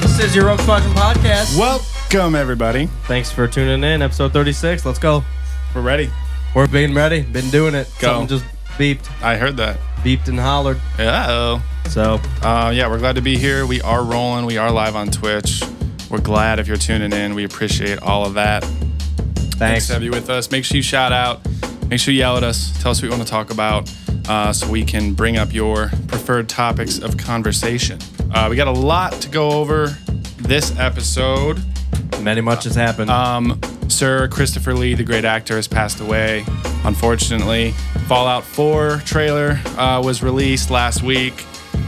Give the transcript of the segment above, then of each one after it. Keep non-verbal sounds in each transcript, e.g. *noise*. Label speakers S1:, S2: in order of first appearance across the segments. S1: This is your Rogue Squadron podcast.
S2: Welcome, everybody.
S1: Thanks for tuning in. Episode 36. Let's go.
S2: We're ready.
S1: We're being ready. Been doing it.
S2: Go.
S1: Something just beeped,
S2: I heard that.
S1: beeped and hollered.
S2: Yeah.
S1: So
S2: Uh, yeah, we're glad to be here. We are rolling. We are live on Twitch. We're glad if you're tuning in. We appreciate all of that. Thanks
S1: thanks.
S2: to have you with us. Make sure you shout out. Make sure you yell at us. Tell us what you want to talk about uh, so we can bring up your preferred topics of conversation. Uh, we got a lot to go over this episode.
S1: Many much has happened.
S2: Um, Sir Christopher Lee, the great actor, has passed away, unfortunately. Fallout 4 trailer uh, was released last week.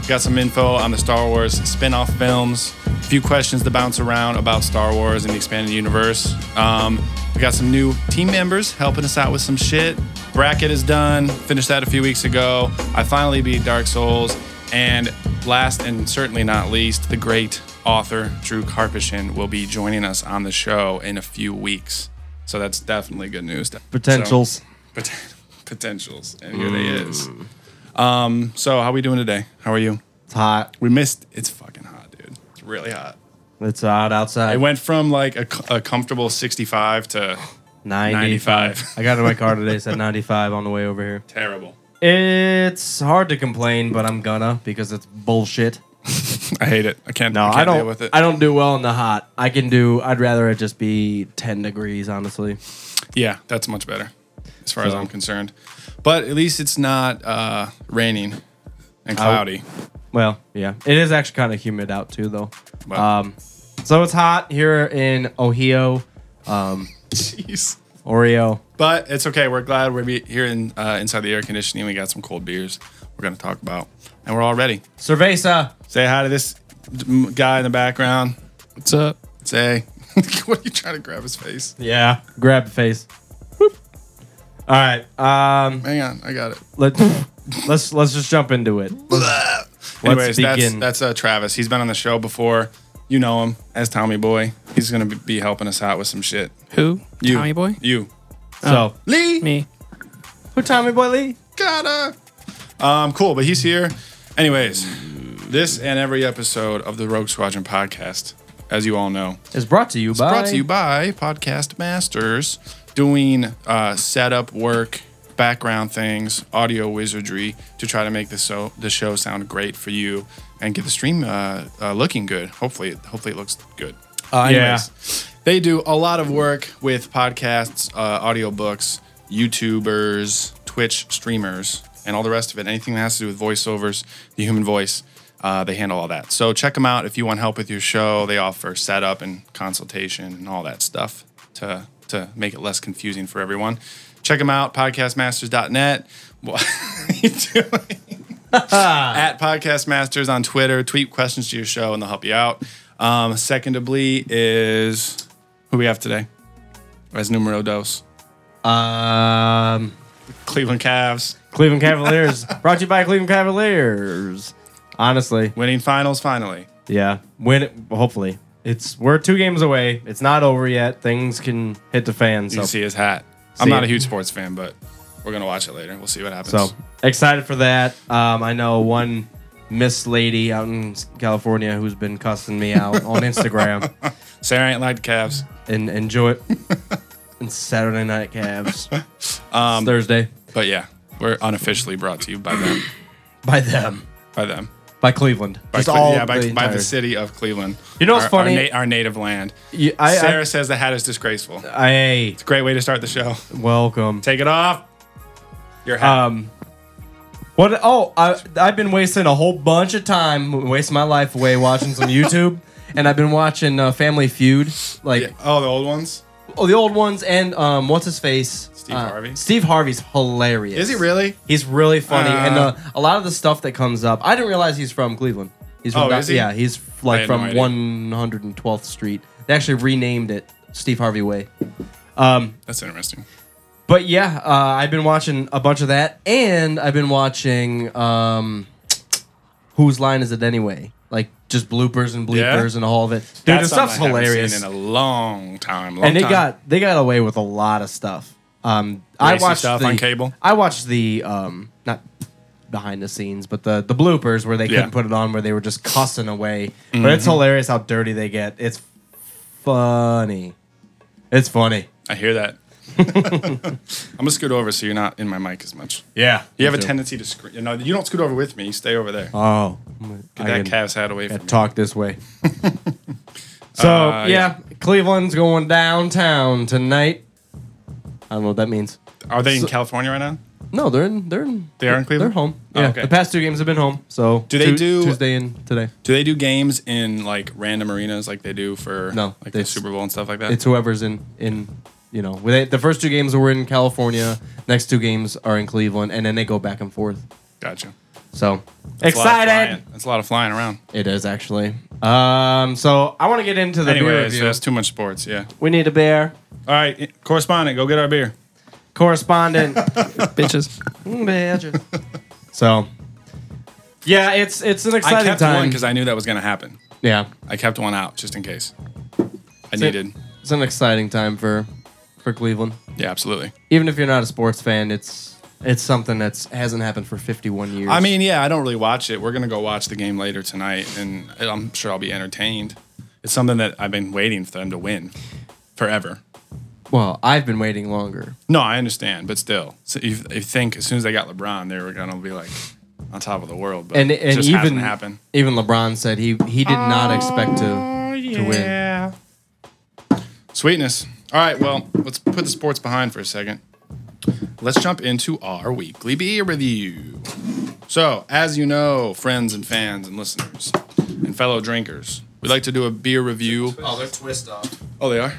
S2: Got some info on the Star Wars spin off films. A few questions to bounce around about Star Wars and the expanded universe. Um, we got some new team members helping us out with some shit. Bracket is done. Finished that a few weeks ago. I finally beat Dark Souls. And last and certainly not least, the great author Drew Karpyshyn will be joining us on the show in a few weeks. So that's definitely good news.
S1: Potentials.
S2: So, pot- *laughs* potentials. And here they is. Um, so how we doing today? How are you?
S1: it's hot.
S2: We missed. It's fucking hot, dude. It's really hot.
S1: It's hot outside.
S2: It went from like a, c- a comfortable 65 to
S1: 95.
S2: 95.
S1: I got in my car today, said 95 on the way over here.
S2: *laughs* Terrible.
S1: It's hard to complain, but I'm gonna because it's bullshit.
S2: I hate it. I can't,
S1: No,
S2: I can't
S1: I
S2: deal
S1: don't.
S2: with it.
S1: I don't do well in the hot. I can do. I'd rather it just be ten degrees, honestly.
S2: Yeah, that's much better as far as
S1: So-
S2: I'm concerned. But at least it's not uh, raining and cloudy.
S1: Well, yeah, it is actually kind of humid out too, though.
S2: But,
S1: Um, so it's hot here in Ohio,
S2: *laughs* Jeez.
S1: Oreo.
S2: But it's okay. We're glad we're be- here in, uh, inside the air conditioning. We got some cold beers we're going to talk about. And we're all ready.
S1: Cerveza.
S2: Say hi to this m- guy in the background. What's up? Say, *laughs* what are you trying to grab his face?
S1: Yeah. Grab the face. Whoop. All right. Um,
S2: Hang on. I got it.
S1: let's *laughs* let's let's just jump into it.
S2: Anyways, that's,
S1: begin.
S2: that's uh, Travis. He's been on the show before. You know him as Tommy Boy. He's going to be helping us out with some shit.
S3: Who?
S2: You.
S3: Tommy Boy?
S2: You.
S1: So
S2: Lee.
S3: Me.
S1: Uh, who Tommy Boy Lee?
S2: gotta. Um, cool, but he's here. Anyways, this and every episode of the Rogue Squadron podcast, as you all know,
S1: Is brought to you by.
S2: brought to you by Podcast Masters, doing uh, setup work, background things, audio wizardry to try to make the so the show sound great for you and get the stream uh, uh, looking good. Hopefully, hopefully it looks good. Uh,
S1: anyways.
S2: they do a lot of work with podcasts, uh, audiobooks, YouTubers, Twitch streamers, and all the rest of it. Anything that has to do with voiceovers, the human voice, uh, they handle all that. So check them out if you want help with your show. They offer setup and consultation and all that stuff to to make it less confusing for everyone. Check them out, podcastmasters.net. *laughs* What are you doing? at Podcast Masters on Twitter. Tweet questions to your show and they'll help you out. Um, secondably is who we have today as numero dos.
S1: Um,
S2: Cleveland Cavs
S1: Cleveland *laughs* Cavaliers. brought to you by Cleveland Cavaliers. Honestly,
S2: winning finals finally.
S1: Yeah. Win it, hopefully. It's we're two games away. It's not over yet. Things can hit the fan.
S2: You
S1: So,
S2: can see his hat.
S1: See
S2: I'm not
S1: it.
S2: a huge sports fan, but we're gonna watch it later. We'll see what happens.
S1: so excited for that. Um, I know one Miss Lady out in California who's been cussing me
S2: *laughs*
S1: out on Instagram
S2: Sarah ain't lied to Cavs.
S1: and enjoy it. And Saturday night Cavs. Um, Thursday
S2: But yeah, we're unofficially brought to you by them.
S1: by them
S2: By them.
S1: by Cleveland.
S2: By
S1: Just
S2: Cle-
S1: all
S2: yeah, by,
S1: the
S2: by
S1: entire-
S2: the city of Cleveland.
S1: You know what's
S2: Our-
S1: funny?
S2: Our, na- our native land.
S1: You- I,
S2: Sarah says the hat is disgraceful.
S1: I, I
S2: Great way to start the show.
S1: welcome.
S2: Take it off. Your hat.
S1: Um, what? Oh, I, I've been wasting a whole bunch of time, wasting my life away watching
S2: *laughs*
S1: some YouTube, and I've been watching uh, Family Feud, like
S2: Yeah. Oh, the old ones?
S1: oh, the old ones, and um, what's his face?
S2: Steve
S1: Uh,
S2: Harvey?
S1: Steve Harvey's hilarious.
S2: Is he really?
S1: He's really funny,
S2: Uh.
S1: and uh, a lot of the stuff that comes up, I didn't realize he's from Cleveland. He's from
S2: Oh,
S1: Dow-
S2: is he?
S1: yeah, he's
S2: I
S1: like
S2: had no
S1: from
S2: idea.
S1: 112th Street. They actually renamed it Steve Harvey Way. Um,
S2: That's interesting.
S1: but yeah, uh, I've been watching a bunch of that, and I've been watching um, whose line is it anyway? Like just bloopers and bleepers
S2: Yeah?
S1: and all of it. Dude,
S2: That's
S1: this stuff's
S2: something I haven't
S1: hilarious.
S2: Seen in a long time. long
S1: And they
S2: time.
S1: got they got away with a lot of stuff. Um, I
S2: Racy
S1: watched
S2: stuff
S1: the,
S2: on cable?
S1: I watched the um, not behind the scenes, but the the bloopers where they
S2: Yeah. Mm-hmm.
S1: couldn't put it on, where they were just cussing away. But it's hilarious how dirty they get. It's funny. It's funny.
S2: I hear
S1: *laughs*
S2: that. I'm gonna scoot over so you're not in my mic as much.
S1: Yeah.
S2: You have a tendency to scream. No, you don't scoot over with me. You stay over there.
S1: Oh,
S2: Get
S1: I can-
S2: that Cavs hat away from me.
S1: talk this
S2: *laughs*
S1: way. so
S2: Uh,
S1: yeah.
S2: yeah.
S1: Cleveland's going downtown tonight. I don't know what that means.
S2: Are they in California right now?
S1: No, they're in they're in
S2: They are in Cleveland?
S1: They're home.
S2: Oh,
S1: yeah,
S2: okay.
S1: the past two games have been home. So
S2: Do they
S1: Tu-
S2: do-
S1: Tuesday and today?
S2: Do they do games in like random arenas like they do for
S1: No,
S2: like the
S1: it's-
S2: Super Bowl and stuff like that?
S1: It's whoever's in in you know with the first two games were in California. Next two games are in Cleveland, and then they go back and forth.
S2: gotcha.
S1: So
S2: That's a lot of
S1: excited!
S2: flying. That's a lot of flying around.
S1: It is actually. Um. So I want to get into the beer
S2: Anyways,
S1: review.
S2: that's too much sports. Yeah.
S1: We need a beer.
S2: All right, i- correspondent, go get our beer.
S1: Correspondent.
S3: bitches.
S1: Badger. so, yeah, it's it's an
S2: I
S1: exciting
S2: kept one
S1: time.
S2: because I knew that was going to happen.
S1: yeah,
S2: I kept one out just in case. I
S1: So-
S2: needed.
S1: it's an exciting time for for Cleveland.
S2: Yeah, absolutely.
S1: Even if you're not a sports fan, it's it's something that's hasn't happened for 51 years.
S2: I mean, yeah, I don't really watch it. We're gonna go watch the game later tonight, and I'm sure I'll be entertained. It's something that I've been waiting for them to win forever.
S1: well, I've been waiting longer.
S2: No, I understand, but still, so you, you think as soon as they got LeBron, they were gonna be like on top of the world, but
S1: And
S2: it
S1: and
S2: just
S1: even
S2: hasn't happened.
S1: even LeBron said he he did not expect to to win.
S2: Sweetness. All right, well, let's put the sports behind for a second. Let's jump into our weekly beer review. So, as you know, friends and fans and listeners and fellow drinkers, we like to do a beer review.
S1: Oh, they're twist off.
S2: Oh, they are?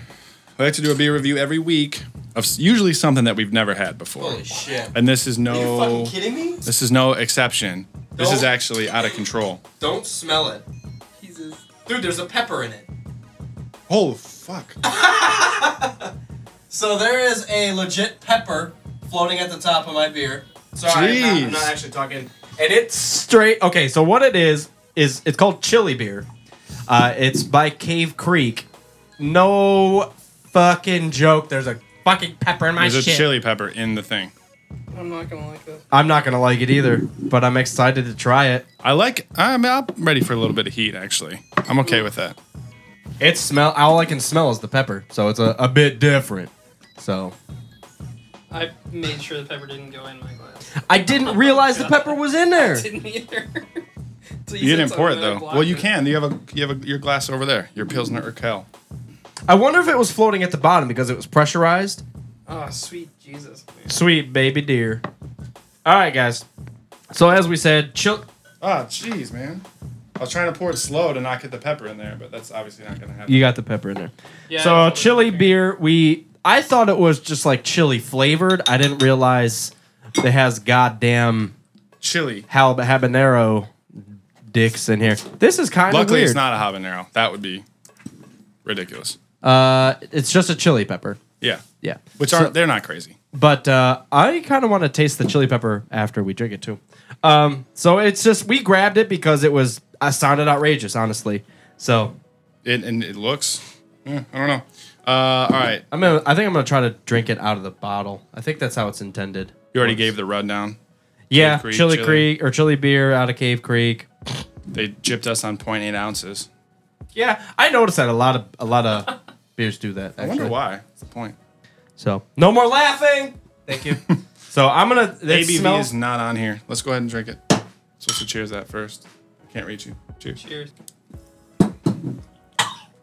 S2: We like to do a beer review every week of s- usually something that we've never had before.
S1: shit.
S2: And this is no
S1: kidding me?
S2: this is no exception. This is
S1: Don't-
S2: actually out of control.
S1: Don't smell it. Dude, there's a pepper in it.
S2: Oh fuck.
S1: So there is a legit pepper floating at the top of my beer. Sorry, I'm not, I'm
S2: Jeez.
S1: not actually talking. And it's straight. Okay, so what it is is it's called chili beer. Uh, it's by Cave Creek. No fucking joke. There's a fucking pepper in my
S2: There's a
S1: shit.
S2: chili pepper in the thing.
S3: I'm not gonna like this.
S1: I'm not gonna like it either, but I'm excited to try it.
S2: I like. I'm, I'm ready for a little bit of heat. Actually, I'm okay with that.
S1: It smell. All I can smell is the pepper, so it's a, a bit different. So
S3: I made sure the pepper didn't go in my glass. *laughs*
S1: I didn't realize the pepper was in there.
S3: Didn't either. *laughs* So
S2: You,
S3: said
S2: didn't pour it
S3: something, I
S2: though.
S3: blocked
S2: Well, you
S3: it.
S2: can. You have a you have a, your glass over there. Your pilsner Urkel.
S1: I wonder if it was floating at the bottom because it was pressurized.
S3: Oh, sweet Jesus.
S1: Sweet baby dear. All right, guys. So as we said, chil-
S2: Ah, jeez, man. I was trying to pour it slow to not get the pepper in there, but that's obviously not gonna happen.
S1: you got the pepper in there.
S3: Yeah,
S1: so
S3: that's what
S1: chili
S3: I was
S1: beer, we I thought it was just like chili flavored. I didn't realize it has goddamn
S2: Chili.
S1: hal- habanero dicks in here. This is kind of
S2: Luckily,
S1: weird.
S2: it's not a habanero. That would be ridiculous.
S1: uh, it's just a chili pepper.
S2: Yeah.
S1: Yeah.
S2: Which
S1: So-
S2: aren't they're not crazy.
S1: But uh, I kind of want to taste the chili pepper after we drink it too. Um, so it's just we grabbed it because it was I sounded outrageous, honestly. So
S2: It and it looks. Yeah, I don't know. Uh, all right.
S1: I'm gonna, I think I'm gonna try to drink it out of the bottle. I think that's how it's intended.
S2: You already gave the rundown.
S1: yeah,
S2: Creek,
S1: Chili
S2: chili.
S1: Creek or Chili Beer out of Cave Creek.
S2: They gypped us on 0.8 ounces.
S1: Yeah, I noticed that a lot of a lot
S2: *laughs*
S1: of beers do that. Actually.
S2: I wonder why. What's the point?
S1: So no more laughing. Thank
S2: *laughs*
S1: you. so I'm gonna. It
S2: ABV
S1: smells,
S2: is not on here. Let's go ahead and drink it. Supposed to cheers that first. I can't reach you. Cheers.
S3: Cheers.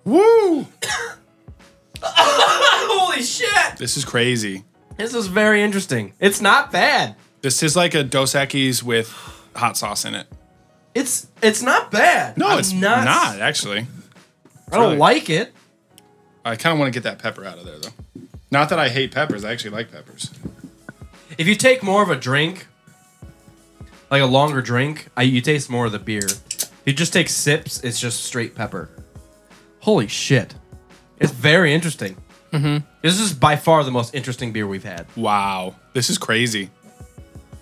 S2: Woo!
S1: *laughs* holy shit.
S2: This is crazy.
S1: This is very interesting. It's not bad.
S2: This is like a Dos Equis with hot sauce in it.
S1: It's it's not bad.
S2: No,
S1: I'm
S2: it's not, actually.
S1: I don't
S2: really-
S1: like it.
S2: I kind of want to get that pepper out of there though. Not that I hate peppers. I actually like peppers.
S1: If you take more of a drink, like a longer drink, I, you taste more of the beer. If you just take sips, it's just straight pepper. Holy shit. It's very interesting. Mm-hmm. This is by far the most interesting beer we've had.
S2: Wow, this is crazy.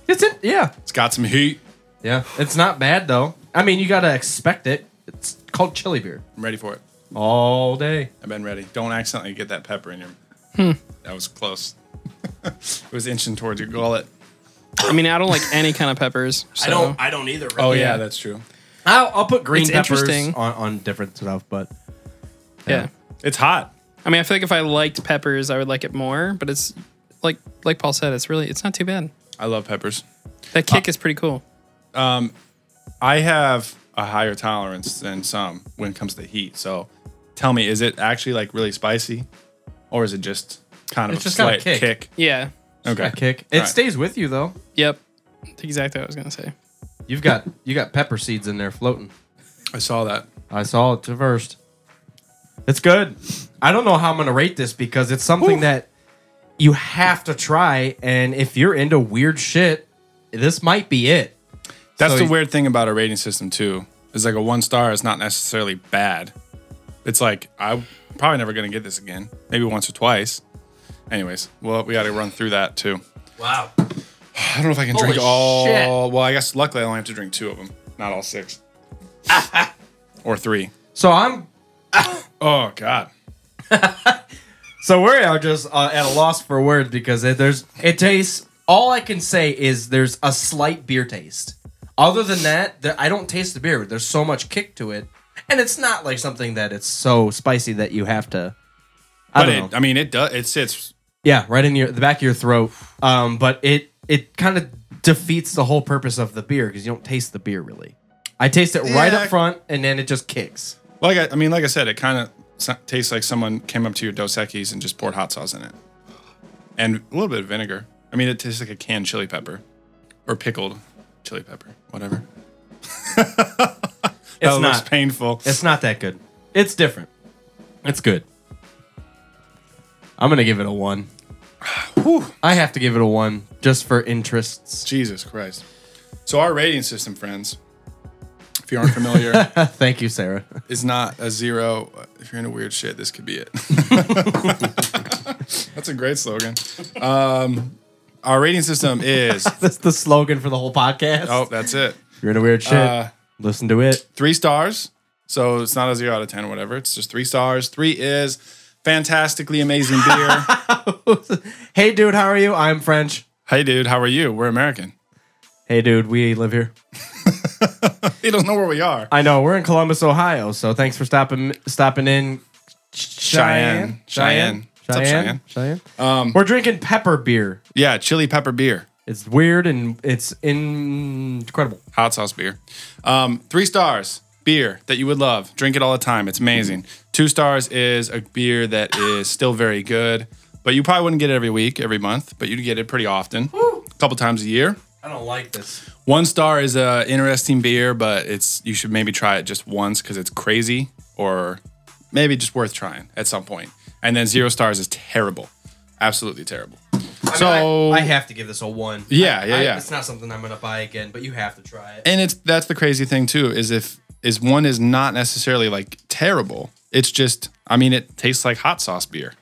S1: It's it. Yeah.
S2: It's got some heat.
S1: Yeah. It's not bad, though. I mean, you got to expect it. It's called chili beer
S2: I'm ready for it.
S1: all day.
S2: I've been ready. Don't accidentally get Hmm. *laughs* that pepper in your. That was close. it was inching towards your gullet.
S3: I mean, I don't like any kind of peppers. So.
S1: I don't. I don't either. Really.
S2: Oh yeah,
S3: Yeah.
S2: that's true.
S1: I'll, I'll put green
S3: It's
S1: peppers
S3: interesting.
S1: on on different stuff, but
S3: yeah.
S2: It's hot.
S3: I mean, I feel like if I liked peppers, I would like it more. But it's like like Paul said, it's really it's not too bad.
S2: I love peppers.
S3: That
S2: Uh,
S3: kick is pretty cool.
S2: I have a higher tolerance than some when it comes to heat. So tell me, is it actually like really spicy, or is it just kind of
S1: It's
S2: a
S1: just got a
S2: slight
S1: kick.
S2: kick?
S3: Yeah.
S2: Okay.
S1: a kick. It
S2: Alright.
S1: stays with you though.
S3: Yep. That's exactly what I was gonna say.
S1: You've got you got pepper seeds in there floating.
S2: I saw that.
S1: I saw it to first. It's good. I don't know how I'm gonna rate this because it's something
S2: Oof.
S1: that you have to try, and if you're into weird shit, this might be it.
S2: That's
S1: So
S2: the
S1: you-
S2: weird thing about a rating system too. Is like a one star is not necessarily bad. It's like I'm probably never gonna get this again. Maybe once or twice. Anyways, well, we got to run through that too.
S1: Wow.
S2: I don't know if I can
S1: Holy
S2: drink all.
S1: shit.
S2: Well, I guess luckily I only have to drink two of them, not
S1: *laughs*
S2: all six or three.
S1: So I'm
S2: Oh God.
S1: So we are just uh, at a loss for words because it, there's it tastes. All I can say is there's a slight beer taste. Other than that, there, I don't taste the beer. There's so much kick to it, and it's not like something that it's so spicy that you have to. I
S2: But
S1: don't know.
S2: it, I mean, it does. It sits.
S1: Yeah, right in your the back of your throat. Um, but it it kind of defeats the whole purpose of the beer because you don't taste the beer really. I taste it right
S2: Yeah.
S1: up front, and then it just kicks.
S2: Like I, I mean, like I said, it kind of s- tastes like someone came up to your Dos Equis and just poured hot sauce in it, and a little bit of vinegar. I mean, it tastes like a canned chili pepper, or pickled chili pepper, whatever.
S1: It's
S2: that looks
S1: not.
S2: painful.
S1: It's not that good. It's different. It's good. I'm gonna give it a one.
S2: Whew.
S1: I have to give it a one just for interests. *laughs*
S2: Jesus Christ. So our rating system, friends, if you aren't familiar,
S1: *laughs* Thank you, Sarah.
S2: is not a zero. If you're into weird shit, this
S1: *laughs*
S2: could be it. *laughs* That's a great slogan. Um, our rating system is
S1: That's the slogan for the whole podcast.
S2: oh, that's it.
S1: If you're into weird shit,
S2: Uh,
S1: listen to it.
S2: Three stars. So it's not a zero out of ten or whatever. It's just three stars. Three is fantastically amazing beer.
S1: hey, dude, how are you? I'm French.
S2: hey, dude, how are you? We're American.
S1: Hey, dude, we live here.
S2: He doesn't know where we are.
S1: I know we're in Columbus, Ohio. So thanks for stopping stopping in. Cheyenne,
S2: Cheyenne.
S1: Cheyenne,
S2: What's up,
S1: Cheyenne. Um, we're drinking pepper beer.
S2: Yeah, chili pepper beer.
S1: It's weird and it's incredible.
S2: hot sauce beer. Um, three stars, beer that you would love. Drink it all the time. It's amazing. Two stars is a beer that is still very good, but you probably wouldn't get it every week, every month, but you'd get it pretty often, a couple times a year.
S1: I don't like this.
S2: One star is a interesting beer, but it's you should maybe try it just once because it's crazy, or maybe just worth trying at some point. And then zero stars is terrible, absolutely terrible. So
S1: I, I have to give this a one.
S2: Yeah,
S1: I-
S2: yeah,
S1: I-
S2: yeah.
S1: It's not something I'm gonna buy again, but you have to try it.
S2: and it's that's the crazy thing too is if is one is not necessarily like terrible it's just i mean it tastes like hot sauce beer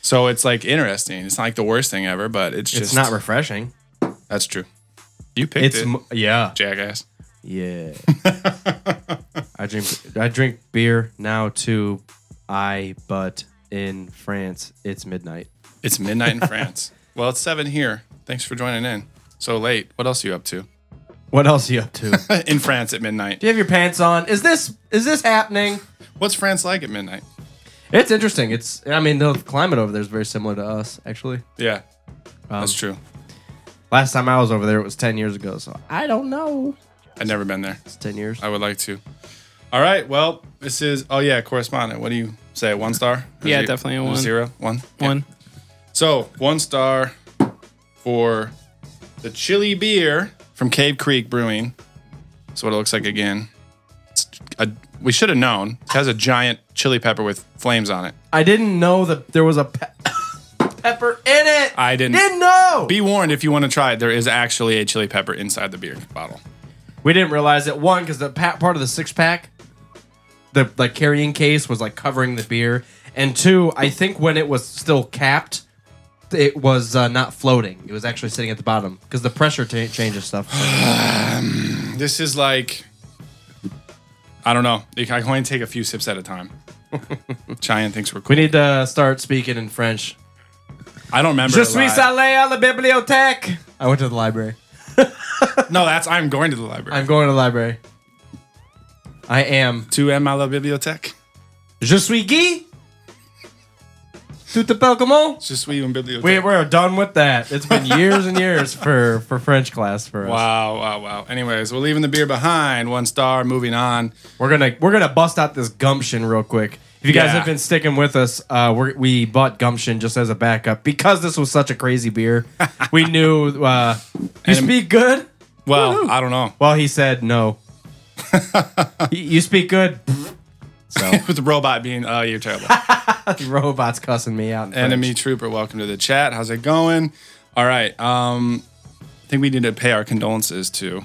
S2: so it's like interesting it's not like the worst thing ever but it's just
S1: it's not refreshing.
S2: that's true you picked
S1: It's
S2: it
S1: m-
S2: *laughs*
S1: yeah,
S2: jackass
S1: yeah. I drink I drink beer now too. I but in France it's midnight.
S2: it's midnight in
S1: *laughs*
S2: france well it's seven here thanks for joining in so late what else are you up to
S1: What else are you up to? Do
S2: *laughs* in france at midnight
S1: you have your pants on? Is this is this happening?
S2: what's france like at midnight
S1: It's interesting. It's I mean the climate over there is very similar to us actually.
S2: yeah
S3: Um,
S2: that's true
S1: Last time I was over there it was ten years ago, so I don't know.
S2: i've never been there
S1: It's ten years.
S2: i would like to all right well this is oh yeah correspondent what do you say one star Or
S3: Yeah,
S2: ze-
S3: definitely a
S2: or
S3: one.
S2: zero one Yeah.
S3: One.
S2: So one star for the chili beer from Cave Creek Brewing. That's what it looks like again. It's a, we should have known. It has a giant chili pepper with flames on it.
S1: I didn't know that there was a pe- *coughs* pepper in it.
S2: I didn't-
S1: Didn't know.
S2: Be warned if you want to try it, there is actually a chili pepper inside the beer bottle.
S1: we didn't realize it. One, because the pa- part of the six pack, the like carrying case was like covering the beer, and two, I think when it was still capped, it was uh, not floating. It was actually sitting at the bottom because the pressure ta changes stuff.
S2: This is like I don't know. I can only take a few sips at a
S1: *laughs*
S2: time. Cheyenne thinks we're cool.
S1: we need to start speaking in French.
S2: I don't remember.
S1: Je
S2: a
S1: suis
S2: lot.
S1: allé à la bibliothèque. I went to the library.
S2: No, that's I'm going to the library.
S1: I'm going to the library. I am.
S2: to M. La Bibliothèque.
S1: Je suis Guy. Tout the Pokemon.
S2: Je suis une bibliothèque.
S1: We, we're done with that. It's been years and years for, for French class for us.
S2: wow, wow, wow. Anyways, we're leaving the beer behind. One star, moving on.
S1: We're gonna we're gonna bust out this gumption real quick. If you guys
S2: Yeah.
S1: have been sticking with us, uh, we're, we bought gumption just as a backup because this was such a crazy *laughs* beer. we knew uh, you
S2: And-
S1: speak good.
S2: Well, I don't know. *laughs*
S1: Well, he said no. Y- you speak good. So
S2: With the robot being, oh,
S1: *laughs*
S2: you're terrible.
S1: robots cussing me out. in French.
S2: Enemy Trooper, welcome to the chat. How's it going? All right. Um, I think we need to pay our condolences to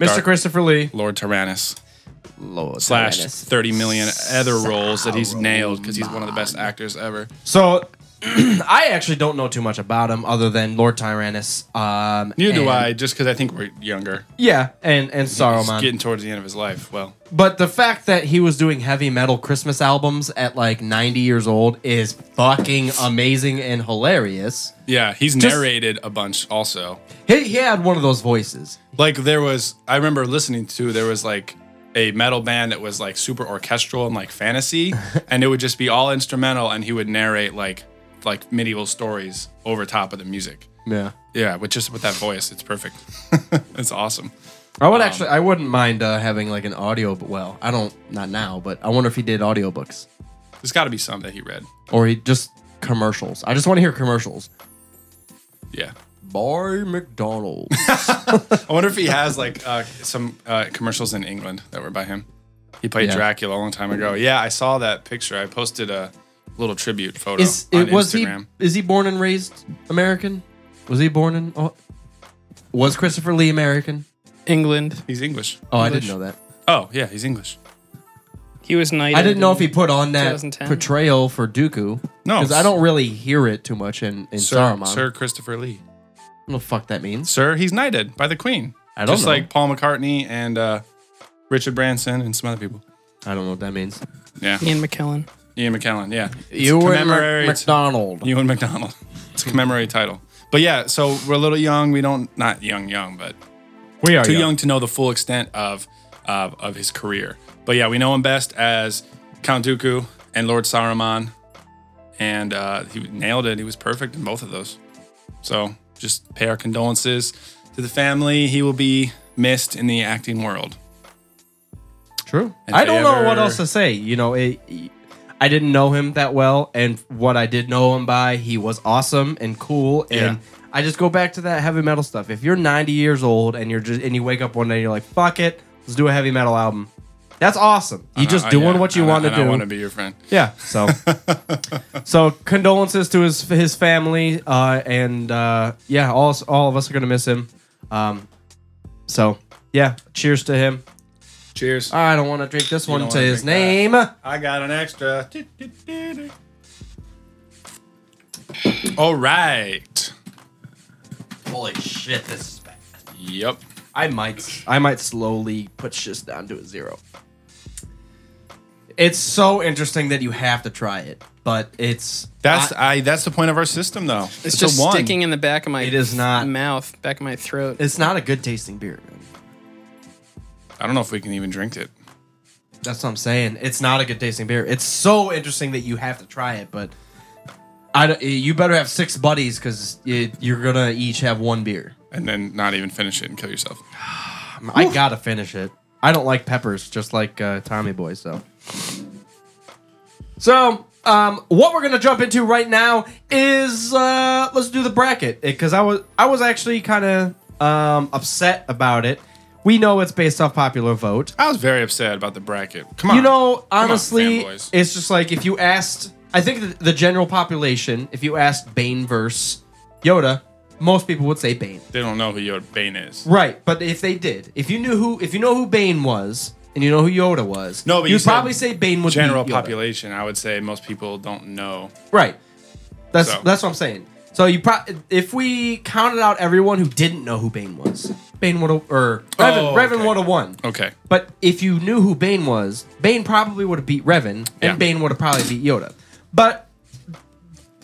S1: Mr. Christopher Lee.
S2: Lord Tyrannus slash 30 million other roles that he's nailed because he's one of the best actors ever.
S1: So *clears throat* I actually don't know too much about him other than Lord Tyrannus. Um,
S2: Neither do
S1: and-
S2: I, just because I think we're younger.
S1: Yeah, and and
S2: He's
S1: Saruman.
S2: getting towards the end of his life. Well,
S1: But the fact that he was doing heavy metal Christmas albums at like 90 years old is fucking amazing and hilarious.
S2: yeah, he's
S1: Just-
S2: narrated a bunch also.
S1: He, he had one of those voices.
S2: Like there was, I remember listening to there was like a metal band that was like super orchestral and like fantasy, and it would just be all instrumental, and he would narrate like like medieval stories over top of the music.
S1: Yeah.
S2: Yeah, with just with that voice, it's perfect. *laughs* it's awesome.
S1: I
S2: Um,
S1: would actually, I wouldn't mind uh, having like an audio, but well, I don't, not now, but I wonder if he did audiobooks
S2: There's got to be some that he read.
S1: or he just commercials. I just want to hear commercials.
S2: Yeah.
S1: By McDonald's.
S2: I wonder if he has like uh, some uh, commercials in England that were by him. He played
S1: Yeah.
S2: Dracula a long time ago. Yeah, I saw that picture. I posted a little tribute
S1: *laughs*
S2: photo
S1: is
S2: on
S1: it, was
S2: Instagram.
S1: he, is he born and raised American? Was he born in, oh, was Christopher Lee American?
S3: England.
S2: He's English.
S1: Oh, I didn't
S3: English.
S1: know that.
S2: Oh yeah, he's English.
S3: He was knighted.
S1: I didn't know if
S3: in-
S1: he put on that
S3: 2010.
S1: portrayal for Dooku.
S2: No,
S1: because I don't really hear it too much in, in
S2: Sir,
S1: Saruman. I
S2: Sir Christopher Lee.
S1: don't know what the fuck that means.
S2: Sir, he's knighted by the Queen.
S1: I don't
S2: Just
S1: know.
S2: like Paul McCartney and uh, Richard Branson and some other people.
S1: I don't know what that means.
S2: Yeah.
S3: Ian McKellen.
S2: Ian McKellen. Yeah. It's
S1: You were
S2: commemorate-
S1: McDonald.
S2: Ewan McDonald. It's a commemorary title. But yeah, so we're a little young. We don't not young young, but
S1: we are
S2: too young to know the full extent of of, of his career. But yeah, we know him best as Count Dooku and Lord Saruman, and uh, he nailed it. He was perfect in both of those. So just pay our condolences to the family. He will be missed in the acting world.
S1: True.
S2: And
S1: I don't know
S2: ever-
S1: what else to say. You know, it, I didn't know him that well, and what I did know him by, he was awesome and cool. And I just go back to that heavy metal stuff. If you're 90 years old and you're just and you wake up one day and you're like, "Fuck it, let's do a heavy metal album," that's awesome. You just
S2: Uh,
S1: doing
S2: yeah,
S1: what you
S2: and I-
S1: want to
S2: and I
S1: do.
S2: want to be your friend.
S1: Yeah.
S2: *laughs*
S1: So, so condolences to his his family, uh, and uh, yeah, all all of us are gonna miss him. Um, so yeah, cheers to him.
S2: Cheers.
S1: I don't want to drink this one
S2: don't
S1: to
S2: wanna
S1: his
S2: drink
S1: name.
S2: that. I got an extra. All right.
S1: Holy shit, this is bad.
S2: Yep.
S1: I might I might slowly push this down to a zero. It's so interesting that you have to try it, but it's
S2: That's
S1: I-
S2: I, that's the point of our system though.
S3: It's, just
S2: a one.
S3: sticking in the back of my
S1: It is not-
S3: mouth, back of my throat.
S1: it's not a good tasting beer. Man.
S2: I don't know if we can even drink it.
S1: That's what I'm saying. It's not a good tasting beer. It's so interesting that you have to try it, but I don't- you better have six buddies because you're gonna each have one beer.
S2: and then not even finish it and kill yourself.
S1: I gotta finish it. I don't like peppers, just like uh, Tommy Boy. So, so um, what we're gonna jump into right now is uh, let's do the bracket because I was I was actually kind of um, upset about it. We know it's based off popular vote.
S2: I was very upset about the bracket. Come on.
S1: You know,
S2: Come on,
S1: honestly,
S2: fanboys.
S1: it's just like if you asked, I think the, the general population, if you asked Bane verse Yoda, most people would say Bane.
S2: they don't know who your Bane is.
S1: Right, but if they did, if you knew who, if you know who Bane was and you know who Yoda was,
S2: No, but you
S1: you'd
S2: said
S1: probably say Bane would
S2: General
S1: be Yoda.
S2: population, I would say most people don't know.
S1: Right. That's
S2: So.
S1: that's what I'm saying. So you pro- if we counted out everyone who didn't know who Bane was, Bane would have or Revan,
S2: Oh,
S1: Revan
S2: okay.
S1: would have won.
S2: Okay.
S1: But if you knew who Bane was, Bane probably would have beat Revan, and
S2: Yeah.
S1: Bane would have probably beat Yoda. But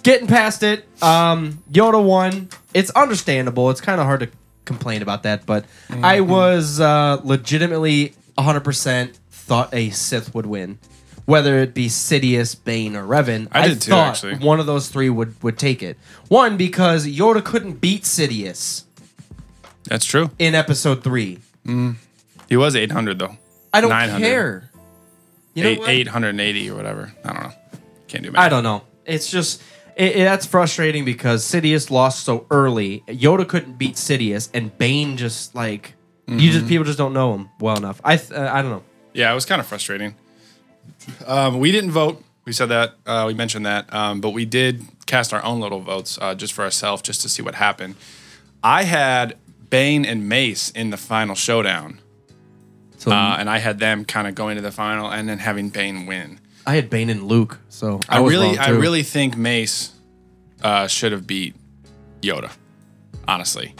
S1: getting past it, um, Yoda won. It's understandable. It's kind of hard to complain about that, but
S2: Mm-hmm.
S1: I was uh, legitimately 100% thought a Sith would win, whether it be Sidious, Bane, or Revan.
S2: I did too,
S1: thought
S2: actually.
S1: One of those three would would take it. One because Yoda couldn't beat Sidious
S2: That's true.
S1: in Episode Three.
S2: He was 800 though.
S1: I don't
S2: 900.
S1: care. You know
S2: Eight,
S1: what?
S2: 880 or whatever. I don't know. Can't do math.
S1: I don't know. It's just it, it- that's frustrating because Sidious lost so early. Yoda couldn't beat Sidious, and Bane just like you
S2: Mm-hmm.
S1: just people just don't know him well enough. I th- uh, I don't know.
S2: Yeah, it was kind of frustrating. Um, we didn't vote. We said that. Uh, we mentioned that. Um, but we did cast our own little votes uh, just for ourselves, just to see what happened. I had Bane and Mace in the final showdown,
S1: So
S2: uh, and I had them kind of going to the final and then having Bane win.
S1: I had Bane and Luke, so I,
S2: I,
S1: was
S2: really,
S1: wrong,
S2: I
S1: too.
S2: really think Mace uh, should have beat Yoda. Honestly,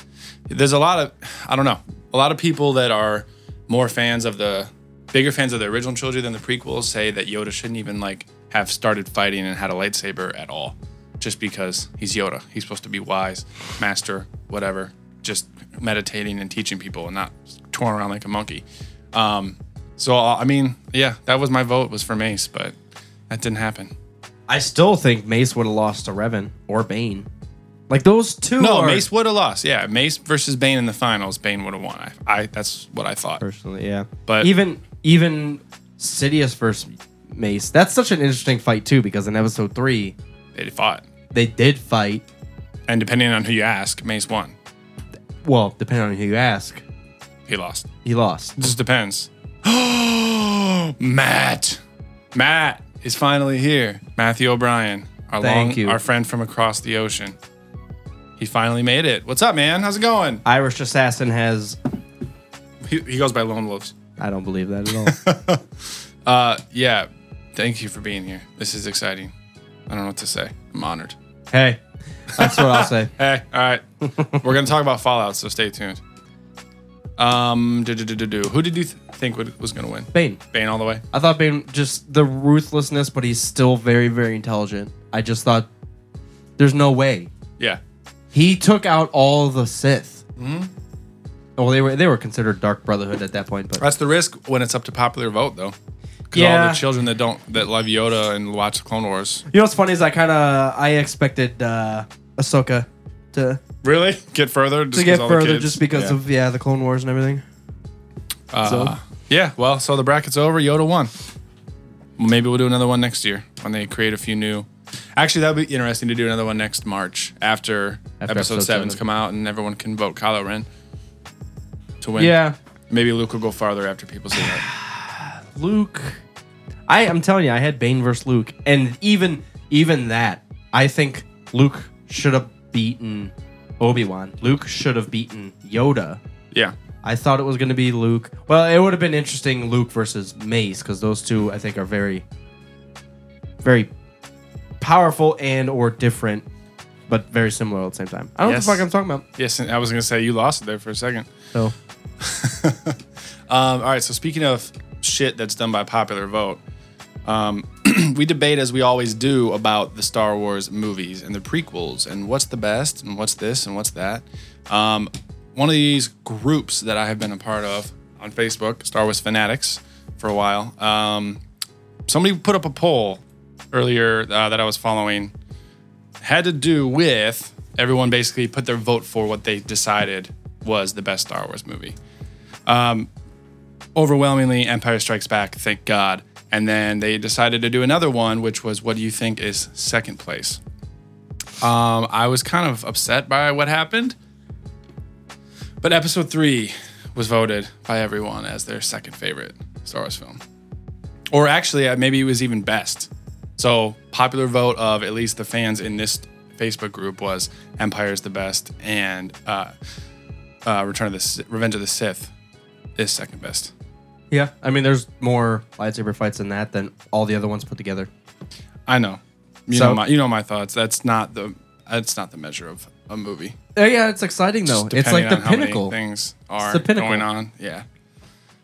S2: there's a lot of I don't know a lot of people that are more fans of the bigger fans of the original trilogy than the prequels say that Yoda shouldn't even like have started fighting and had a lightsaber at all, just because he's Yoda. He's supposed to be wise, master, whatever, just meditating and teaching people and not torn around like a monkey. Um, so I mean, yeah, that was my vote was for Mace, but that didn't happen.
S1: I still think Mace would have lost to Revan or Bane. Like those two.
S2: No,
S1: are,
S2: Mace would have lost. Yeah, Mace versus Bane in the finals. Bane would have won. I, I that's what I thought.
S1: personally, yeah.
S2: But-
S1: even even Sidious versus Mace, that's such an interesting fight too because in Episode Three
S2: They fought,
S1: they did fight.
S2: and depending on who you ask, Mace won.
S1: Well, depending on who you ask,
S2: He lost.
S1: he lost.
S2: Just depends. *gasps* Matt, Matt is finally here. Matthew O'Brien, our
S1: Thank
S2: long,
S1: you.
S2: our friend from across the ocean. He finally made it. What's up, man? How's it going?
S1: Irish Assassin has.
S2: He, he goes by Lone Wolves.
S1: I don't believe that at all. *laughs*
S2: Uh, yeah. Thank you for being here. This is exciting. I don't know what to say. I'm honored.
S1: hey, that's what I'll say.
S2: Hey, all right. We're gonna talk about Fallout, so stay tuned. Um, do, do, do, do, do. who did you th- think would, was gonna win?
S1: Bane.
S2: Bane all the way.
S1: I thought Bane just the ruthlessness, but he's still very, very intelligent. I just thought there's no way
S2: Yeah,
S1: he took out all the Sith. Mm-hmm.
S2: Hmm?
S1: Well, they were they were considered Dark Brotherhood at that point, but
S2: that's the risk when it's up to popular vote, though. Because all
S1: Yeah.
S2: the children that don't that love Yoda and watch Clone Wars
S1: you know what's funny is I kind of I expected uh, Ahsoka to
S2: really get further. Just
S1: to
S2: 'cause
S1: get
S2: all the
S1: further
S2: kids-
S1: just because
S2: yeah.
S1: of yeah the Clone Wars and everything.
S2: Uh,
S1: so-
S2: Yeah, well, so the bracket's over. Yoda won. Maybe we'll do another one next year when they create a few new. Actually, that would be interesting to do another one next March after,
S1: After
S2: episode,
S1: episode
S2: seven's
S1: seven.
S2: come out and everyone can vote Kylo Ren to win.
S1: Yeah,
S2: Maybe Luke will go farther after people see that.
S1: Luke. I I'm telling you, I had Bane versus Luke, and even even that, I think Luke should have beaten Obi Wan. Luke should have beaten Yoda.
S2: yeah.
S1: I thought it was going to be Luke. Well, it would have been interesting Luke versus Mace because those two I think are very, very powerful and or different, but very similar at the same time. I don't know
S2: Yes.
S1: what the fuck I'm talking about.
S2: Yes, and I was going to say you lost it there for a second.
S1: So
S2: *laughs* Um, all right, so speaking of shit that's done by popular vote, um, *clears throat* we debate as we always do about the Star Wars movies and the prequels and what's the best and what's this and what's that. Um, one of these groups that I have been a part of on Facebook, Star Wars Fanatics, for a while, um, somebody put up a poll earlier uh, that I was following had to do with everyone basically put their vote for what they decided was the best Star Wars movie overwhelmingly Empire Strikes Back, thank God. And then they decided to do another one, which was what do you think is second place? Um, I was kind of upset by what happened, but episode three was voted by everyone as their second favorite Star Wars film. Or actually, uh, maybe it was even best. So, popular vote of at least the fans in this Facebook group was Empire is the best and uh, uh, Return of the S- Revenge of the Sith is second best.
S1: yeah, I mean, there's more lightsaber fights in that than all the other ones put together.
S2: I know. You
S1: So-
S2: know my you know my thoughts. That's not the that's not the measure of a movie.
S1: Uh, yeah, it's exciting though.
S2: Just
S1: It's like
S2: depending
S1: the
S2: on how many
S1: pinnacle.
S2: Things are
S1: the pinnacle.
S2: going on. Yeah.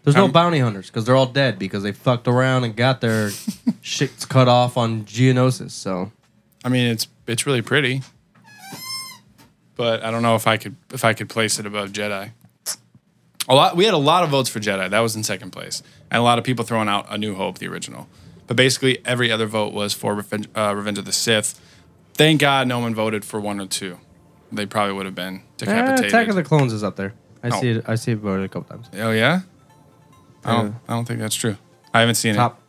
S1: There's no
S2: Um,
S1: bounty hunters because they're all dead because they fucked around and got
S2: *laughs*
S1: their shits cut off on Geonosis. So
S2: I mean, it's it's really pretty. but I don't know if I could if I could place it above Jedi. A lot we had a lot of votes for Jedi. That was in second place, and a lot of people throwing out A New Hope, the original. But basically, every other vote was for Revenge, uh, Revenge of the Sith. Thank God no one voted for one or two. They probably would have been
S1: Ah,
S2: decapitated. Oh.
S1: Attack of the Clones is up there. I
S2: No.
S1: see it. I see it voted a couple times.
S2: oh yeah, I
S1: Yeah.
S2: don't. I don't think that's true. I haven't seen
S1: Top,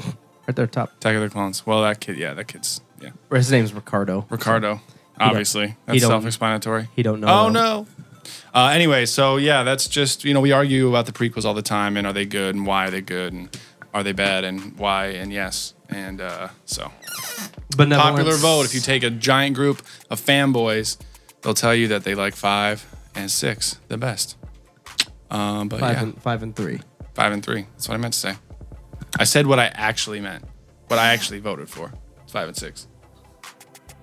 S1: *laughs* right there, top.
S2: it. Attack of the Clones. Well, that kid. Yeah, that kid's. Yeah,
S1: His name's Ricardo.
S2: Ricardo. Obviously,
S1: he
S2: that's
S1: don't-
S2: self-explanatory.
S1: He don't know.
S2: Oh
S1: though.
S2: no. Uh, anyway, so yeah, that's just you know we argue about the prequels all the time, and are they good, and why are they good, and are they bad, and why, and yes, and uh, so
S1: Benevolence.
S2: popular vote. If you take a giant group of fanboys, they'll tell you that they like five and six the best. Um, but
S1: five
S2: yeah,
S1: and five and three.
S2: five and three. That's what I meant to say. I said what I actually meant, what I actually voted for. It's five and six.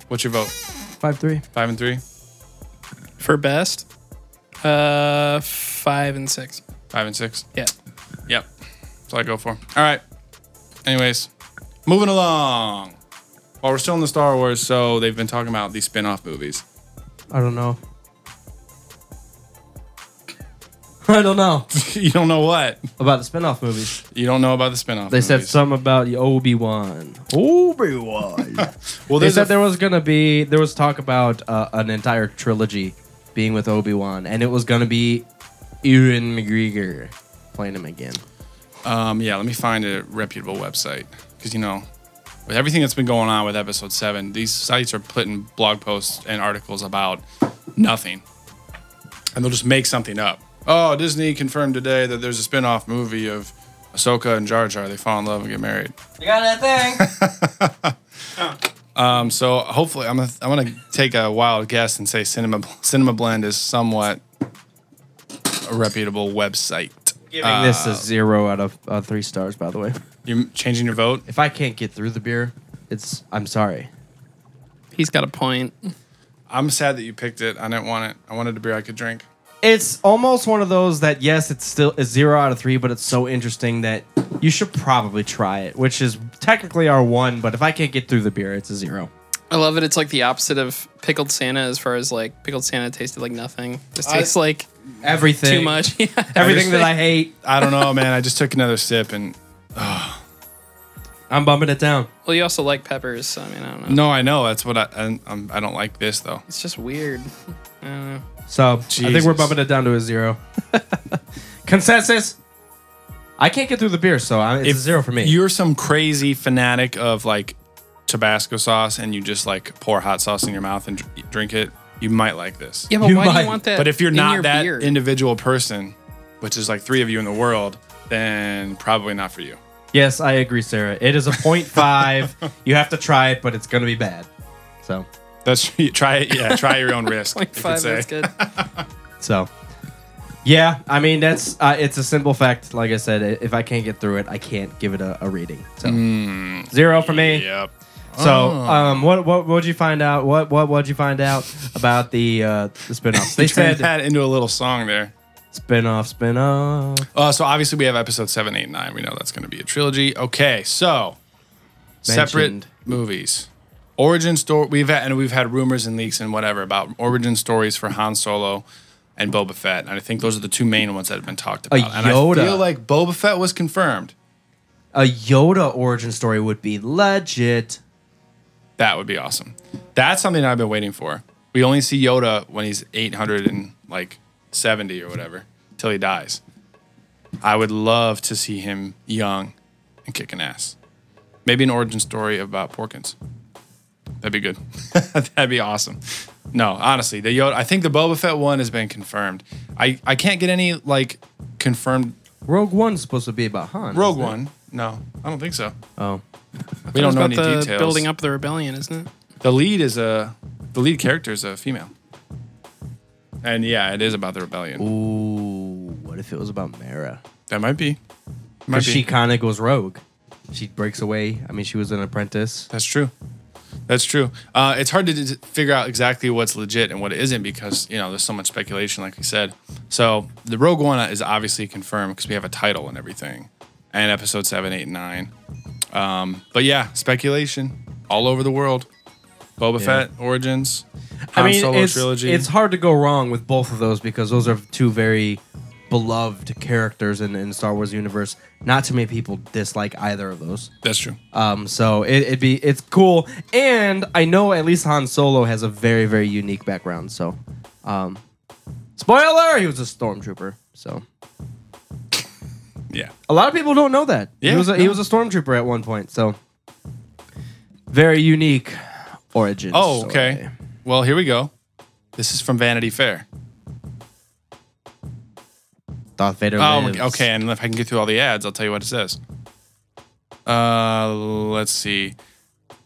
S2: What's your vote?
S1: Five three.
S2: Five and three.
S3: For best, uh, five and six.
S2: Five and six.
S3: Yeah.
S2: Yep. That's all I go for. All right. Anyways, moving along. While we're still in the Star Wars, so they've been talking about these spin off movies. *laughs*
S1: I don't know. *laughs* I don't
S2: *laughs*
S1: know
S2: you don't know what.
S1: about the spin-off movies.
S2: You don't know about the spin off
S1: They said something about Obi Wan. Obi Wan.
S2: Well,
S1: they
S2: there's
S1: said
S2: a-
S1: there was gonna be there was talk about uh, an entire trilogy being with Obi Wan, and it was gonna be Ewan McGregor playing him again.
S2: um, yeah, let me find a reputable website. Because, you know, with everything that's been going on with episode seven, these sites are putting blog posts and articles about nothing. And they'll just make something up. Oh, Disney confirmed today that there's a spin off movie of Ahsoka and Jar Jar. They fall in love and get married.
S1: You got that
S3: *laughs*
S1: thing?
S2: Um, so hopefully, I'm gonna, I'm gonna take a wild guess and say Cinema Cinema Blend is somewhat a reputable website.
S1: Giving this a zero out of uh, three stars, by the way. *laughs*
S2: You changing your vote?
S1: If I can't get through the beer, it's I'm sorry.
S3: He's got a point.
S2: I'm sad that you picked it. I didn't want it. I wanted a beer I could drink.
S1: It's almost one of those that yes, it's still a zero out of three, but it's so interesting that you should probably try it, which is technically our one. But if I can't get through the beer, it's a zero.
S3: I love it. It's like the opposite of pickled Santa as far as like pickled Santa tasted like nothing. This
S2: I-
S3: tastes like
S1: Everything
S3: too much. *laughs* Yeah.
S1: Everything that I hate,
S2: I don't know, man. I just took another sip and
S1: I'm bumping it down.
S3: Well, you also like peppers. So, I mean, I don't know.
S2: no, I know that's what I. I, I'm, I don't like this though.
S3: It's just weird. I don't know.
S1: So I think we're
S2: Jesus.
S1: bumping it down to a zero. *laughs* Consensus. I can't get through the beer, so I, it's a zero for me.
S2: You're some crazy fanatic of like Tabasco sauce, and you just like pour hot sauce in your mouth and dr- drink it. You might like this.
S3: Yeah, but
S1: You
S3: why do
S1: might.
S3: you want that?
S2: But if you're
S3: in
S2: not
S3: your
S2: that
S3: beer?
S2: individual person, which is like three of you in the world, then probably not for you.
S1: yes, I agree, Sarah. It is a point five. you have to try it, but it's gonna be bad. So,
S2: That's *laughs* try it. Yeah, try your own risk. you
S3: *laughs* *laughs* like
S2: could
S3: five,
S2: say. *laughs*
S3: that's good.
S1: so yeah. I mean, that's uh, it's a simple fact. Like I said, i- if I can't get through it, I can't give it a, a rating. So zero for me.
S2: Yep.
S1: So, um, what what would you find out? What what would you find out about the uh, the
S2: *laughs*
S1: spinoffs? They
S2: They
S1: said
S2: turned that into a little song there.
S1: spinoff, spinoff.
S2: Uh, so obviously we have episode seven, eight, nine. We know that's going to be a trilogy. Okay, so
S1: Mentioned.
S2: separate movies. Origin story. We've had, and we've had rumors and leaks and whatever about origin stories for Han Solo and Boba Fett, and I think those are the two main ones that have been talked about. And
S1: Yoda.
S2: I feel like Boba Fett was confirmed.
S1: a Yoda origin story would be legit.
S2: That would be awesome. That's something I've been waiting for. We only see Yoda when he's 800 and like 70 or whatever till he dies. I would love to see him young and kicking ass. Maybe an origin story about Porkins. That'd be good. *laughs* That'd be awesome. No, honestly, the Yoda. I think the Boba Fett one has been confirmed. I, I can't get any like confirmed
S1: Rogue One's supposed to be about Han.
S2: Rogue
S1: isn't it?
S2: One. No, I don't think so.
S1: Oh,
S2: We don't
S3: It's
S2: know
S3: about
S2: any
S3: the
S2: details.
S3: building up the rebellion, isn't it?
S2: The lead is a the lead character is a female. And yeah, it is about the rebellion.
S1: ooh, what if it was about Mara?
S2: That might be. Might
S1: Because
S2: be.
S1: she kind of goes rogue. She breaks away. I mean, she was an apprentice.
S2: That's true. That's true. Uh, it's hard to d- figure out exactly what's legit and what isn't because you know there's so much speculation, like we said. So the Rogue One is obviously confirmed because we have a title and everything, and Episode seven, eight, and nine. Um, but yeah, speculation all over the world. Boba
S1: Yeah.
S2: Fett origins.
S1: I
S2: Han
S1: mean,
S2: Solo
S1: it's,
S2: trilogy.
S1: it's hard to go wrong with both of those because those are two very beloved characters in, in Star Wars universe. Not too many people dislike either of those.
S2: That's true.
S1: Um, so it, it'd be it's cool, and I know at least Han Solo has a very very unique background. So, um, spoiler, he was a stormtrooper. So
S2: Yeah.
S1: a lot of people don't know that
S2: Yeah,
S1: he was a, he
S2: no.
S1: was a stormtrooper at one point. So very unique origin.
S2: Oh,
S1: story.
S2: okay. Well, here we go. This is from Vanity Fair.
S1: Darth Vader.
S2: Oh,
S1: lives.
S2: okay. And if I can get through all the ads, I'll tell you what it says. Uh, let's see.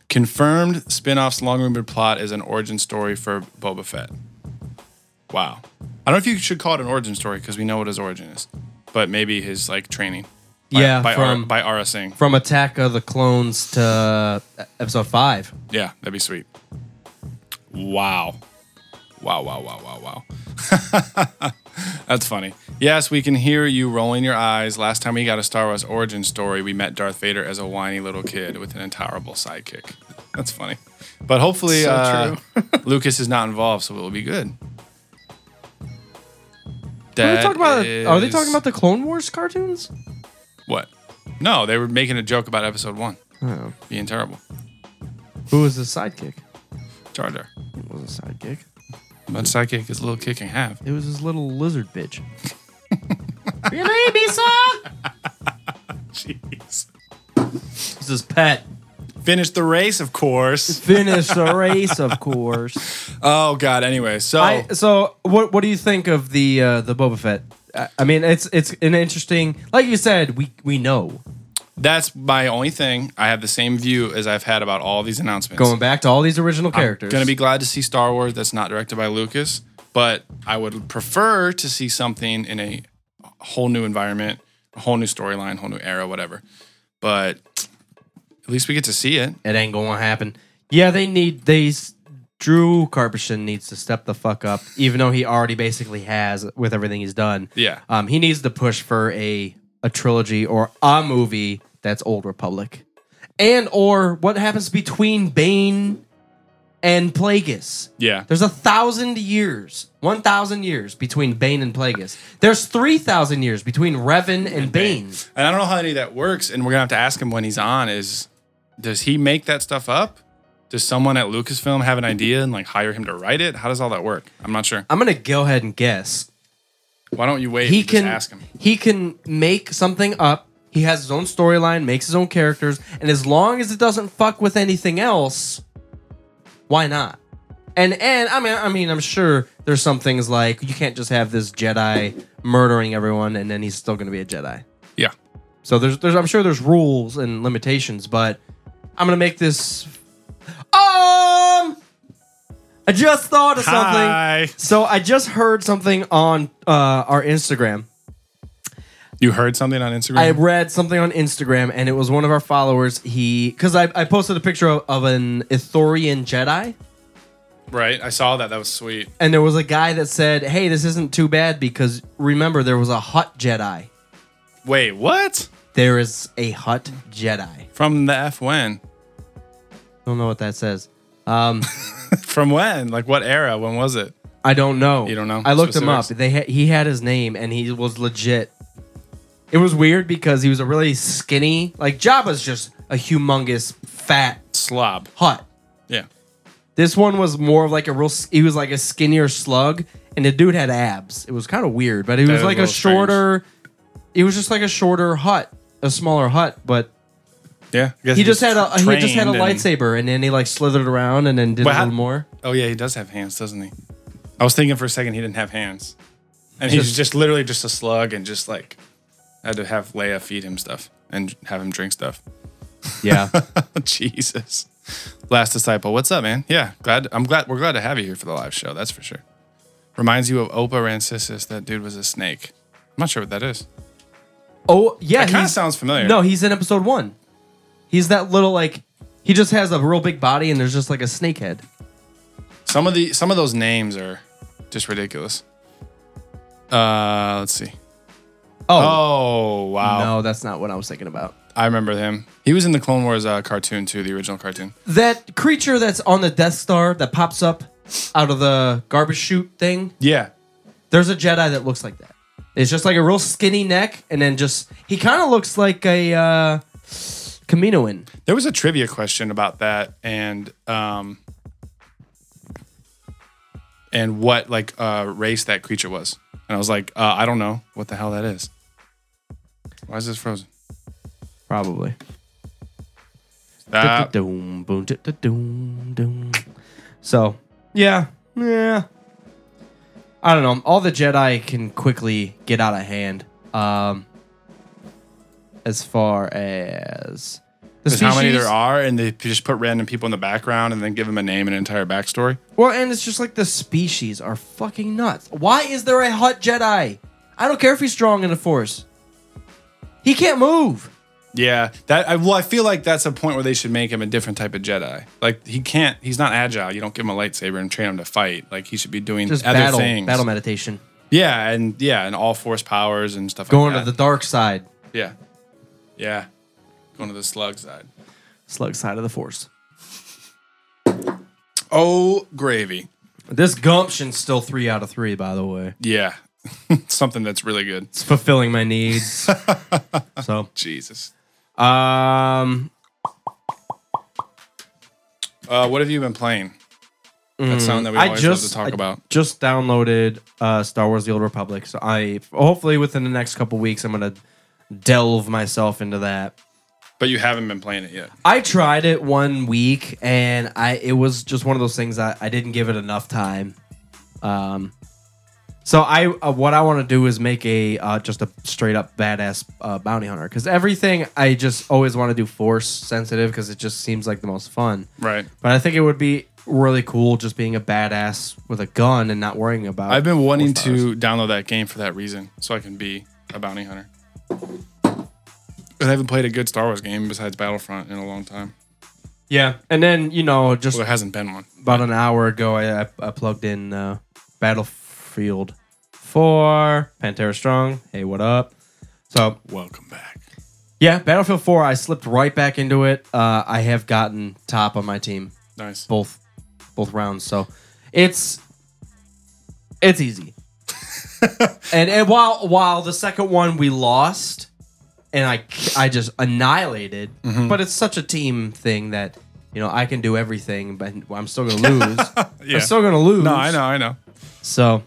S2: Confirmed spin-off's long-rumored plot is an origin story for Boba Fett. Wow. I don't know if you should call it an origin story because we know what his origin is, but maybe his like training. By,
S1: Yeah,
S2: by
S1: from-
S2: R, by Ara Singh.
S1: From Attack of the Clones to uh, Episode Five.
S2: Yeah, that'd be sweet. Wow. Wow, wow, wow, wow, wow. *laughs* That's funny. Yes, we can hear you rolling your eyes. Last time we got a Star Wars origin story, we met Darth Vader as a whiny little kid with an intolerable sidekick. *laughs* That's funny. But hopefully,
S3: So
S2: uh, *laughs*
S1: *laughs*
S2: Lucas is not involved, so it will be good.
S1: Are they,
S2: That
S1: talking about, are they
S2: is-
S1: talking about the Clone Wars cartoons?
S2: what? No, they were making a joke about episode one
S1: Oh.
S2: being terrible.
S1: Who was the sidekick?
S2: Jar Jar.
S1: It was a sidekick. Hmm.
S2: But sidekick is a little kick and half.
S1: It was his little lizard bitch. Your name, Issa?
S2: *laughs* Jeez.
S1: It's his pet.
S2: Finished the race, of course.
S1: Finish the race, of course.
S2: Oh God. Anyway, so
S1: *laughs* I, so, what what do you think of the uh, the Boba Fett? I, I mean, it's it's an interesting. Like you said, we we know
S2: that's my only thing. I have the same view as I've had about all these announcements.
S1: going back to all these original characters.
S2: Gonna be glad to see Star Wars that's not directed by Lucas, but I would prefer to see something in a whole new environment, a whole new storyline, whole new era, whatever. But at least we get to see it.
S1: It ain't gonna happen. Yeah, they need they s- Drew Carpishin needs to step the fuck up, even though he already basically has with everything he's done.
S2: Yeah.
S1: Um, he needs to push for a a trilogy or a movie that's Old Republic, and or what happens between Bane and Plagueis.
S2: Yeah.
S1: There's a thousand years, one thousand years between Bane and Plagueis. There's three thousand years between Revan and Bane.
S2: And I don't know how any of that works. And we're gonna have to ask him when he's on. Is does he make that stuff up? Does someone at Lucasfilm have an idea and like hire him to write it? How does all that work? I'm not sure.
S1: I'm gonna go ahead and guess
S2: Why don't you wait?
S1: he
S2: and just
S1: can
S2: ask him.
S1: he can make something up. He has his own storyline, makes his own characters, and as long as it doesn't fuck with anything else, why not? And and I mean I mean I'm sure there's some things like you can't just have this Jedi murdering everyone and then he's still going to be a Jedi.
S2: Yeah.
S1: So there's there's I'm sure there's rules and limitations, but I'm going to make this um I just thought of something. So I just heard something on uh, our Instagram.
S2: You heard something on Instagram?
S1: I read something on Instagram, and it was one of our followers. He, because I, I posted a picture of, of an Ithorian Jedi,
S2: right. I saw that. That was sweet.
S1: and there was a guy that said, "Hey, this isn't too bad because remember there was a Hut Jedi.
S2: Wait, what?
S1: There is a Hut Jedi.
S2: From the F when?
S1: Don't know what that says. Um,
S2: From when? Like what era? When was it?
S1: I don't know.
S2: You don't know
S1: I looked him up.
S2: specifics?
S1: They ha- he had his name, and he was legit. It was weird because he was a really skinny, like Jabba's just a humongous fat
S2: Slob.
S1: Hut.
S2: Yeah.
S1: This one was more of like a real. He was like a skinnier slug, and the dude had abs. It was kind of weird, but he was
S2: is a
S1: like a,
S2: little strange.
S1: shorter. He was just like a shorter hut, a smaller hut, but
S2: Yeah. I guess
S1: he just had a
S2: was
S1: he just had a
S2: trained and-
S1: lightsaber, and then he like slithered around and then did
S2: But
S1: a
S2: how-
S1: little
S2: *laughs*
S1: more.
S2: Oh yeah, he does have hands, doesn't he? I was thinking for a second he didn't have hands, and he's just, literally just a slug and just like had to have Leia feed him stuff and have him drink stuff. *laughs* Oh,
S1: Yeah,
S2: Jesus, last disciple, what's up, man? Yeah, glad I'm glad we're glad to have you here for the live show. That's for sure. Reminds you of Opa Rancisis. That dude was a snake. I'm not sure what that is.
S1: Oh yeah,
S2: That kind of
S1: he's-
S2: sounds familiar.
S1: No, he's in episode one. He's that little like he just has a real big body, and there's just like a snake head.
S2: Some of the some of those names are just ridiculous. Uh, let's see.
S1: Oh,
S2: Oh wow.
S1: no, that's not what I was thinking about.
S2: I remember him. He was in the Clone Wars uh, cartoon too, the original cartoon.
S1: That creature that's on the Death Star that pops up. out of the garbage chute thing.
S2: Yeah.
S1: There's a Jedi that looks like that. It's just like a real skinny neck, and then just he kind of looks like a uh, Kaminoan.
S2: There was a trivia question about that and um and what like uh race that creature was. And I was like, uh, I don't know what the hell that is. Why is this frozen?
S1: Probably.
S2: Uh,
S1: Da-da-doom, boom, da-da-doom, doom. So, yeah, yeah. I don't know. All the Jedi can quickly get out of hand. Um, as far as the
S2: is how many
S1: species-
S2: there are, and they just put random people in the background and then give them a name and an entire backstory.
S1: Well, and it's just like the species are fucking nuts. Why is there a hot Jedi? I don't care if he's strong in the Force. He can't move.
S2: Yeah, that I, well, I feel like that's a point where they should make him a different type of Jedi. Like he can't, he's not agile. You don't give him a lightsaber and train him to fight. Like he should be doing
S1: Just
S2: other
S1: battle,
S2: things.
S1: battle meditation,
S2: Yeah, and yeah, and all force powers and stuff.
S1: going
S2: like
S1: to
S2: that.
S1: the dark side,
S2: yeah, yeah, going to the slug side.
S1: slug side of the Force.
S2: Oh gravy,
S1: This gumption's still three out of three, by the way.
S2: yeah, *laughs* something that's really good.
S1: It's fulfilling my
S2: *laughs*
S1: needs. so,
S2: Jesus,
S1: um,
S2: uh, what have you been playing? That's something that we
S1: Mm, I
S2: always
S1: just
S2: love to talk
S1: I
S2: about.
S1: just downloaded uh, Star Wars: The Old Republic, so I hopefully within the next couple weeks I'm gonna delve myself into that.
S2: But you haven't been playing it yet.
S1: I tried it one week and I it was just one of those things I, I didn't give it enough time. Um, so I uh, what I want to do is make a uh, just a straight up badass uh, bounty hunter because everything I just always want to do force sensitive because it just seems like the most fun.
S2: Right.
S1: But I think it would be really cool just being a badass with a gun and not worrying about.
S2: I've been wanting
S1: force powers.
S2: to download that game for that reason, so I can be a bounty hunter. And I haven't played a good Star Wars game besides Battlefront in a long time.
S1: Yeah, and then you know just
S2: Well, there hasn't been one.
S1: about an hour ago, I, I, I plugged in uh, Battlefield 4, Pantera Strong. Hey, what up? So,
S2: Welcome back.
S1: yeah, Battlefield 4, I slipped right back into it. Uh, I have gotten top on my team
S2: Nice.
S1: both both rounds. So, it's it's easy. and and while while the second one we lost and I I just annihilated, but it's such a team thing that you know, I can do everything, but I'm still going to lose.
S2: Yeah.
S1: I'm still gonna lose.
S2: no, I know, I know.
S1: So,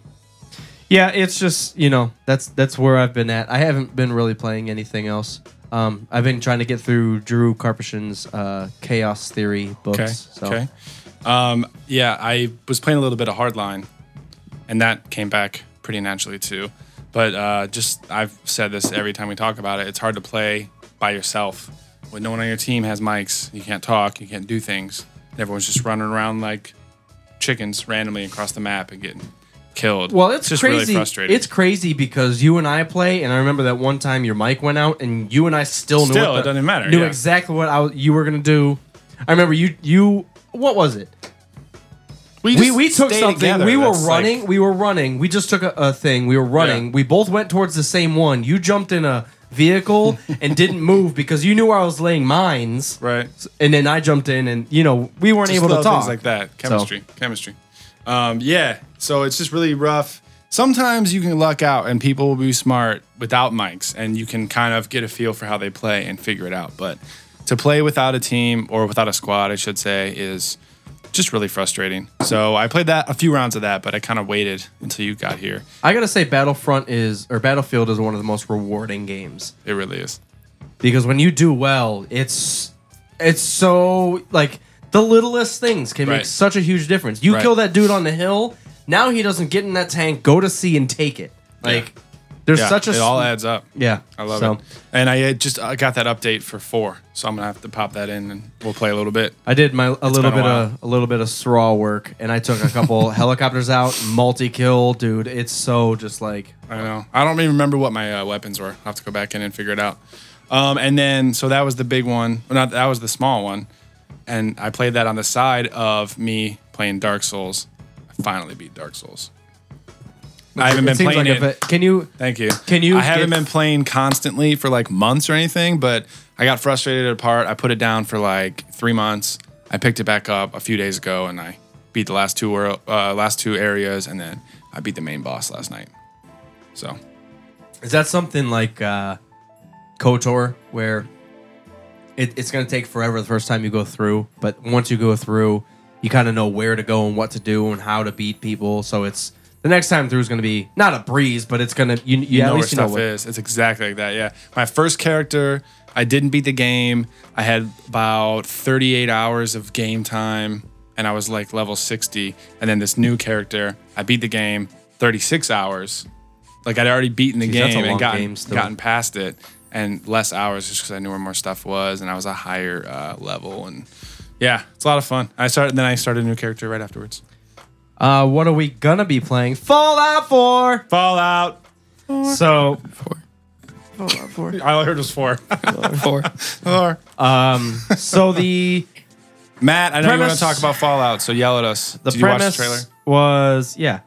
S1: yeah, it's just you know that's that's where I've been at. I haven't been really playing anything else. Um, I've been trying to get through Drew Carpishin's uh, Chaos Theory books.
S2: Okay.
S1: so.
S2: Okay. Um, yeah, I was playing a little bit of Hardline, and that came back pretty naturally too. But uh, just I've said this every time we talk about it. It's hard to play by yourself when no one on your team has mics. You can't talk. You can't do things. And everyone's just running around like chickens randomly across the map and getting killed.
S1: Well, it's,
S2: just
S1: crazy.
S2: really frustrating.
S1: It's crazy because you and I play, and I remember that one time your mic went out, and you and I still knew
S2: Still,
S1: what
S2: it doesn't matter,
S1: Knew
S2: yeah.
S1: exactly what I, was- you were gonna do. I remember you you what was it? we, we took something. We were running. we were running. We just took a, a thing. We were running.
S2: Yeah.
S1: We both went towards the same one. You jumped in a
S2: *laughs*
S1: vehicle and didn't move because you knew I was laying mines.
S2: right.
S1: And then I jumped in, and you know we weren't
S2: Just
S1: able to
S2: little
S1: talk.
S2: things like that. Chemistry, chemistry. Um, yeah, so it's just really rough. Sometimes you can luck out, and people will be smart without mics, and you can kind of get a feel for how they play and figure it out. But to play without a team or without a squad, I should say, is just really frustrating. So I played that a few rounds of that, but I kind of waited until you got here.
S1: I gotta say, Battlefront is or Battlefield is one of the most rewarding games
S2: It really is.
S1: because when you do well, it's it's so like the littlest things can make
S2: Right.
S1: such a huge difference. You
S2: Right.
S1: kill that dude on the hill, now he doesn't get in that tank, go to sea and take it. Like there's
S2: Yeah,
S1: such a
S2: it all
S1: sm-
S2: adds up.
S1: Yeah,
S2: I love
S1: so,
S2: it. And I uh, just I got that update for four, so I'm gonna have to pop that in and we'll play a little bit.
S1: I did my a little
S2: been a
S1: bit
S2: while.
S1: of a little bit of straw work, and I took a
S2: *laughs*
S1: couple helicopters out, multi kill, dude. It's so just like
S2: I know. I don't even remember what my uh, weapons were. I'll have to go back in and figure it out. Um, and then, so that was the big one. Well, not that was the small one. And I played that on the side of me playing Dark Souls. I finally beat Dark Souls. I haven't
S1: it
S2: been
S1: seems
S2: playing
S1: like
S2: it.
S1: if Can you?
S2: Thank you.
S1: Can you
S2: I haven't
S1: get-
S2: been playing constantly for like months or anything, but I got frustrated at a part. I put it down for like three months. I picked it back up a few days ago and I beat the last two wor- uh, last two areas, and then I beat the main boss last night. So
S1: Is that something like uh, KOTOR where it, it's going to take forever the first time you go through, but once you go through, you kind of know where to go and what to do and how to beat people. So it's the next time through is going to be not a breeze, but it's going to you, you
S2: you
S1: at
S2: know
S1: least you
S2: where
S1: know
S2: stuff
S1: what.
S2: is. It's exactly like that. Yeah. My first character, I didn't beat the game. I had about 38 hours of game time and I was like level 60. And then this new character, I beat the game 36 hours. Like I'd already beaten the
S1: Jeez, that's a
S2: game
S1: long
S2: and gotten,
S1: game still.
S2: gotten past it and less hours just because I knew where more stuff was and I was a higher uh, level. And yeah, it's a lot of fun. I started, then I started a new character right afterwards.
S1: Uh, what are we gonna be playing? Fallout 4.
S2: Fallout.
S1: So
S2: All I heard was *laughs* four.
S3: Four.
S2: four.
S1: um, so
S2: *laughs*
S1: the
S2: Matt, I know you want
S1: Premise-
S2: to talk about Fallout, so yell at us.
S1: the
S2: Did
S1: premise
S2: you watch the trailer?
S1: was yeah.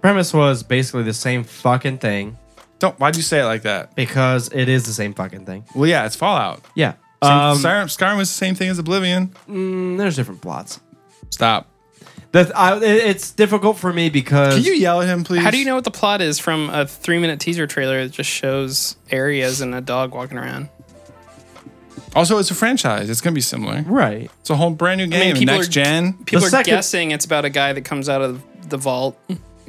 S1: Premise was basically the same fucking thing
S2: Don't. Why'd you say it like that?
S1: because it is the same fucking thing.
S2: Well, yeah, it's Fallout.
S1: Yeah.
S2: Same-
S1: Um,
S2: Skyrim, Skyrim was the same thing as Oblivion.
S1: mm, there's different plots.
S2: Stop.
S1: That I, it- it's difficult for me because
S2: Can you yell at him, please?
S3: How do you know what the plot is from a three-minute teaser trailer that just shows areas and a dog walking around?
S2: Also, it's a franchise. It's gonna be similar.
S1: right.
S2: It's a whole brand new game,
S3: people
S2: next
S3: are-
S2: gen.
S3: People
S1: The
S3: are
S1: second-
S3: guessing it's about a guy that comes out of the vault.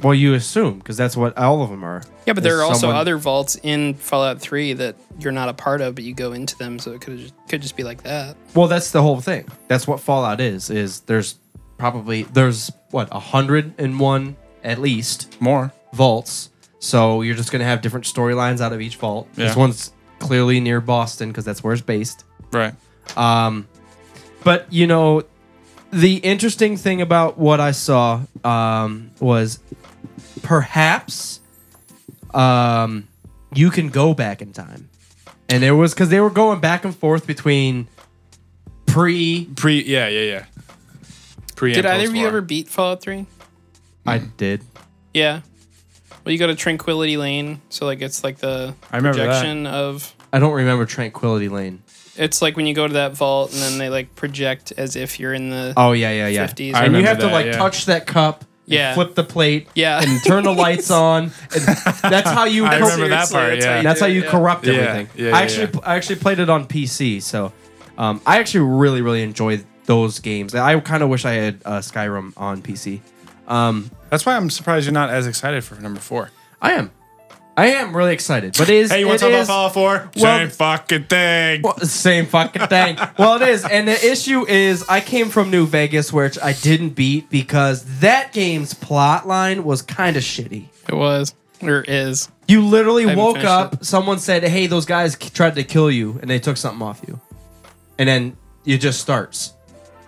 S1: Well, you assume because that's what all of them are.
S3: Yeah, but there
S1: Is
S3: are also
S1: someone-
S3: other vaults in Fallout 3 that you're not a part of, but you go into them, so it could just, could just be like that.
S1: Well, that's the whole thing. That's what Fallout is. Is there's probably there's what a hundred and one at least
S2: More.
S1: vaults. So you're just gonna have different storylines out of each vault. This
S2: Yeah.
S1: one's clearly near Boston because that's where it's based.
S2: Right.
S1: Um, but you know, the interesting thing about what I saw um, was perhaps um, you can go back in time, and there was because they were going back and forth between pre.
S2: Pre. Yeah. Yeah. Yeah. Pre.
S3: Did
S2: and
S3: either of you
S2: post-war.
S3: ever beat Fallout 3?
S1: I did.
S3: Yeah. Well, you go to Tranquility Lane, so like it's like the
S2: I remember that. *laughs*
S3: projection of
S1: I don't remember Tranquility Lane.
S3: it's like when you go to that vault and then they like project as if you're in the
S1: Oh yeah, yeah, yeah.
S3: 50s.
S2: I
S1: and you
S2: remember
S1: have to
S2: that,
S1: like
S2: yeah.
S1: touch that cup, and
S3: Yeah.
S1: flip the plate,
S3: Yeah. *laughs*
S1: and turn the lights on. And that's how you.
S2: I
S1: co-
S2: remember that
S3: Seriously,
S2: part,
S3: that's
S2: yeah.
S3: you
S1: that's
S3: do
S1: how
S3: it,
S1: you
S3: yeah.
S1: corrupt
S2: Yeah,
S1: everything.
S2: yeah, yeah,
S1: I actually,
S2: yeah.
S1: I actually played it on PC, so um, I actually really, really enjoyed those games. I kind of wish I had uh, Skyrim on PC. Um,
S2: That's why I'm surprised you're not as excited for number four.
S1: I am, I am really excited. But it is
S2: Hey, you want
S1: it
S2: to talk about
S1: is-
S2: Fallout Four?
S1: well-
S2: same fucking thing.
S1: Well, same fucking thing. well, it is, and the issue is, I came from New Vegas, which I didn't beat because that game's plot line was kind of shitty.
S3: It was or is.
S1: You literally
S3: haven't
S1: woke
S3: finished
S1: up, someone said, "Hey, those guys k- tried to kill you," and they took something off you, and then it just starts.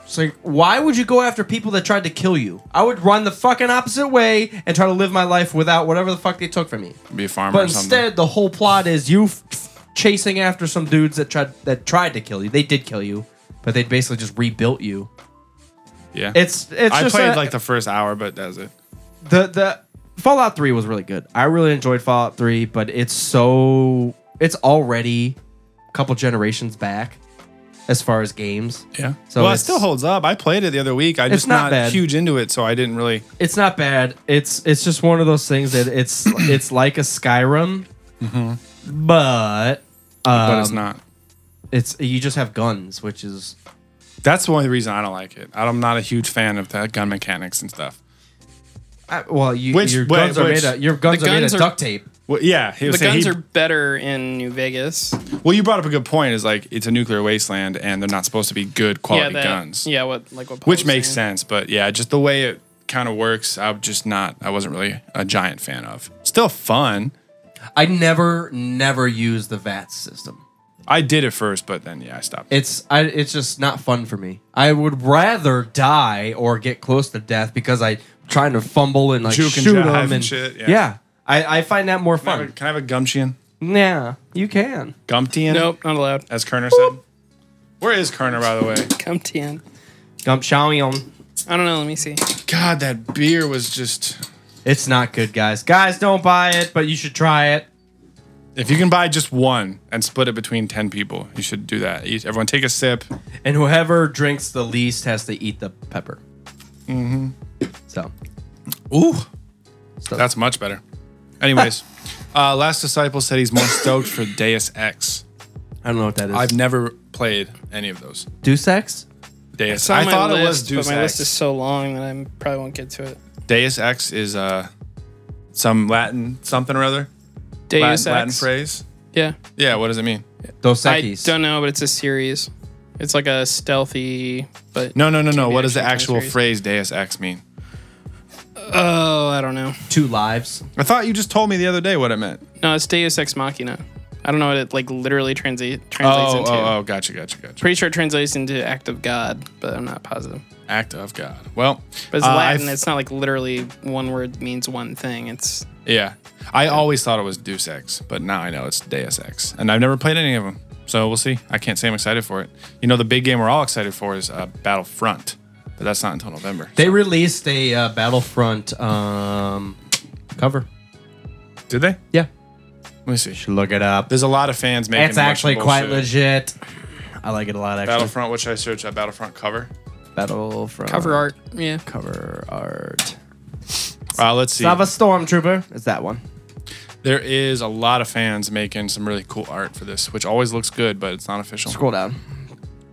S1: It's like, why would you go after people that tried to kill you? I would run the fucking opposite way and try to live my life without whatever the fuck they took from me.
S2: be a farmer.
S1: But
S2: or something.
S1: instead, the whole plot is you f- f- chasing after some dudes that tried that tried to kill you. They did kill you, but they basically just rebuilt you.
S2: yeah.
S1: It's it's
S2: I
S1: just
S2: played
S1: a-
S2: like the first hour, but that's it.
S1: the the Fallout 3 was really good. I really enjoyed Fallout 3, but it's so it's already a couple generations back as far as games.
S2: Yeah.
S1: So
S2: well, it
S1: it's-
S2: still holds up. I played it the other week. I just
S1: not
S2: not,
S1: bad.
S2: huge into it, so I didn't really.
S1: It's not bad. It's it's just one of those things that
S3: *coughs*
S1: it's it's like a Skyrim,
S3: Mm-hmm.
S1: but
S2: but
S1: um,
S2: it's not.
S1: it's you just have guns, which is
S2: That's the only reason I don't like it. I'm not a huge fan of the gun mechanics and stuff.
S1: I, uh, well, you,
S2: Which-
S1: your
S2: wait,
S1: guns are
S2: which-
S1: made of your guns,
S3: The
S1: are made
S3: guns
S1: of
S3: are-
S1: duct tape.
S2: Well, yeah, he was
S3: The
S2: saying
S3: guns
S2: he-
S3: are better in New Vegas.
S2: Well, you brought up a good point. Is like it's a nuclear wasteland, and they're not supposed to be good
S3: Yeah,
S2: quality
S3: that,
S2: guns,
S3: Yeah, what like what Paul
S2: which
S3: was
S2: makes
S3: saying.
S2: sense. But yeah, just the way it kind of works, I'm just not. I wasn't really a giant fan of. Still fun.
S1: I never never use the VATS system.
S2: I did at first, but then yeah, I stopped.
S1: it's I, it's just not fun for me. I would rather die or get close to death because I trying to fumble and like
S2: Juke and
S1: shoot
S2: jive
S1: them and,
S2: and shit,
S1: Yeah,
S2: yeah.
S1: I, I find that more
S2: Can I have a-
S1: fun.
S2: can I have a Gumshian?
S1: Yeah, you can.
S2: Gumptian?
S3: Nope, not allowed. *laughs*
S2: As Kerner said. Where is Kerner, by the way?
S3: Come ten.
S1: Gump Shaoyong.
S3: I don't know. Let me see.
S2: God, that beer was just.
S1: It's not good, guys. Guys, don't buy it, but you should try it.
S2: If you can buy just one and split it between 10 people, you should do that. You- Everyone take a sip.
S1: And whoever drinks the least has to eat the pepper.
S2: Mm-hmm.
S1: So
S2: Ooh,
S1: stuff.
S2: that's much better. *laughs* Anyways, uh, Last Disciple said he's more stoked for Deus Ex.
S1: I don't know what that is.
S2: I've never played any of those.
S1: Deus Ex.
S2: Deus.
S3: It's on
S2: I
S3: my
S2: thought
S3: list,
S2: it was Deus
S3: but my
S2: Ex.
S3: list is so long that I probably won't get to it.
S2: Deus Ex is uh, some Latin something or other.
S3: Deus
S2: Latin, Latin
S3: Ex.
S2: phrase.
S3: Yeah,
S2: Yeah, what does it mean?
S1: Dos
S3: I
S1: Equis.
S3: don't know, but it's a series. It's like a stealthy, but
S2: No, no, no, no.
S3: TV
S2: What does the
S3: action
S2: actual
S3: series.
S2: phrase Deus Ex mean?
S3: oh, I don't know.
S1: Two lives.
S2: I thought you just told me the other day what it meant.
S3: No, it's Deus Ex Machina. I don't know what it like literally transi- translates
S2: Oh,
S3: into.
S2: oh, oh, gotcha, gotcha, gotcha.
S3: Pretty sure it translates into act of God, but I'm not positive.
S2: Act of God. Well,
S3: But it's
S2: uh,
S3: Latin.
S2: I've-
S3: It's not like literally one word means one thing. It's
S2: Yeah. I always thought it was Deus Ex, but now I know it's Deus Ex. And I've never played any of them. So we'll see. I can't say I'm excited for it. You know, the big game we're all excited for is uh, Battlefront, but that's not until November.
S1: They released a uh, Battlefront um, cover.
S2: Did they?
S1: Yeah,
S2: Let me see.
S1: should look it up.
S2: There's a lot of fans making
S1: It's actually
S2: a bunch of
S1: quite legit.
S2: bullshit.
S1: I like it a lot. Actually,
S2: Battlefront, what should I search? Uh, Battlefront cover?
S1: Battlefront
S3: cover art. Yeah.
S1: Cover art.
S2: Uh, let's see.
S1: Sava Stormtrooper. It's that one.
S2: There is a lot of fans making some really cool art for this, which always looks good, but it's not official.
S1: Scroll down.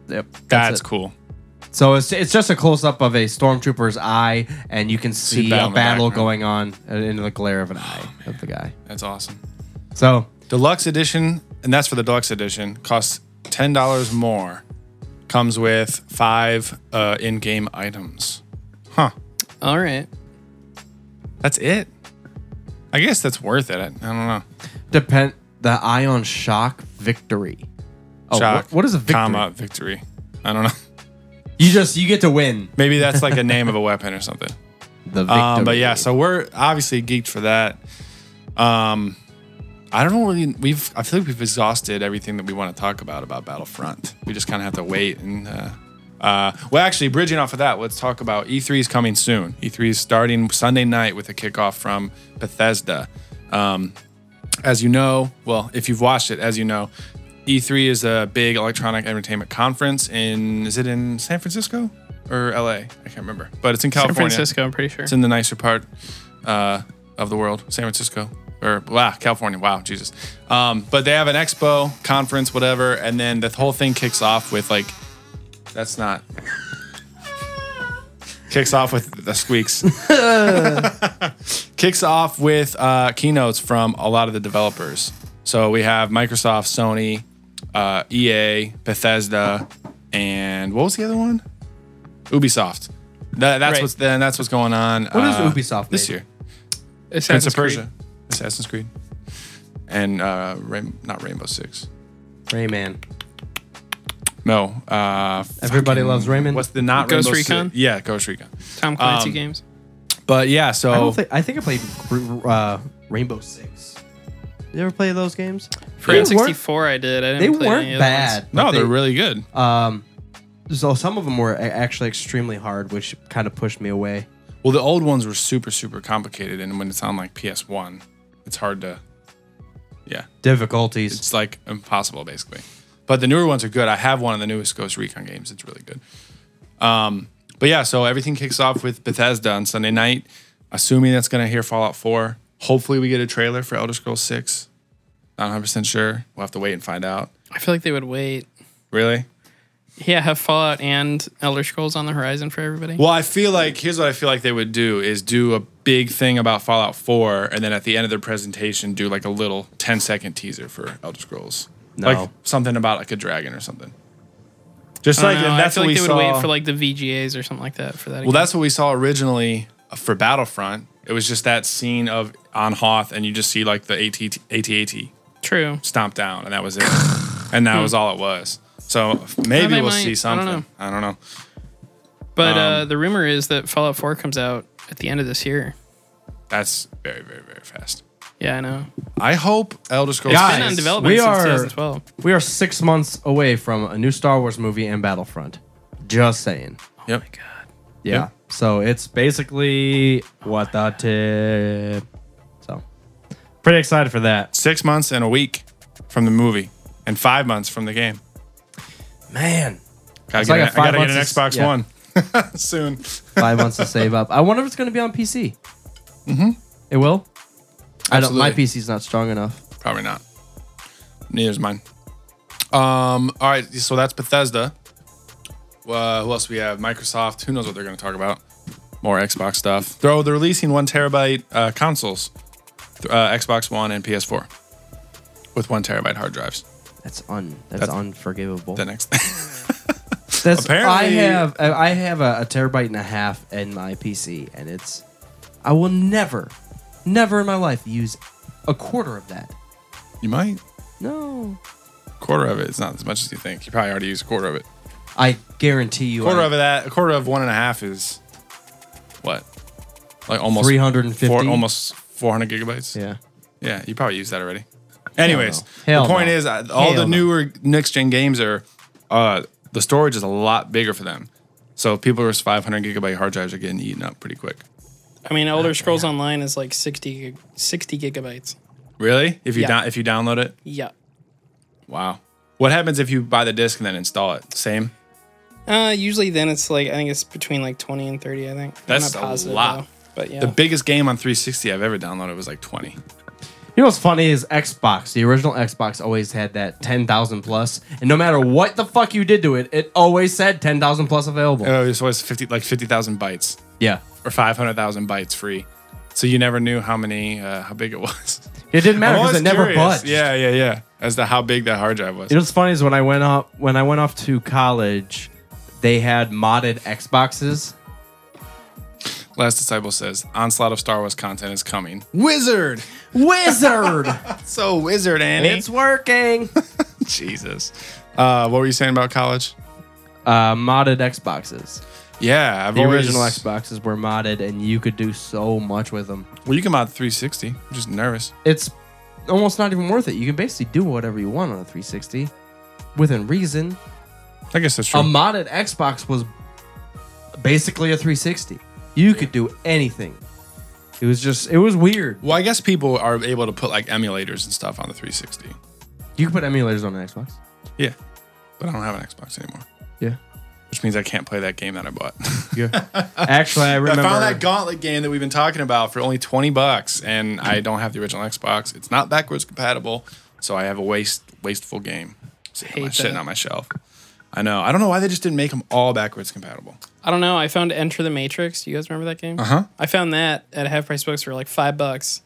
S1: Yep,
S2: That's
S1: it.
S2: cool.
S1: So it's it's just a close up of a stormtrooper's eye, and you can see,
S2: battle
S1: a
S2: in the
S1: battle
S2: background. Oh,
S1: going on uh, in the glare of an eye of the guy.
S2: That's awesome.
S1: So
S2: Deluxe edition, and that's for the deluxe edition, costs ten dollars more. Comes with five uh, in-game items. Huh.
S3: All right.
S2: That's it. I guess that's worth it. I, I don't know.
S1: depend the ion shock victory. Oh,
S2: Shock,
S1: what- what is a victory?
S2: Comma victory. I don't know. *laughs*
S1: You just you get to win
S2: Maybe that's like a name of a weapon or something.
S1: the victory.
S2: Um, but yeah, so we're obviously geeked for that. Um, I don't really. We've. I feel like we've exhausted everything that we want to talk about about Battlefront. We just kind of have to wait and. Uh, uh, well, actually, bridging off of that, let's talk about E3 is coming soon. E3 is starting Sunday night with a kickoff from Bethesda. Um, as you know, well, if you've watched it, as you know, E3 is a big electronic entertainment conference in. Is it in San Francisco or LA? I can't remember, but it's in
S3: San
S2: California.
S3: Francisco, I'm pretty sure.
S2: It's in the nicer part uh, of the world, San Francisco or wow, California. Wow, Jesus. Um, but they have an expo, conference, whatever, and then the whole thing kicks off with like, that's not. Kicks off with
S1: *laughs*
S2: the squeaks. Kicks off with uh, keynotes from a lot of the developers. So we have Microsoft, Sony, uh, EA, Bethesda, and what was the other one? Ubisoft. That, that's
S3: Right.
S2: what's then. That's what's going on. What
S1: is
S2: uh,
S1: Ubisoft
S2: this
S1: made?
S2: year? Prince
S3: Assassin's
S2: of
S3: Creed.
S2: Persia, Assassin's Creed, and uh, Rain- not Rainbow Six.
S1: Rayman.
S2: No, uh,
S1: Everybody loves Rayman.
S2: what's the not
S3: Ghost
S2: Rainbow
S3: Recon?
S2: Six? Yeah, Ghost Recon.
S3: Tom Clancy
S2: Um,
S3: games.
S2: But yeah,
S1: I
S2: so
S1: don't think I think I played uh, Rainbow Six. You ever play those games?
S3: For
S1: They
S3: N sixty
S1: weren't-
S3: four, I did. I didn't.
S1: They
S3: play any
S1: weren't
S3: of the ones.
S1: bad.
S2: no,
S1: but
S2: they, Uh, are
S1: they-
S2: really good.
S1: Um, so some of them were a- actually extremely hard, which kind of pushed me away.
S2: well, the old ones were super super complicated, and when it's on like PS One, it's hard to. Yeah,
S1: Difficulties.
S2: it's like impossible basically. But the newer ones are good. I have one of the newest Ghost Recon games. It's really good. Um, but yeah, so everything kicks off with Bethesda on Sunday night. Assuming that's going to hear Fallout 4. Hopefully, we get a trailer for Elder Scrolls 6. Not 100% sure. We'll have to wait and find out.
S3: I feel like they would wait.
S2: Really?
S3: Yeah, have Fallout and Elder Scrolls on the horizon for everybody.
S2: Well, I feel like here's what I feel like they would do is do a big thing about Fallout 4 and then at the end of their presentation do like a little 10 second teaser for Elder Scrolls.
S1: No.
S2: Like something about like a dragon or something. Just like
S3: I don't know,
S2: that's
S3: I
S2: what
S3: feel like
S2: we
S3: they would
S2: saw.
S3: wait for like the VGAs or something like that for that.
S2: Well,
S3: again.
S2: that's what we saw originally for Battlefront. It was just that scene of on Hoth, and you just see like the AT AT-AT
S3: true.
S2: stomp down, and that
S3: *laughs*
S2: was it. and that was all it was. So maybe
S3: they
S2: we'll
S3: Hmm. might- I
S2: see
S3: don't
S2: something. I
S3: know.
S2: don't, know.
S3: But uh,
S2: Um,
S3: the rumor is that Fallout 4 comes out at the end of this year.
S2: That's very, very, very fast.
S3: Yeah, I know.
S2: I hope Elder Scrolls.
S1: Guys,
S3: Been
S1: Nice.
S3: on development
S1: We
S3: since
S1: are-
S3: 2012.
S1: We are six months away from a new Star Wars movie and Battlefront. Just saying.
S2: yep.
S3: God.
S1: Yeah.
S2: Yep.
S1: So it's basically what the tip. So pretty excited for that.
S2: Six months and a week from the movie, and five months from the game.
S1: Man.
S2: Gotta
S1: It's like
S2: get an,
S1: a
S2: I gotta
S1: five
S2: get
S1: months
S2: an
S1: is-
S2: Xbox
S1: yeah.
S2: One. *laughs* soon.
S1: Five months to save up. I wonder if it's going to be on PC. Mm-hmm. It will. I don't. My
S2: Absolutely.
S1: PC's not strong enough.
S2: Probably not. Neither's mine. Um. All right. So that's Bethesda. Uh, who else we have? Microsoft. Who knows what they're going to talk about? More Xbox stuff. They're, oh, they're releasing one terabyte uh, consoles, uh, Xbox One and PS4, with one terabyte hard drives.
S1: That's un. That's,
S2: That's-
S1: unforgivable.
S2: The next *laughs* thing.
S1: That's
S2: Apparently-
S1: I have I I have a, a terabyte and a half in my PC, and it's I will never, never in my life use a quarter of that.
S2: you might
S1: No,
S2: quarter of it. It's not as much as you think. You probably already used a quarter of it.
S1: I guarantee you,
S2: quarter of that. A quarter of one and a half is what? Like almost
S1: three hundred and fifty.
S2: four, almost 400 gigabytes.
S1: Yeah,
S2: Yeah, you probably used that already. Anyways,
S1: no. Hell
S2: the point
S1: no.
S2: is, uh, all
S1: Hell
S2: the
S1: no.
S2: newer next gen games are, uh, the storage is a lot bigger for them. So people who's 500 gigabyte hard drives are getting eaten up pretty quick.
S3: I mean, Elder Scrolls Online is like 60, gig- 60 gigabytes.
S2: Really? If you
S3: Yeah.
S2: down if you download it,
S3: Yeah.
S2: wow. What happens if you buy the disc and then install it? Same.
S3: Uh, usually then it's like, I think it's between like 20 and 30, I think. I'm
S2: That's a lot.
S3: but yeah.
S2: The biggest game on 360 I've ever downloaded was like 20.
S1: you know what's funny is Xbox. The original Xbox always had that ten thousand plus, and no matter what the fuck you did to it, it always said ten thousand plus available.
S2: Oh, it was 50 like 50,000 bytes
S1: yeah,
S2: or 500,000 bytes free. So you never knew how many uh, how big it was. *laughs*
S1: it didn't matter
S2: I'm
S1: because
S2: always
S1: it never
S2: curious.
S1: budged.
S2: Yeah, yeah, yeah. As to how big that hard drive was.
S1: You know what's funny is when I went off when I went off to college, they had modded Xboxes.
S2: Last Disciple says, onslaught of Star Wars content is coming. Wizard!
S1: Wizard,
S2: So wizard, Annie.
S1: *laughs* it's working.
S2: Jesus. Uh, what were you saying about college?
S1: Uh, modded Xboxes.
S2: Yeah, I've
S1: The
S2: always-
S1: original Xboxes were modded, and you could do so much with them.
S2: Well, you can mod 360. I'm just nervous.
S1: It's almost not even worth it. You can basically do whatever you want on a 360, within reason.
S2: I guess that's true.
S1: A modded Xbox was basically a 360. You could do anything. It was just, it was weird.
S2: well, I guess people are able to put like emulators and stuff on the 360.
S1: You could put emulators on an Xbox.
S2: Yeah, but I don't have an Xbox anymore,
S1: Yeah.
S2: which means I can't play that game that I bought. *laughs*
S1: Yeah. Actually, I remember.
S2: I found that Gauntlet game that we've been talking about for only 20 bucks, and I don't have the original Xbox. It's not backwards compatible, so I have a waste wasteful game sitting, on my,
S3: Hate
S2: sitting
S3: that.
S2: on my shelf. I know. I don't know why they just didn't make them all backwards compatible.
S3: I don't know. I found Enter the Matrix. Do you guys remember that game? Uh
S2: Uh-huh.
S3: I found that at half price books for like five bucks.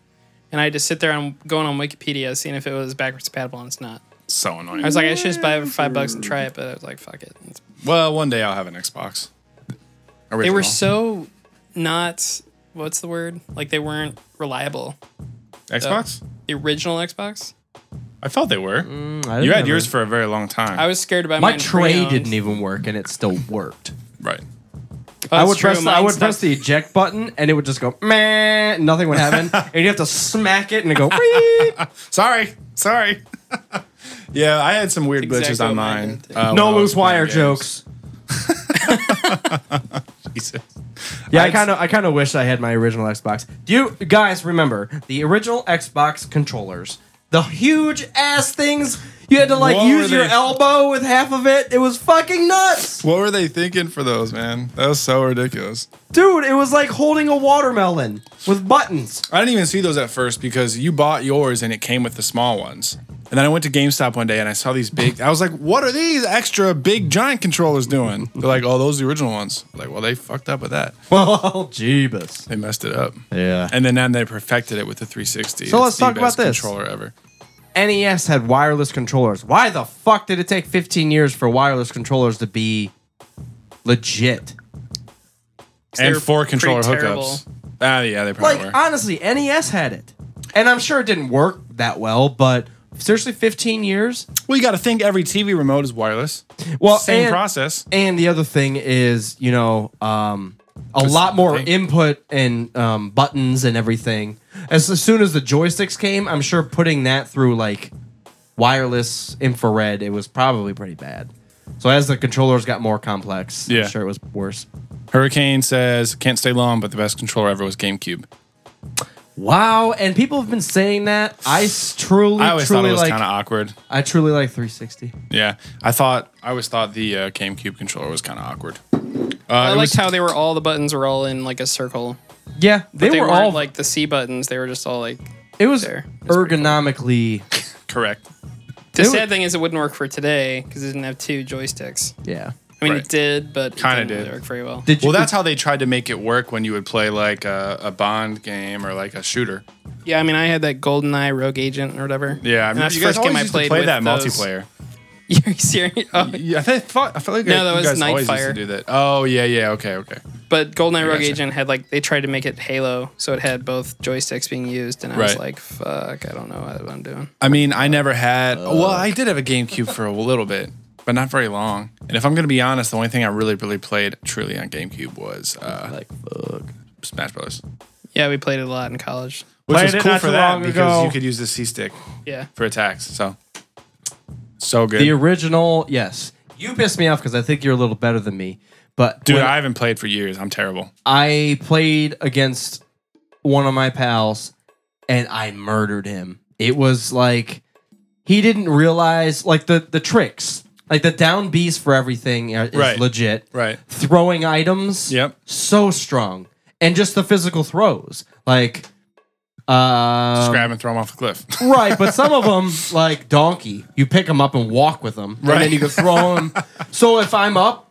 S3: And I had to sit there and going on Wikipedia, seeing if it was backwards compatible, and it's not.
S2: So annoying.
S3: I was like, I should just buy it for five bucks and try it, but I was like, fuck it. It's-
S2: well, one day I'll have an Xbox.
S3: They were
S2: Original.
S3: so not, what's the word? Like they weren't reliable.
S2: Xbox.
S3: The original Xbox.
S2: I thought they were.
S1: Mm, I didn't
S2: you had
S1: have
S2: yours
S1: it.
S2: for a very long time.
S3: I was scared about
S1: My
S3: mine
S1: tray
S3: pre-owned.
S1: didn't even work, and it still worked.
S2: right.
S3: Oh,
S1: I
S3: it's
S1: would
S3: true,
S1: press the, I
S3: mine
S1: would
S3: stuck-
S1: press the eject button and it would just go meh, and nothing would
S2: *laughs*
S1: happen, and you have to smack it and it go. "Wheep."
S2: Sorry. Sorry. *laughs* yeah, I had some weird
S3: Exactly
S2: glitches on
S3: what mine
S2: mine.
S3: did.
S2: uh, when I
S1: no
S2: was
S1: loose
S2: playing
S1: wire
S2: games.
S1: jokes.
S2: *laughs* Jesus.
S1: Yeah, I
S2: I'd-
S1: kind of I kind of wish I had my original Xbox. Do you guys remember the original Xbox controllers? The huge ass things you had to like
S2: What were
S1: use your
S2: they?
S1: elbow with half of it. It was fucking nuts,
S2: What were they thinking for those, man? That was so ridiculous.
S1: dude. It was like holding a watermelon with *laughs* buttons.
S2: I didn't even see those at first because you bought yours and it came with the small ones. And then I went to GameStop one day and I saw these big. I was like, "What are these extra big giant controllers doing?" They're like, "Oh, those are the original ones." I'm like, well, they fucked up with that.
S1: Well, Oh, jeebus.
S2: They messed it up.
S1: Yeah.
S2: And then then they perfected it with the 360.
S1: So let's
S2: the
S1: talk about
S2: best
S1: this.
S2: controller ever.
S1: NES E had wireless controllers. Why the fuck did it take 15 years for wireless controllers to be legit?
S3: they
S2: And
S3: were
S2: four controller
S3: pretty terrible.
S2: hookups. Ah, yeah, they probably
S1: Like,
S2: were.
S1: honestly, NES had it. And I'm sure it didn't work that well, but seriously, 15 years?
S2: well, you got to think every TV remote is wireless.
S1: Well,
S2: Same
S1: and,
S2: process.
S1: And the other thing is, you know, um, a lot more
S2: thing.
S1: input and um, buttons and everything. As, as soon as the joysticks came, I'm sure putting that through like wireless infrared, it was probably pretty bad. So as the controllers got more complex,
S2: Yeah.
S1: I'm sure it was worse.
S2: Hurricane says, "Can't stay long, but the best controller ever was GameCube."
S1: Wow, and people have been saying that. I s- truly,
S2: I always thought
S1: truly
S2: it was
S1: like.
S2: kind of awkward.
S1: I truly like 360.
S2: Yeah, I thought I always thought the uh, GameCube controller was kind of awkward.
S3: I
S2: it
S3: liked
S2: was-
S3: how they were all the buttons were all in like a circle.
S1: Yeah, they,
S3: But
S1: were
S3: weren't,
S1: all like
S3: like the C buttons. They were just all like.
S1: it was
S3: there. That's pretty cool.
S1: ergonomically.
S2: Correct.
S1: They
S3: The
S1: were-
S3: sad thing is it wouldn't work for today because it didn't have two joysticks.
S1: Yeah.
S3: I mean,
S2: Right.
S3: it did, but it
S2: Kinda
S3: didn't really
S2: did.
S3: work very well.
S1: Did you,
S2: Well, that's how they tried to make it work when you would play like a, a Bond game or like a shooter.
S3: Yeah, I mean, I had that Golden Eye Rogue Agent or whatever. *laughs*
S2: Yeah, I
S3: And
S2: mean,
S3: that's
S2: you
S3: the
S2: guys
S3: first game
S2: always
S3: I
S2: used
S3: played
S2: to play
S3: with
S2: that
S3: those.
S2: multiplayer.
S3: You're serious? Oh,
S2: Yeah, I thought I felt like
S3: No, that
S2: you
S3: was
S2: guys
S3: Night
S2: always used
S3: Fire.
S2: to do that. Oh yeah, yeah, okay, okay.
S3: But GoldenEye Rogue
S2: gotcha.
S3: Agent had like they tried to make it Halo, so it had both joysticks being used, and I was
S2: Right.
S3: like, "Fuck, I don't know what I'm doing."
S2: I mean, I never had. well, I did have a GameCube for a little bit, but not very long. And if I'm gonna be honest, the only thing I really, really played truly on GameCube was uh,
S1: like fuck?
S2: Smash Bros.
S3: Yeah, we played it a lot in college.
S2: Which
S1: Played it not too long
S2: because
S1: ago.
S2: you could use the C stick
S3: Yeah,
S2: for attacks. So, so good,
S1: The original, yes. You pissed me off because I think you're a little better than me. But
S2: dude.
S1: when
S2: I haven't played for years. I'm terrible.
S1: I played against one of my pals and I murdered him. It was like he didn't realize like the the tricks. Like the down Bs for everything are- is
S2: Right.
S1: legit.
S2: Right.
S1: Throwing items.
S2: Yep.
S1: So strong. And just the physical throws. Like uh
S2: Just grab and throw them off the cliff.
S1: Um,
S2: *laughs*
S1: Right, but some of them, like donkey, you pick them up and walk with them, and
S2: Right.
S1: then you can throw *laughs* them. so if I'm up,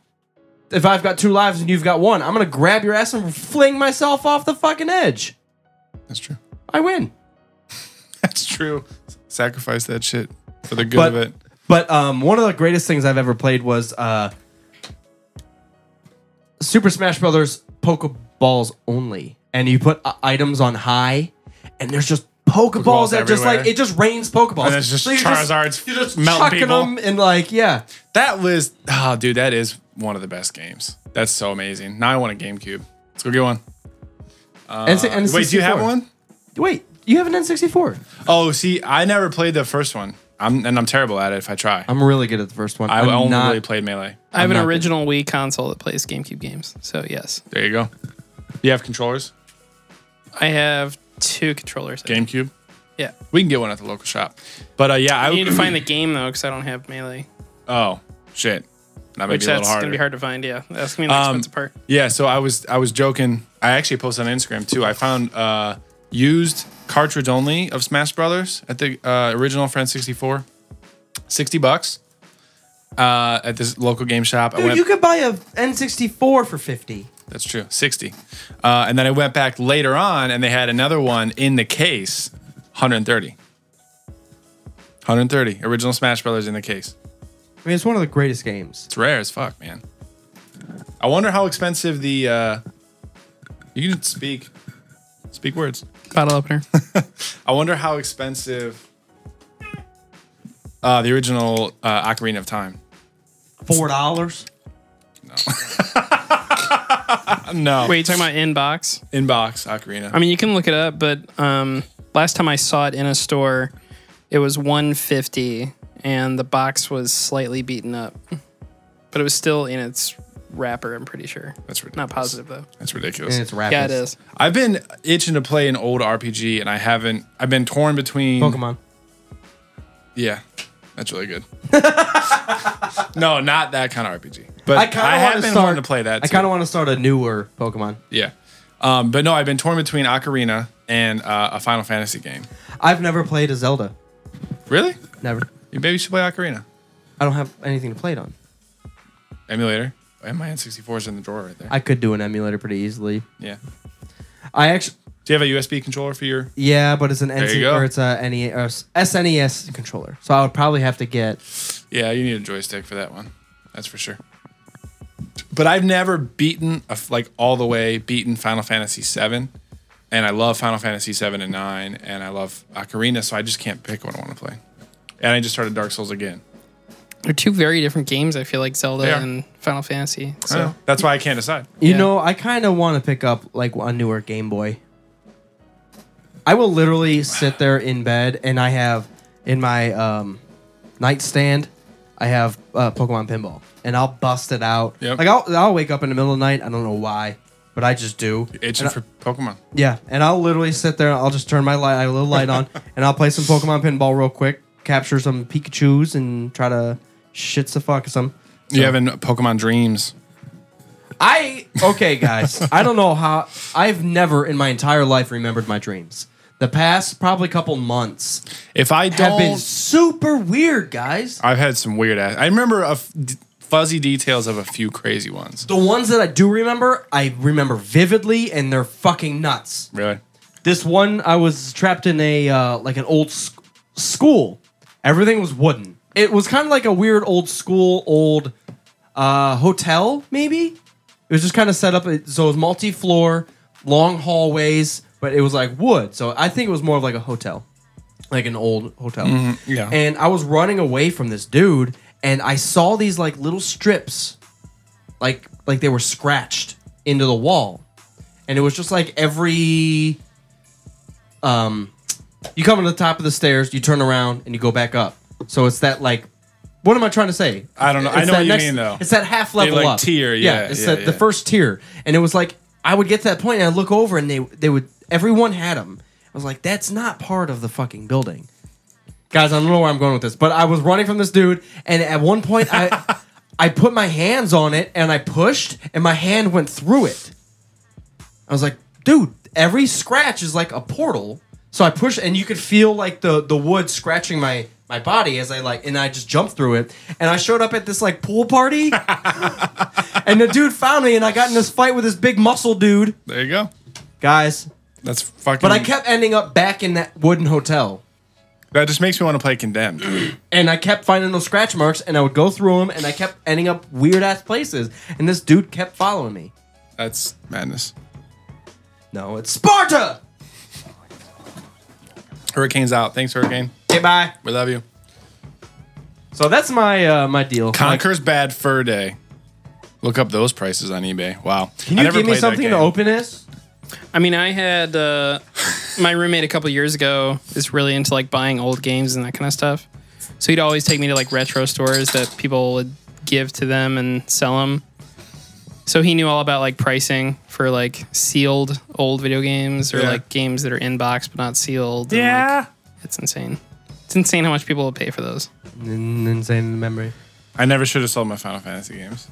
S1: if I've got two lives and you've got one, I'm gonna grab your ass and fling myself off the fucking edge.
S2: That's true.
S1: I win.
S2: That's true. Sacrifice that shit for the good
S1: But-
S2: of it.
S1: But um, one of the greatest things I've ever played was uh, Super Smash Brothers Pokeballs only, and you put uh, items on high, and there's just Pokeballs,
S2: Pokeballs
S1: that just
S2: everywhere.
S1: like it just rains Pokeballs.
S2: And it's just
S1: you're
S2: Charizards
S1: You're just
S2: melting
S1: chucking
S2: people.
S1: them and like yeah.
S2: That was oh dude, that is one of the best games. That's so amazing. Now I want a GameCube. Let's go get one.
S1: and, so- and
S2: Wait, do you have
S1: N64.
S2: one?
S1: Wait, you have an N64.
S2: Oh, see, I never played the first one. I'm and I'm terrible at it if I try.
S1: I'm really good at the first one.
S2: I
S1: I'm
S2: only
S1: not,
S2: really played melee.
S3: I
S1: I'm
S3: have an
S1: not-
S3: original Wii console that plays GameCube games, so yes,
S2: There you go. You have controllers?
S3: I have two controllers. I think.
S2: GameCube?
S3: Yeah,
S2: We can get one at the local shop. But uh yeah, I
S3: I need to find the game though because I don't have melee,
S2: Oh, shit. That might
S3: which
S2: be a little
S3: that's
S2: harder.
S3: gonna be hard to find. Yeah, that's gonna be the
S2: Um,
S3: expensive part.
S2: Yeah, so I was I was joking. I actually posted on Instagram too. I found uh, used cartridge only of Smash Brothers at the uh, original Friend 64, 60 bucks uh, at this local game shop. I went,
S1: Dude, you could buy a N64 for 50.
S2: that's true, 60. Uh, and then I went back later on, and they had another one in the case, 130. 130 original Smash Brothers in the case.
S1: I mean, it's one of the greatest games.
S2: It's rare as fuck, man. I wonder how expensive the. Uh, you can speak, speak words.
S3: Bottle opener.
S2: I wonder how expensive uh, the original uh, Ocarina of Time.
S1: Four dollars.
S2: No,
S3: Wait, you talking about inbox?
S2: inbox Ocarina.
S3: I mean, you can look it up, but um, last time I saw it in a store, it was 150, and the box was slightly beaten up, but it was still in its wrapper. I'm pretty sure.
S2: That's ridiculous.
S3: Not positive though.
S2: That's
S1: And
S2: ridiculous.
S1: it's rapids.
S3: Yeah, it is.
S2: I've been itching to play an old RPG, and I haven't. I've been torn between
S1: Pokemon.
S2: Yeah, that's really good. *laughs* no, not that kind of RPG. But
S1: I
S2: I,
S1: kinda
S2: have
S1: wanna
S2: been
S1: start-
S2: wanting to play that.
S1: I
S2: too.
S1: kind of want to start a newer Pokemon.
S2: Yeah. Um, but no, I've been torn between Ocarina and uh, a Final Fantasy game.
S1: I've never played a Zelda.
S2: Really?
S1: Never.
S2: You maybe should play Ocarina.
S1: I don't have anything to play it on.
S2: Emulator. Oh, And my N64 is in the drawer right there.
S1: I could do an emulator pretty easily.
S2: yeah.
S1: I actually,
S2: Do you have a USB controller for your?
S1: yeah, but it's an
S2: you
S1: NC
S2: go.
S1: or it's a NES or s- SNES controller, so I would probably have to get.
S2: Yeah, you need a joystick for that one. That's for sure. But I've never beaten a f like all the way beaten Final Fantasy VII, and I love Final Fantasy VII and nine, and I love Ocarina, so I just can't pick what I want to play. And I just started Dark Souls again.
S3: They're two very different games. I feel like
S2: They
S3: Zelda
S2: are.
S3: and Final Fantasy.
S2: So
S3: So
S2: that's why I can't decide.
S1: You
S3: Yeah.
S1: know, I kind of want to pick up like a newer Game Boy. I will literally sit there in bed, and I have in my um, nightstand, I have uh, Pokemon Pinball, and I'll bust it out.
S2: Yep.
S1: Like I'll, I'll wake up in the middle of the night. I don't know why, but I just do.
S2: Itching
S1: And I-
S2: for Pokemon.
S1: yeah, and I'll literally sit there. and I'll just turn my light, a little light
S2: *laughs*
S1: on, and I'll play some Pokemon Pinball real quick, capture some Pikachu's, and try to shits the fuck some.
S2: You having Pokemon Dreams?
S1: I okay, guys. *laughs* I don't know how. I've never in my entire life remembered my dreams. The past probably couple months
S2: If I don't,
S1: have been super weird, guys.
S2: I've had some weird ass. I remember a f- d- fuzzy details of a few crazy ones.
S1: The ones that I do remember, I remember vividly, and they're fucking nuts.
S2: Really?
S1: This one, I was trapped in a uh, like an old sc- school. Everything was wooden. It was kind of like a weird old school, old uh, hotel. Maybe it was just kind of set up it- so it was multi floor, long hallways, but it was like wood. So I think it was more of like a hotel, like an old hotel.
S2: yeah.
S1: And I was running away from this dude, and I saw these like little strips, like like they were scratched into the wall, and it was just like every um you come to the top of the stairs, you turn around, and you go back up. So it's that like, what am I trying to say?
S2: I don't know. I
S1: It's
S2: know
S1: that
S2: what you
S1: next-
S2: mean though.
S1: It's that half level
S2: like,
S1: up
S2: tier, yeah,
S1: it's
S2: yeah,
S1: that- the
S2: yeah.
S1: first tier, and it was like I would get to that point, and I look over, and they they would everyone had them. I was like, that's not part of the fucking building, guys. I don't know where I'm going with this, but I was running from this dude, and at one point
S2: *laughs*
S1: I. I put my hands on it and I pushed, and my hand went through it. I was like, dude, every scratch is like a portal. So I pushed, and you could feel like the the wood scratching my my body as I like, and I just jumped through it. And I showed up at this like pool
S2: *laughs*
S1: party, and the dude found me, and I got in this fight with this big muscle dude,
S2: there you go.
S1: guys.
S2: That's fucking.
S1: But I kept ending up back in that wooden hotel,
S2: That just makes me want to play Condemned.
S1: and I kept finding those scratch marks, and I would go through them, and I kept ending up weird ass places, and this dude kept following me.
S2: That's madness.
S1: No, it's Sparta.
S2: Hurricane's out. Thanks, Hurricane.
S1: Okay, bye.
S2: We love you.
S1: So that's my uh, my deal.
S2: Conquer's Bad Fur Day. Look up those prices on eBay. Wow.
S1: Can you give me something to open this?
S3: I mean, I had uh, my roommate a couple years ago is really into like buying old games and that kind of stuff. So he'd always take me to like retro stores that people would give to them and sell them. So he knew all about like pricing for like sealed old video games or
S2: Yeah.
S3: like games that are in box but not sealed. and, like, it's insane. It's insane how much people will pay for those.
S1: Insane memory.
S2: I never should have sold my Final Fantasy games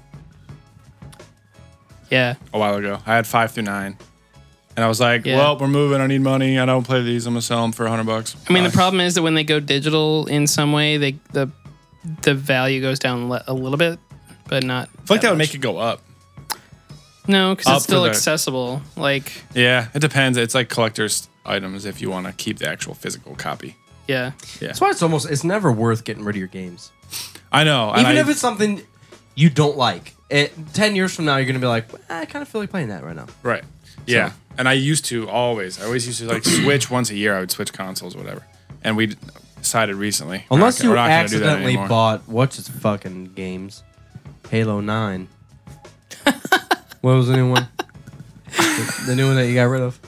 S3: Yeah.
S2: a while ago. I had five through nine. And I was like,
S3: Yeah.
S2: well, we're moving. I need money. I don't play these. I'm going to sell them for 100 bucks.
S3: I mean, the
S2: Bye.
S3: problem is that when they go digital in some way, they the the value goes down le- a little bit, but not.
S2: I feel like that would
S3: much.
S2: make it go up.
S3: No, because
S2: Up
S3: it's still
S2: for the-
S3: accessible. Like,
S2: Yeah, it depends. It's like collector's items if you want to keep the actual physical copy.
S3: yeah,
S1: That's why it's almost it's never worth getting rid of your games,
S2: I know. and
S1: even
S2: I-
S1: if it's something you don't like. It, Ten years from now, you're gonna be like, "Well, I kind of feel like playing that right now.
S2: Right. Yeah. And I used to always, I always used to like switch once a year. I would switch consoles, whatever. And we decided recently. we're
S1: Unless
S2: not- we're
S1: you
S2: not gonna do that
S1: accidentally
S2: anymore.
S1: bought what's his fucking games, Halo Nine. *laughs* what was the new one? The, the new one that you got rid of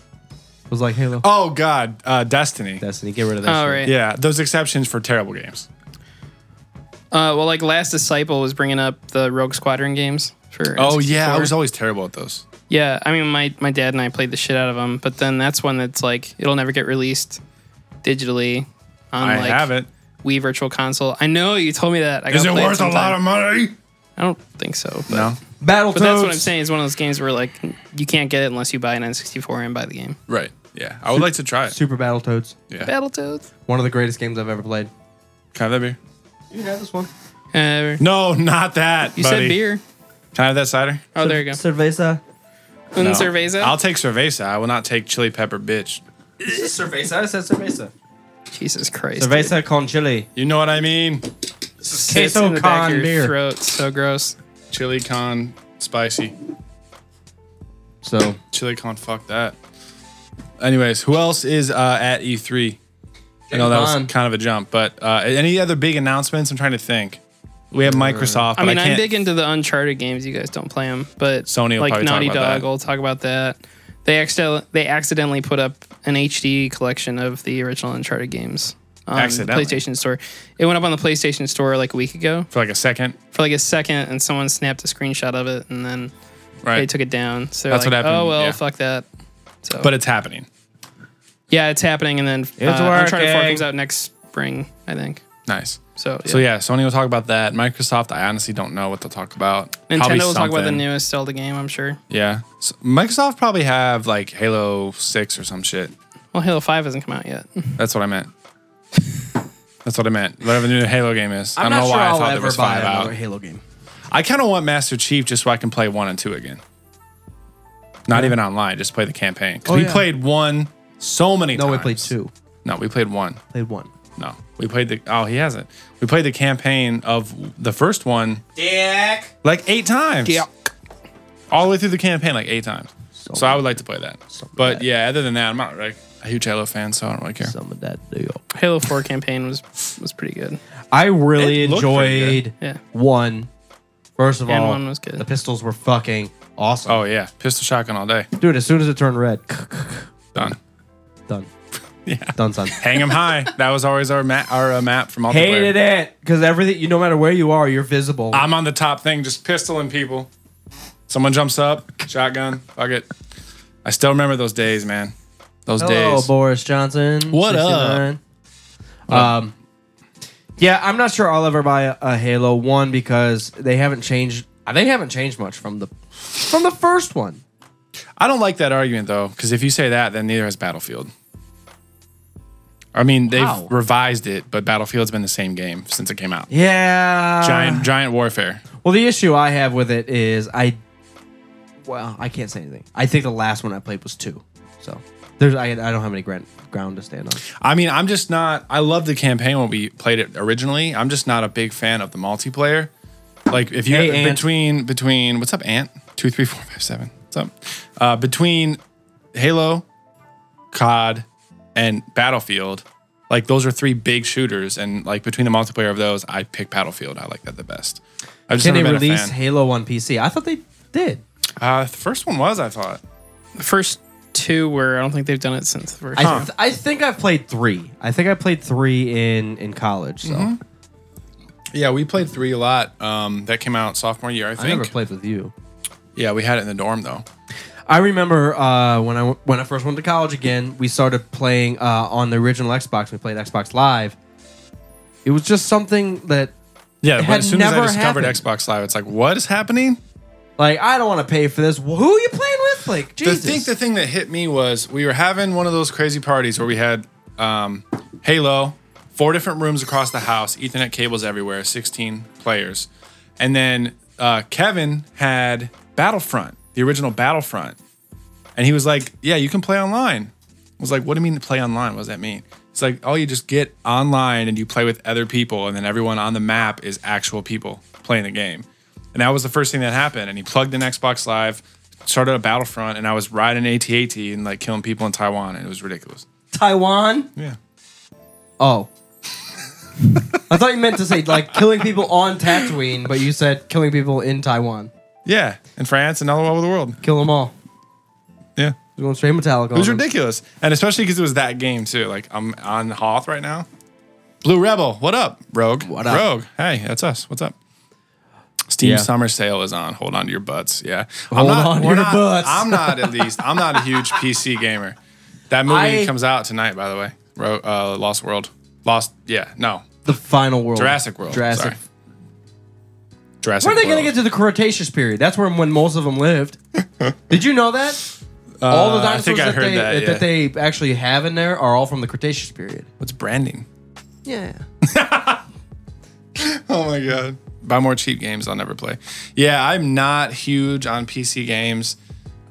S1: It was like Halo
S2: Oh, God. Uh, Destiny.
S1: Destiny. Get rid of that.
S3: Oh,
S1: shit.
S3: right.
S2: Yeah. Those exceptions for terrible games.
S3: Uh, well, like Last Disciple was bringing up the Rogue Squadron games for.
S2: Oh, yeah. I
S3: N64.
S2: was always terrible at those.
S3: yeah, I mean, my my dad and I played the shit out of them, but then that's one that's like it'll never get released digitally on
S2: I
S3: like
S2: haven't.
S3: Wii Virtual Console. I know you told me that. I
S2: Is
S3: gotta
S2: it
S3: play
S2: worth a lot
S3: sometime.
S2: of money?
S3: I don't think so. But,
S2: No.
S1: Battletoads.
S3: but that's what I'm saying. Is one of those games where like you can't get it unless you buy an N64 and buy the game.
S2: Right. Yeah. I would like to try it.
S1: Super Battletoads.
S2: Yeah.
S3: Battletoads.
S1: One of the greatest games I've ever played.
S2: Can I have that beer?
S1: You can have this one.
S3: Uh,
S2: No, not that.
S3: you
S2: buddy.
S3: said beer.
S2: Can I have that cider?
S3: Oh, there you go.
S1: Cerveza.
S3: Un
S2: No.
S3: cerveza.
S2: I'll take cerveza. I will not take chili pepper, bitch.
S1: Is it cerveza? I said cerveza.
S3: Jesus Christ. dude.
S1: Cerveza con chili.
S2: You know what I mean?
S3: It's in the back of your throat. It's So gross.
S2: Chili con spicy.
S1: So
S2: Chili con fuck that. Anyways, who else is uh, at E3? I know that was
S1: Bond.
S2: kind of a jump, but uh, any other big announcements? I'm trying to think. We have Microsoft. But
S3: I mean, I
S2: can't,
S3: am big into the Uncharted games. You guys don't play them, but
S2: Sony will
S3: like
S2: probably talk
S3: Naughty
S2: about
S3: Dog,
S2: that.
S3: will talk about that. They accidentally they accidentally put up an HD collection of the original Uncharted games on the
S2: Accidentally?
S3: um, PlayStation Store. It went up on the PlayStation Store like a week ago
S2: for like a second.
S3: for like a second, and someone snapped a screenshot of it, and then
S2: Right.
S3: they took it down. So
S2: That's
S3: like,
S2: what happened,
S3: Oh well,
S2: yeah.
S3: fuck that. So,
S2: but it's happening.
S3: yeah, it's happening, and then uh, Uncharted Four
S1: working.
S3: comes out next spring, I think.
S2: Nice.
S3: So yeah.
S2: So yeah, Sony will talk about that. Microsoft, I honestly don't know what they'll talk about. Probably
S3: Nintendo will talk about the
S2: something.
S3: newest Zelda game, I'm sure.
S2: Yeah, S- Microsoft probably have like Halo Six or some shit.
S3: Well, Halo Five hasn't come out yet.
S2: That's what I meant. *laughs* That's what I meant. Whatever the new Halo game is.
S1: I'm
S2: I do not
S1: not
S2: know
S1: sure
S2: why I
S1: I'll
S2: thought there
S1: ever
S2: was
S1: buy
S2: five
S1: another
S2: out.
S1: Halo game.
S2: I kind of want Master Chief just so I can play one and two again. Not even online, just play the campaign. 'Cause
S1: Oh,
S2: we
S1: yeah.
S2: played one so many
S1: No,
S2: times.
S1: we played two.
S2: No, we played one.
S1: Played one.
S2: No, we played the. Oh, he hasn't. We played the campaign of the first one
S1: Dick.
S2: like eight times. all the way through the campaign like eight times. So, I would like to play that.
S1: So
S2: but
S1: bad.
S2: yeah, other than that, I'm not like a huge Halo fan, so I don't really care.
S1: Some of that deal.
S3: Halo Four campaign was was pretty good.
S1: I really
S2: It looked pretty
S1: enjoyed
S3: Yeah.
S1: one. First of
S3: And
S1: all,
S3: one was good.
S1: the pistols were fucking awesome.
S2: oh yeah, pistol shotgun all day.
S1: Dude, as soon as it turned red, *laughs*
S2: Done.
S1: done.
S2: *laughs* Yeah.
S1: Done,
S2: *laughs*
S1: son.
S2: Hang 'em high. That was always our map. Our uh, map from multiplayer.
S1: Hated it because everything, you no matter where you are, you're visible.
S2: I'm on the top thing, just pistoling people. Someone jumps up, shotgun. Fuck it. I still remember those days, man. Those
S1: Hello,
S2: days.
S1: Boris Johnson.
S2: What up?
S1: up? Um, yeah, I'm not sure I'll ever buy a, a Halo one because they haven't changed. They haven't changed much from the from the first one.
S2: I don't like that argument though, because if you say that, then neither has Battlefield. I mean, they've
S1: How?
S2: revised it, but Battlefield's been the same game since it came out.
S1: Yeah,
S2: Giant, giant warfare.
S1: Well, the issue I have with it is I, well, I can't say anything. I think the last one I played was two, so there's I, I don't have any ground ground to stand on.
S2: I mean, I'm just not. I love the campaign when we played it originally. I'm just not a big fan of the multiplayer. Like if you
S1: Hey, Ant.
S2: between between what's up, Ant two three four five seven. What's up? Uh, between Halo, COD, and Battlefield, like those are three big shooters, and like between the multiplayer of those, I pick Battlefield. I like that the best. I've just
S1: Can they
S2: never been
S1: release
S2: a fan.
S1: Halo on PC? I thought they did.
S2: Uh, the first one was I thought.
S3: The first two were. I don't think they've done it since the first.
S1: I,
S3: one.
S1: th- I think I've played three. I think I played three in in college. So
S2: Yeah, we played three a lot. Um, that came out sophomore year, I
S1: I never
S2: think.
S1: played with you.
S2: yeah, we had it in the dorm though.
S1: I remember uh, when I w- when I first went to college again, we started playing uh, on the original Xbox. We played Xbox Live. It was just something that
S2: Yeah,
S1: had
S2: when, as soon as I
S1: never
S2: discovered
S1: happened.
S2: Xbox Live, it's like, what is happening?
S1: like I don't want to pay for this. Who are you playing with? Like
S2: The
S1: Jesus.
S2: thing, the thing that hit me was we were having one of those crazy parties where we had um, Halo, four different rooms across the house, Ethernet cables everywhere, sixteen players, and then uh, Kevin had Battlefront, the original Battlefront, and he was like, "Yeah, you can play online." I was like, "What do you mean to play online? What does that mean?" It's like, "Oh, you just get online and you play with other people, and then everyone on the map is actual people playing the game." And that was the first thing that happened. And he plugged in Xbox Live, started a Battlefront, and I was riding AT-AT and like killing people in Taiwan, and it was ridiculous.
S1: Taiwan.
S2: Yeah.
S1: Oh. I thought you meant to say like killing people on Tatooine, but you said killing people in Taiwan.
S2: Yeah, in France and all over the world.
S1: Kill them all.
S2: Yeah,
S1: We're going straight Metallica.
S2: it was ridiculous, and especially because it was that game too. Like I'm on Hoth right now. Blue Rebel, what up, Rogue?
S1: What up?
S2: Rogue? Hey, that's us. What's up? Steam
S1: Yeah.
S2: summer sale is on. Hold on to your butts. Yeah,
S1: Hold
S2: I'm not,
S1: on to
S2: we're
S1: your
S2: not-
S1: butts.
S2: I'm not
S1: *laughs*
S2: at least. I'm not a huge PC gamer. That movie
S1: I-
S2: comes out tonight, by the way. Ro- uh, Lost World. Lost. Yeah. No.
S1: the final world.
S2: Jurassic World.
S1: Oh, Jurassic.
S2: Sorry. Jurassic.
S1: When are they going to get
S2: World.
S1: to the Cretaceous period? That's where when most of them *laughs* lived. Did you know that? all the
S2: Uh, I
S1: dinosaurs
S2: think I
S1: that,
S2: heard
S1: they,
S2: that,
S1: that,
S2: yeah.
S1: they actually have in there are all from the Cretaceous period.
S2: What's branding?
S1: Yeah.
S2: *laughs* Oh my god. Buy more cheap games I'll never play. Yeah, I'm not huge on PC games.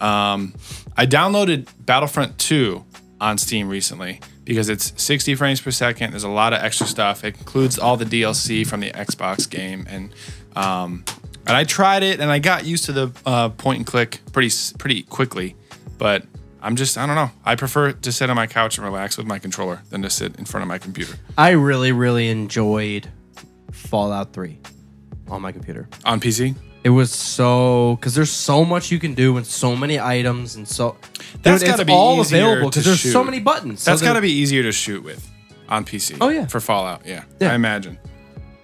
S2: Um, I downloaded Battlefront 2 on Steam recently because it's 60 frames per second. There's a lot of extra stuff. It includes all the DLC from the Xbox game and um, and I tried it and I got used to the uh, point and click pretty s- pretty quickly, but I'm just I don't know. I prefer to sit on my couch and relax with my controller than to sit in front of my computer
S1: I really, really enjoyed Fallout 3 on my computer.
S2: on PC.
S1: It was so because there's so much you can do and so many items and so
S2: That's
S1: Dude, it's
S2: gotta be
S1: all
S2: easier
S1: available
S2: to
S1: because there's so
S2: shoot.
S1: many buttons.
S2: That's
S1: so
S2: got to be easier to shoot with on PC.
S1: Oh, yeah.
S2: for Fallout. Yeah,
S1: Yeah.
S2: I imagine.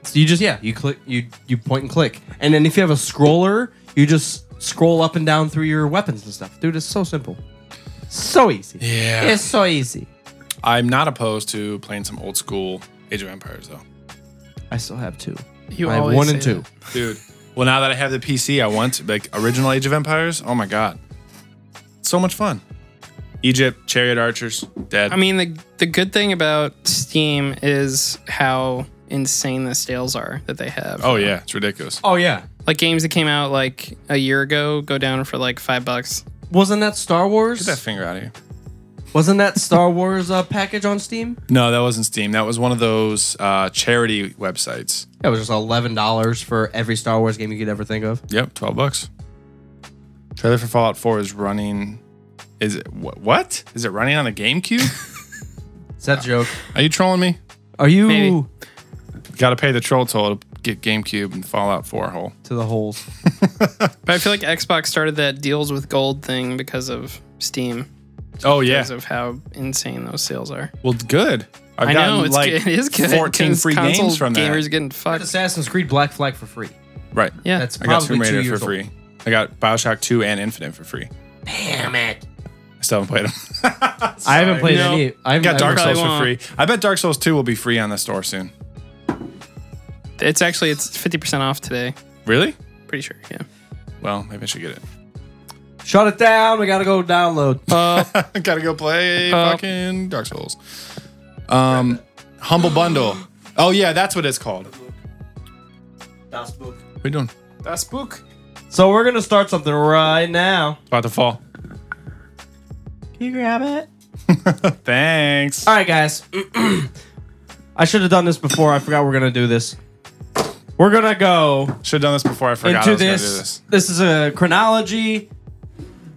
S1: So you just yeah, you click you you point and click, and then if you have a scroller, you just scroll up and down through your weapons and stuff. Dude, it's so simple, so easy.
S2: Yeah.
S1: it's so easy.
S2: I'm not opposed to playing some old school Age of Empires though.
S1: I still have two.
S3: You
S1: I have
S3: always
S1: one and
S3: say
S1: two.
S3: that.
S2: dude. Well, now that I have the PC, I want like original Age of Empires. Oh my god, so much fun. Egypt, Chariot Archers, dead.
S3: I mean, the the good thing about Steam is how insane the sales are that they have.
S2: oh yeah, it's ridiculous.
S1: Oh yeah,
S3: Like games that came out like a year ago go down for like five bucks.
S1: wasn't that Star Wars?
S2: Get that finger out of here.
S1: Wasn't that Star Wars uh, package on Steam?
S2: No, that wasn't Steam. That was one of those uh, charity websites.
S1: It was just eleven dollars for every Star Wars game you could ever think of.
S2: Yep, twelve bucks. Trailer for Fallout Four is running. Is it wh- what? Is it running on the GameCube?
S1: Is that a joke?
S2: Are you trolling me?
S1: Are you
S3: Maybe.
S2: Got to pay the troll toll to get GameCube and Fallout Four whole.
S1: to the holes?
S3: But I feel like Xbox started that deals with gold thing because of Steam,
S2: Oh yeah.
S3: because of how insane those sales are.
S2: Well, good. I've
S3: I know
S2: gotten,
S3: it's good. *laughs* it is good.
S2: 14
S3: 'cause
S2: free
S3: console
S2: games from that.
S3: gamers getting fucked.
S1: Assassin's Creed Black Flag for free.
S2: Right.
S3: Yeah,
S1: That's
S2: I got
S1: probably
S2: Tomb Raider
S1: two
S2: for
S1: years
S2: free.
S1: Old.
S2: I got Bioshock 2 and Infinite for free.
S1: Damn it!
S2: I still haven't played
S3: *laughs*
S2: them.
S1: I haven't played
S3: No.
S1: any. I haven't,
S2: got Dark
S1: I
S3: probably
S2: Souls for
S3: won't.
S2: free. I bet Dark Souls 2 will be free on the store soon.
S3: it's actually it's fifty percent off today.
S2: Really?
S3: Pretty sure. Yeah.
S2: Well, maybe I should get it.
S1: Shut it down. We gotta go download.
S2: *laughs* Gotta go play
S3: Uh,
S2: fucking Dark Souls. Um, Humble Bundle. *gasps* Oh, yeah, that's what it's called. What are you doing?
S3: That's book.
S1: So we're gonna start something right now.
S2: About to fall. *laughs*
S1: Can you grab it?
S2: Thanks.
S1: All right, guys. *clears throat* I should have done this before. I forgot we're gonna do this. We're gonna go
S2: Should have done this before I forgot
S1: into
S2: I was gonna
S1: this.
S2: do
S1: this.
S2: this.
S1: is a chronology,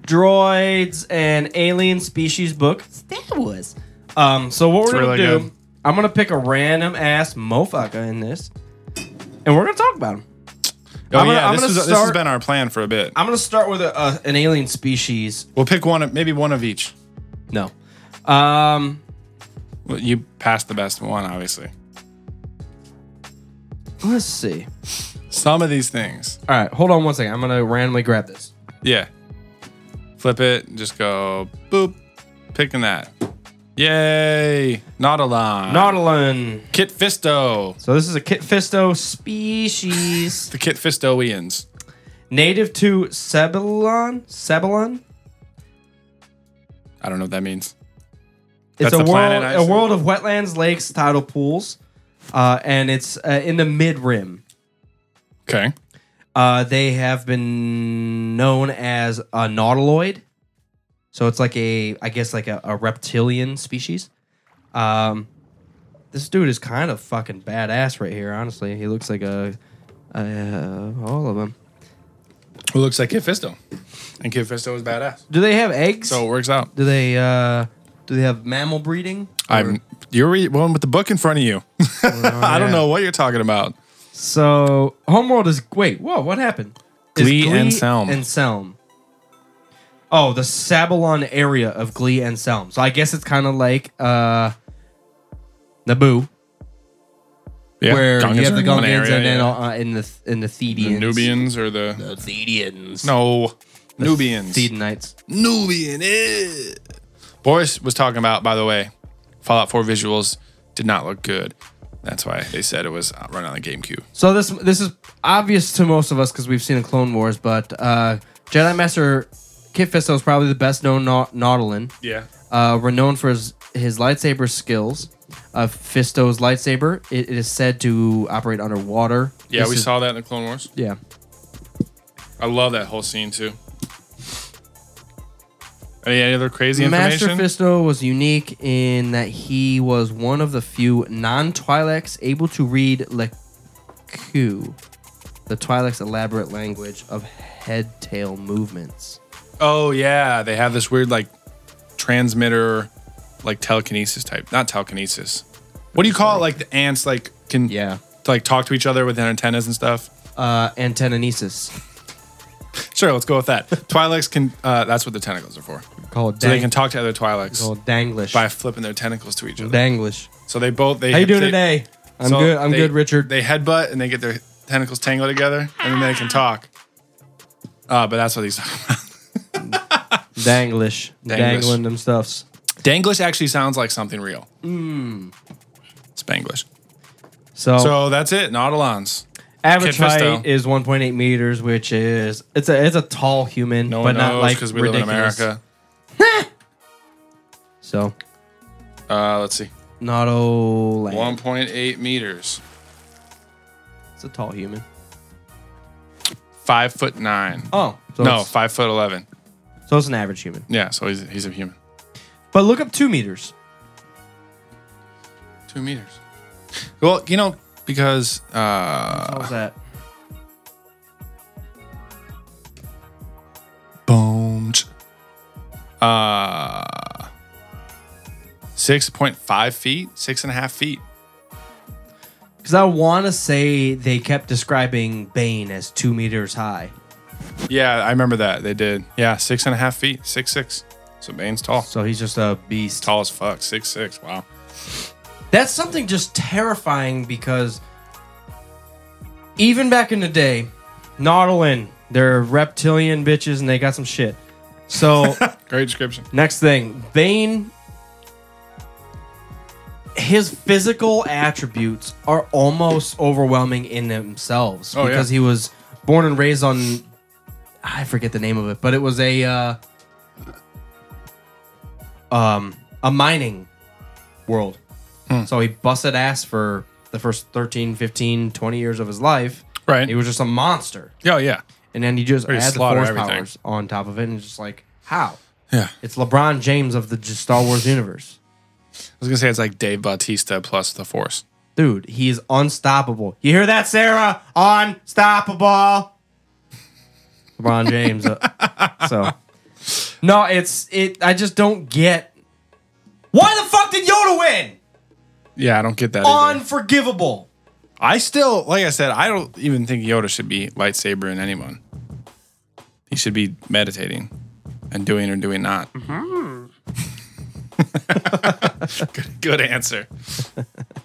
S1: droids, and alien species book. Star Wars. Um, so what we're gonna
S2: really
S1: do?
S2: good.
S1: I'm gonna pick a random ass mofucker in this, and we're gonna talk about him.
S2: Oh,
S1: I'm gonna-
S2: yeah,
S1: I'm
S2: this,
S1: gonna
S2: is, this has
S1: start-
S2: been our plan for a bit.
S1: I'm gonna start with a, a, an alien species.
S2: We'll pick one, of maybe one of each.
S1: No. Um,
S2: Well, you passed the best one, obviously.
S1: let's see.
S2: Some of these things.
S1: All right, hold on one second. I'm gonna randomly grab this.
S2: Yeah. Flip it and just go boop. Picking that. Yay. Nautilon.
S1: Nautilin.
S2: Kit Fisto.
S1: So this is a Kit Fisto species
S2: *laughs* The Kit Fistoians.
S1: native to Sebulon. Sebulon.
S2: I don't know what that means.
S1: It's
S2: That's
S1: a
S2: the
S1: world,
S2: planet I
S1: a
S2: see.
S1: world of wetlands, lakes, tidal pools, uh, and it's uh, in the mid rim.
S2: Okay.
S1: Uh, they have been known as a nautiloid, so it's like a, I guess, like a, a reptilian species. Um, this dude is kind of fucking badass right here. Honestly, he looks like a, uh, all of them.
S2: Who looks like Kit Fisto? And Kit Fisto is badass.
S1: Do they have eggs?
S2: So it works out.
S1: Do they uh do they have mammal breeding?
S2: I'm you're re- one with the book in front of you. *laughs* I
S1: yeah.
S2: don't know what you're talking about.
S1: So Homeworld is wait, whoa, what happened? Is
S2: Glee and Selm.
S1: and Selm. Oh, the Sabalon area of Glee and Selm. So I guess it's kind of like uh Naboo,
S2: Yeah.
S1: where you
S2: Gungans
S1: have
S2: are
S1: the
S2: in one
S1: Gungans
S2: area,
S1: and then
S2: yeah.
S1: uh, in the in the
S2: the
S1: Thedians,
S2: Nubians or the
S1: the Thedians,
S2: No. Nubians.
S1: Thedonites.
S2: Nubian. eh. Boris was talking about, by the way, Fallout 4 visuals did not look good. That's why they said it was uh, run on the GameCube.
S1: So this this is obvious to most of us because we've seen in Clone Wars, but uh, Jedi Master Kit Fisto is probably the best known Nau- Nautilin.
S2: Yeah.
S1: uh, renowned for his, his lightsaber skills. Uh, Fisto's lightsaber. It, it is said to operate underwater.
S2: Yeah,
S1: This
S2: we
S1: is-
S2: saw that in the Clone Wars.
S1: Yeah.
S2: I love that whole scene too. Any, any other crazy
S1: Master
S2: information?
S1: Fisto was unique in that he was one of the few non Twi'leks able to read Leku, the Twi'lek's elaborate language of head tail movements.
S2: oh yeah, they have this weird like transmitter, like telekinesis type. Not telekinesis. What do you call it? Like the ants like can
S1: Yeah.
S2: like talk to each other with their antennas and stuff.
S1: Uh, antennanesis.
S2: Sure, let's go
S1: *laughs*
S2: with that. Twi'leks can. Uh, that's what the tentacles are for.
S1: Call it
S2: So they can
S1: dang-
S2: talk to other Twi'leks
S1: call it danglish.
S2: by flipping their tentacles to each other.
S1: Danglish.
S2: So they both. They
S1: How you doing
S2: they-
S1: today? I'm
S2: so
S1: good. I'm
S2: they-
S1: good, Richard.
S2: They headbutt and they get their tentacles tangled together, and then they can talk. Uh, but that's what *laughs* he's talking about.
S1: Danglish. Dangling them stuffs. Hmm.
S2: Danglish actually sounds like something real. Mmm. Spanglish.
S1: So,
S2: So that's it. Nautilons.
S1: average
S2: Kid
S1: height
S2: Fisto.
S1: is 1.8 meters, which is it's a it's a tall human,
S2: No
S1: but
S2: one
S1: not
S2: knows
S1: like
S2: because we
S1: ridiculous.
S2: live in America.
S1: So
S2: Uh, let's see.
S1: Nauto land.
S2: 1.8 meters.
S1: It's a tall human.
S2: Five foot nine.
S1: Oh, so
S2: no,
S1: It's,
S2: five foot eleven.
S1: so it's an average human.
S2: Yeah, so he's he's a human.
S1: But look up two meters.
S2: Two meters. Well, you know, because uh,
S1: How's that?
S2: boom. Uh, six point five feet, six and a half feet.
S1: Because I want to say they kept describing Bane as two meters high.
S2: Yeah, I remember that they did. Yeah, six and a half feet, six six. So Bane's tall,
S1: So he's just a beast.
S2: tall as fuck, six six. Wow.
S1: That's something just terrifying because even back in the day, Nautilin, they're reptilian bitches and they got some shit. So
S2: Great description.
S1: Next thing, Bane. His physical attributes are almost overwhelming in themselves
S2: Oh, yeah.
S1: because he was born and raised on. I forget the name of it, but it was a uh, um a mining world.
S2: Hmm.
S1: So he busted ass for the first 13, 15, 20 years of his life.
S2: Right.
S1: He was just a monster.
S2: Yeah, Oh, yeah,
S1: And then he just
S2: Pretty
S1: adds the
S2: slaughter
S1: force
S2: everything.
S1: powers on top of it and it's just like, how?
S2: yeah.
S1: It's LeBron James of the j- Star Wars universe.
S2: I was gonna say it's like Dave Bautista plus the Force.
S1: Dude, he is unstoppable. You hear that, Sarah? Unstoppable. LeBron James. uh, *laughs* so, no, it's it. I just don't get. Why the fuck did Yoda win?
S2: Yeah, I don't get that. either.
S1: Unforgivable.
S2: I still, like I said, I don't even think Yoda should be lightsabering anyone. He should be meditating and doing or doing not. *laughs* good, good answer.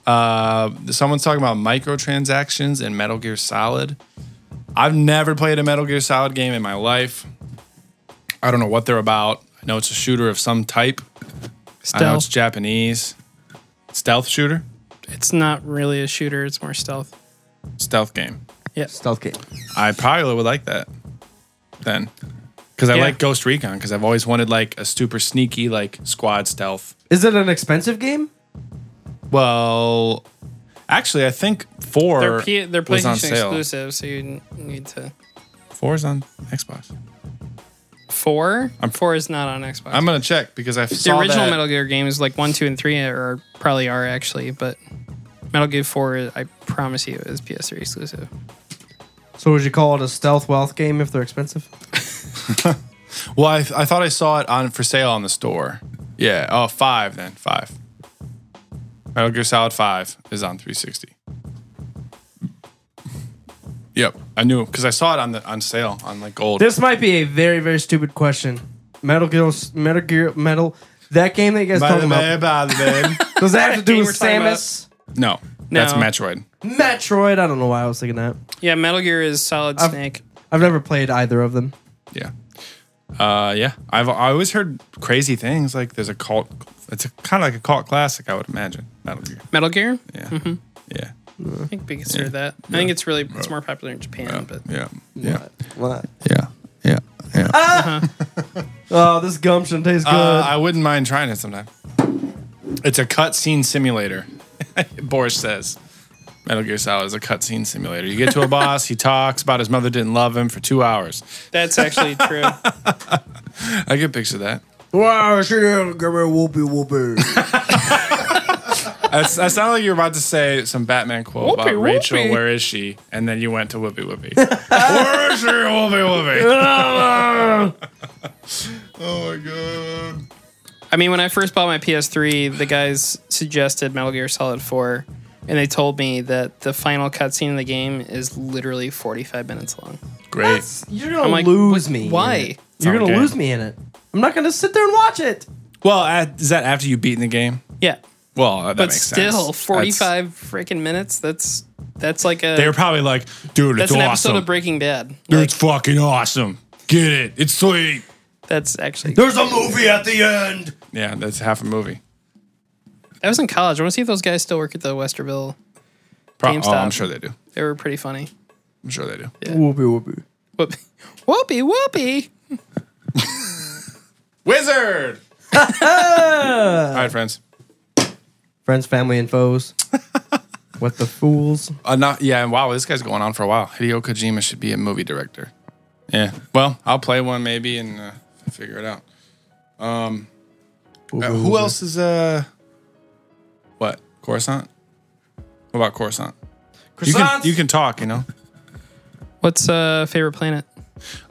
S2: Uh, someone's talking about microtransactions in Metal Gear Solid. I've never played a Metal Gear Solid game in my life. I don't know what they're about. I know it's a shooter of some type. I know
S3: Stealth.
S2: it's Japanese. Stealth shooter?
S3: It's not really a shooter. It's more stealth.
S2: Stealth game.
S1: Stealth game.
S2: I probably would like that then. Because I
S3: Yeah.
S2: like Ghost Recon because I've always wanted like a super sneaky like squad stealth.
S1: Is it an expensive game?
S2: Well, actually, I think four
S3: They're, P- they're
S2: was on
S3: PlayStation
S2: sale.
S3: exclusive, so you n- need to.
S2: Four is on Xbox.
S3: 4 four is not on Xbox.
S2: I'm gonna check because I
S3: the
S2: saw
S3: original
S2: that.
S3: Metal Gear games, like one, two, and three, are probably are actually, but Metal Gear Four, I promise you, is PS3 exclusive.
S1: So would you call it a stealth wealth game if they're expensive?
S2: Well, I, I thought I saw it on for sale on the store. Yeah. Oh, five then five. Metal Gear Solid Five is on 360. Yep, I knew because I saw it on the on sale on like gold.
S1: This might be a very very stupid question. Metal Gear, Metal Gear, Metal. That game that you guys talking about. Does that have to do
S3: *laughs* Game
S1: with
S3: we're talking
S1: Samus?
S2: No, that's
S3: No.
S2: Metroid.
S1: Metroid. I don't know why I was thinking that.
S3: Yeah, Metal Gear is Solid Snake.
S1: I've never played either of them.
S2: Yeah. Uh, yeah. I've I always heard crazy things like there's a cult. It's a, kind of like a cult classic, I would imagine. Metal Gear.
S3: Metal Gear,
S2: Yeah. Yeah.
S3: I think we consider that. I think it's really it's more popular in Japan, but
S2: Uh, Yeah. Yeah.
S1: What?
S2: Yeah. Yeah. Yeah.
S1: Oh, this gumption tastes good.
S2: Uh, I wouldn't mind trying it sometime. It's a cutscene simulator. *laughs* Boris says. Metal Gear Solid is a cutscene simulator. You get to a boss, he talks about his mother didn't love him for two hours.
S3: that's
S2: *laughs*
S3: actually true.
S2: I could picture that.
S1: wow, she didn't give me a whoopee whoopee.
S2: I, I sounded like you were about to say some Batman quote
S3: Whoopee,
S2: about Rachel,
S3: whoopee.
S2: where is she? And then you went to Whoopi Whoopi. *laughs* where is she? Whoopi Whoopi. oh my god.
S3: I mean, when I first bought my PS3, the guys suggested Metal Gear Solid Four, and they told me that the final cutscene of the game is literally 45 minutes long.
S2: Great.
S1: You're gonna
S3: I'm like,
S1: lose
S3: "What-
S1: me. in
S3: why?"
S1: it. You're gonna
S2: Okay.
S1: lose me in it. I'm not gonna sit there and watch it.
S2: well, uh, is that after you beaten the game?
S3: Yeah,
S2: Well, that
S3: but
S2: makes
S3: still,
S2: sense.
S3: 45 freaking minutes. That's that's like a
S2: They were probably like, dude, it's
S3: That's an
S2: awesome.
S3: episode of Breaking Bad.
S2: dude,
S3: Like,
S2: it's fucking awesome. Get it. It's sweet.
S3: that's actually that
S1: There's a movie at the end.
S2: Yeah, that's half a movie.
S3: was in college. I want to see if those guys still work at the Westerville
S2: Pro-
S3: GameStop.
S2: oh, I'm sure they do.
S3: They were pretty funny.
S2: I'm sure they do.
S1: Whoopee whoopee.
S3: Whoop, *laughs* whoopee, whoopee.
S2: *laughs* Wizard. All right, friends.
S1: Friends, family, and foes. *laughs* what the fools?
S2: Uh, not, yeah, and wow, this guy's going on for a while. Hideo Kojima should be a movie director. Yeah. Well, I'll play one maybe and uh, figure it out. Uh, who else is uh? What Coruscant? What about Coruscant? You can, you can talk, you know.
S3: What's uh favorite planet?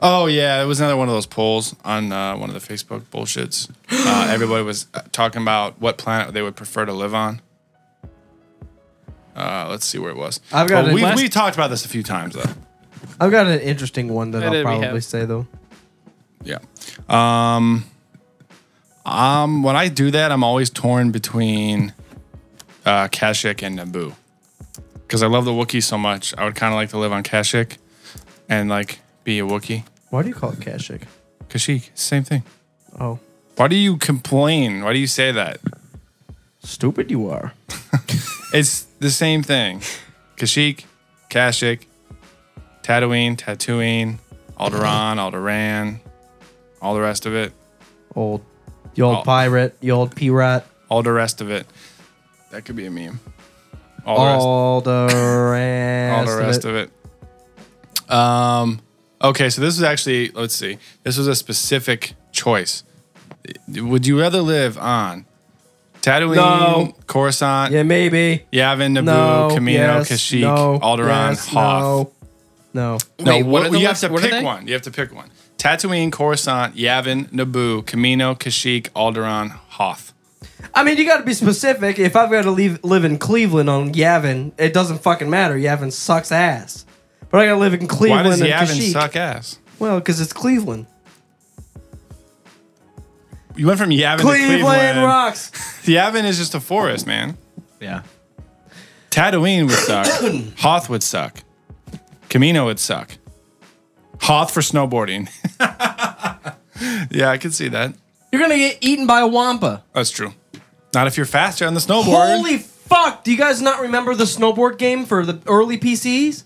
S2: Oh yeah, it was another one of those polls on uh, one of the Facebook bullshits. Uh, everybody was uh, talking about what planet they would prefer to live on. Uh, let's see where it was.
S1: I've got
S2: But
S1: it.
S2: we
S1: Last-
S2: we talked about this a few times though.
S1: I've got an interesting one that
S3: What
S1: I'll
S3: did we
S1: probably
S3: have?
S1: say though.
S2: Yeah. Um, um, when I do that, I'm always torn between uh, Kashyyyk and Naboo because I love the Wookiees so much. I would kind of like to live on Kashyyyk and like be a Wookiee.
S1: Why do you call it Kashik?
S2: Kashyyyk, same thing.
S1: Oh,
S2: Why do you complain? Why do you say that?
S1: stupid you are.
S2: It's the
S1: *laughs*
S2: same thing. Kashyyyk, Kashyyyk, Tatooine, Tatooine,
S1: *laughs*
S2: Alderaan, Alderan, all the rest of it.
S1: Old, you old
S2: Oh.
S1: pirate, you old pirate,
S2: All the rest of it. That could be a meme. All the rest.
S1: all the
S2: *laughs* all
S1: rest,
S2: the rest of it. Um, okay, so this is actually let's see. This was a specific choice. Would you rather live on Tatooine,
S1: No.
S2: Coruscant,
S1: Yeah, maybe.
S2: Yavin, Naboo,
S1: No,
S2: Camino,
S1: yes,
S2: Kashyyyk,
S1: no,
S2: Alderaan,
S1: yes,
S2: Hoth?
S1: No, no.
S2: No,
S3: Wait,
S2: what,
S3: what are the
S2: you
S3: last-
S2: have to
S3: what are
S2: pick
S3: they?
S2: one. You have to pick one. Tatooine, Coruscant, Yavin, Naboo, Camino, Kashyyyk, Alderaan, Hoth.
S1: I mean, you got to be specific. If I've got to leave, live in Cleveland on Yavin, it doesn't fucking matter. Yavin sucks ass. But I got to live in
S2: Why
S1: Cleveland
S2: does
S1: and
S2: Yavin
S1: Kashyyyk.
S2: suck ass?
S1: Well, because it's Cleveland.
S2: You went from Yavin
S1: Cleveland,
S2: to Cleveland.
S1: rocks.
S2: Yavin is just a forest, man.
S1: Yeah.
S2: Tatooine would
S1: *coughs*
S2: suck. Hoth would suck. Camino would suck. Hoth for snowboarding. *laughs* yeah, I can see that.
S1: You're gonna get eaten by a wampa.
S2: That's true. Not if you're faster on the snowboard.
S1: Holy fuck! Do you guys not remember the snowboard game for the early PCs?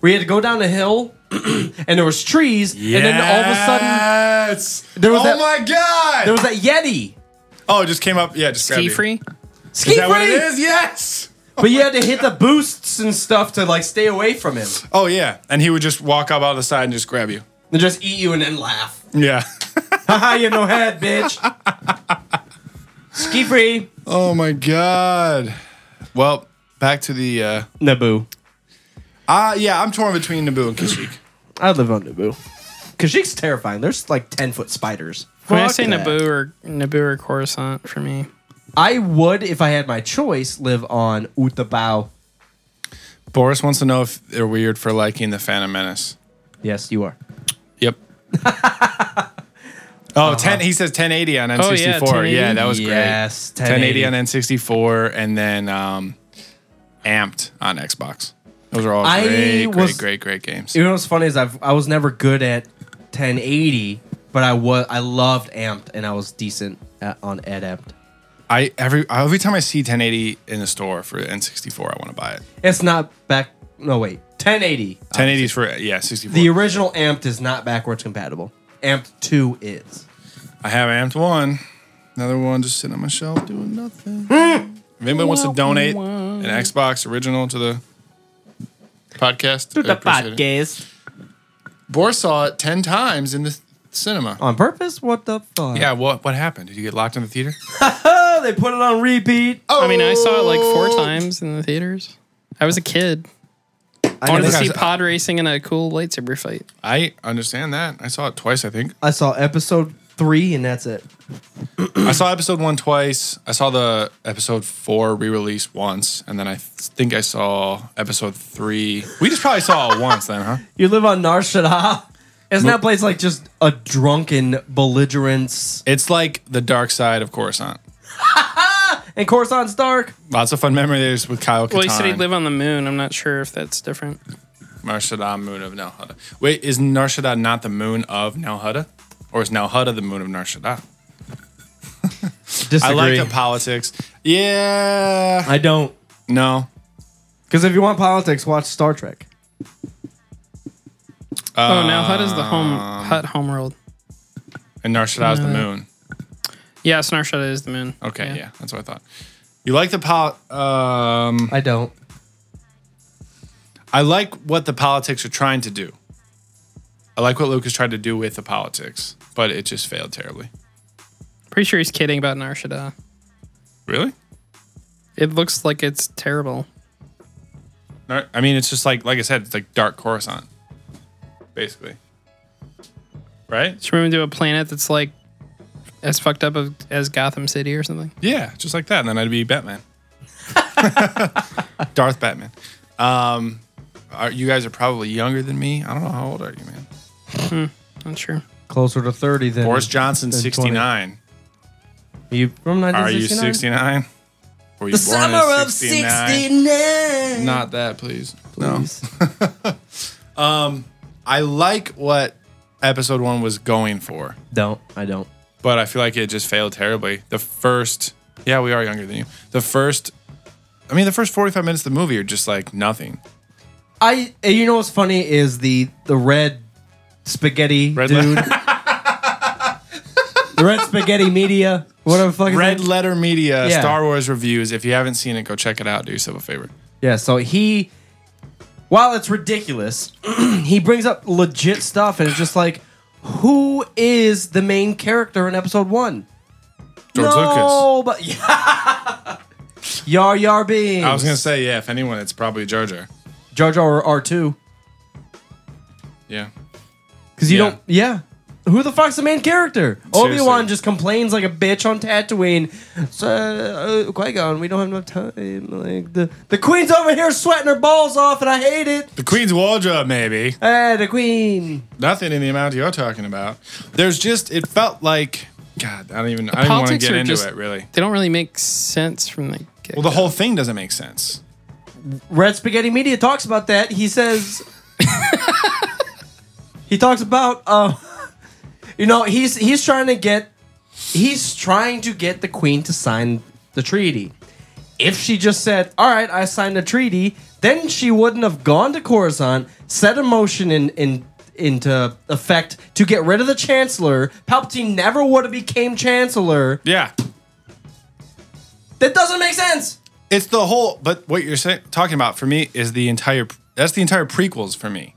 S1: Where you had to go down a hill *clears throat* and there was trees, and then all of a sudden
S2: sudden,
S1: there was
S2: oh
S1: that-
S2: my god!
S1: there was that Yeti.
S2: oh, it just came up. Yeah, just grabbed
S3: Ski
S2: you.
S3: free?
S1: Ski
S2: Is that what it
S1: free!
S2: is? Yes.
S1: But you had to hit the boosts and stuff to like stay away from him.
S2: Oh yeah, and he would just walk up out of the side and just grab you.
S1: And just eat you and then
S2: *laughs*
S1: laugh.
S2: Yeah.
S1: Haha, you no head, bitch. Ski free.
S2: oh my god. Well, back to the. Uh,
S1: Naboo.
S2: uh yeah, I'm torn between Naboo and Kashyyyk.
S1: I'd live on Naboo. Kashyyyk's terrifying. There's like 10 foot spiders.
S3: When I
S1: Fuck
S3: say
S1: that.
S3: Naboo or Naboo or Coruscant for me.
S1: I would, if I had my choice, live on Utabao.
S2: *clears throat* Boris wants to know if they're weird for liking the Phantom Menace.
S1: Yes, you are.
S2: *laughs* Yep. oh, 10, he says 1080 on
S3: Oh, yeah,
S2: N64. yeah,
S3: 1080.
S2: that was
S1: Yes,
S2: great. 1080. on N64 and then um, Amped on Xbox. Those are all
S1: I
S2: great, great,
S1: was-
S2: great, great games.
S1: You know what's funny is I've I was never good at 1080, but I was I loved amped and I was decent at, on ed amped.
S2: I every every time I see 1080 in the store for N64, I want to buy it.
S1: It's not back. No wait, 1080.
S2: 1080 Oh, is for yeah, 64.
S1: The original amped is not backwards compatible. Amped two is.
S2: I have Amped one. Another one just sitting on my shelf doing nothing. if anybody wants to donate an Xbox original to the podcast, to Boris saw it ten times in the th- cinema.
S1: on purpose. What the fuck?
S2: Yeah, what what happened? Did you get locked in the theater?
S1: Oh, they put it on repeat.
S2: Oh,
S3: I mean, I saw it like four times in the theaters. I was a kid. I wanted to
S2: never-
S3: see pod racing and a cool lightsaber fight.
S2: I understand that. I saw it twice. I think
S1: I saw episode three, and that's it.
S2: I saw episode one twice. I saw the episode four re-release once, and then I th- think I saw episode three. We just probably saw it *laughs* once then, huh?
S1: You live on Nar Shaddaa. Isn't that place like just a drunken belligerence?
S2: It's like the dark side of Coruscant.
S1: And Coruscant's dark.
S2: Lots of fun memories with Kyle Katarn.
S3: Well, he said he'd live on the moon. I'm not sure if that's different.
S2: Nar Shaddaa, moon of Nel Hutta. Wait, is Nar Shaddaa not the moon of Nel Hutta? Or is Nel Hutta the moon of Nar Shaddaa?
S1: Disagree.
S2: I like the politics. Yeah.
S1: I don't.
S2: No.
S1: Because if you want politics, watch Star Trek.
S3: Oh, now Hut is the home
S2: Um,
S3: Hut homeworld.
S2: And Narshada is the moon.
S3: Yeah, Snarshot is the moon.
S2: Okay, yeah. that's what I thought. You like the pol? Um,
S1: I don't.
S2: I like what the politics are trying to do. I like what Lucas tried to do with the politics, but it just failed terribly.
S3: Pretty sure he's kidding about Narshada.
S2: Really?
S3: It looks like it's terrible.
S2: Nar- I mean, it's just like like I said, it's like dark Coruscant, basically. Right?
S3: Should we move to a planet that's like as fucked up of- as Gotham City or something?
S2: Yeah, just like that. And then I'd be Batman. *laughs* Darth Batman. Um, are, you guys are probably younger than me. I don't know how old are you, man.
S3: Not sure.
S1: Closer to 30 than.
S2: Boris Johnson,
S1: than 20.
S2: sixty nine.
S1: Are you from
S2: Are
S1: 1969?
S2: you sixty nine? Were you
S1: The
S2: born in
S1: summer of 69.
S2: Not that, please.
S1: *laughs* Please.
S2: I like what episode one was going for,
S1: Don't. I don't.
S2: but I feel like it just failed terribly. The first, yeah, we are younger than you. The first, I mean, the first 45 minutes of the movie are just like nothing.
S1: I. and You know what's funny is the the red spaghetti
S2: Red
S1: dude.
S2: *laughs*
S1: the red spaghetti media. Whatever the fuck. his
S2: Red
S1: name-
S2: Letter Media
S1: Yeah.
S2: Star Wars reviews. If you haven't seen it, go check it out. Do yourself a favor.
S1: Yeah, so he, while it's ridiculous, *clears throat* he brings up legit stuff and it's just like, who is the main character in episode one?
S2: George Lucas.
S1: no, but yeah. *laughs* Yar Yar Beans.
S2: I was gonna say, yeah, if anyone, it's probably Jar Jar.
S1: Jar Jar R two
S2: Yeah.
S1: because you
S2: Yeah.
S1: don't. Yeah. Who the fuck's the main character? Obi
S2: Seriously.
S1: Wan just complains like a bitch on Tatooine. So uh, Qui Gon, we don't have enough time. Like the the queen's over here sweating her balls off, and I hate it.
S2: The Queen's wardrobe, maybe.
S1: Hey, the queen.
S2: Nothing in the amount you're talking about. There's just it felt like God, I don't even I don't want to
S3: politics
S2: get
S3: are
S2: into
S3: just-
S2: it really.
S3: They don't really make sense from the get
S2: Well the whole thing doesn't make sense.
S1: Red Spaghetti Media talks about that. He says *laughs* he talks about uh, *laughs* you know he's he's trying to get he's trying to get the queen to sign the treaty. If she just said, "All right, I signed the treaty," then she wouldn't have gone to Coruscant, set a motion in in into effect to get rid of the chancellor. Palpatine never would have became chancellor.
S2: Yeah.
S1: That doesn't make sense.
S2: It's the whole but what you're saying talking about for me is the entire that's the entire prequels for me.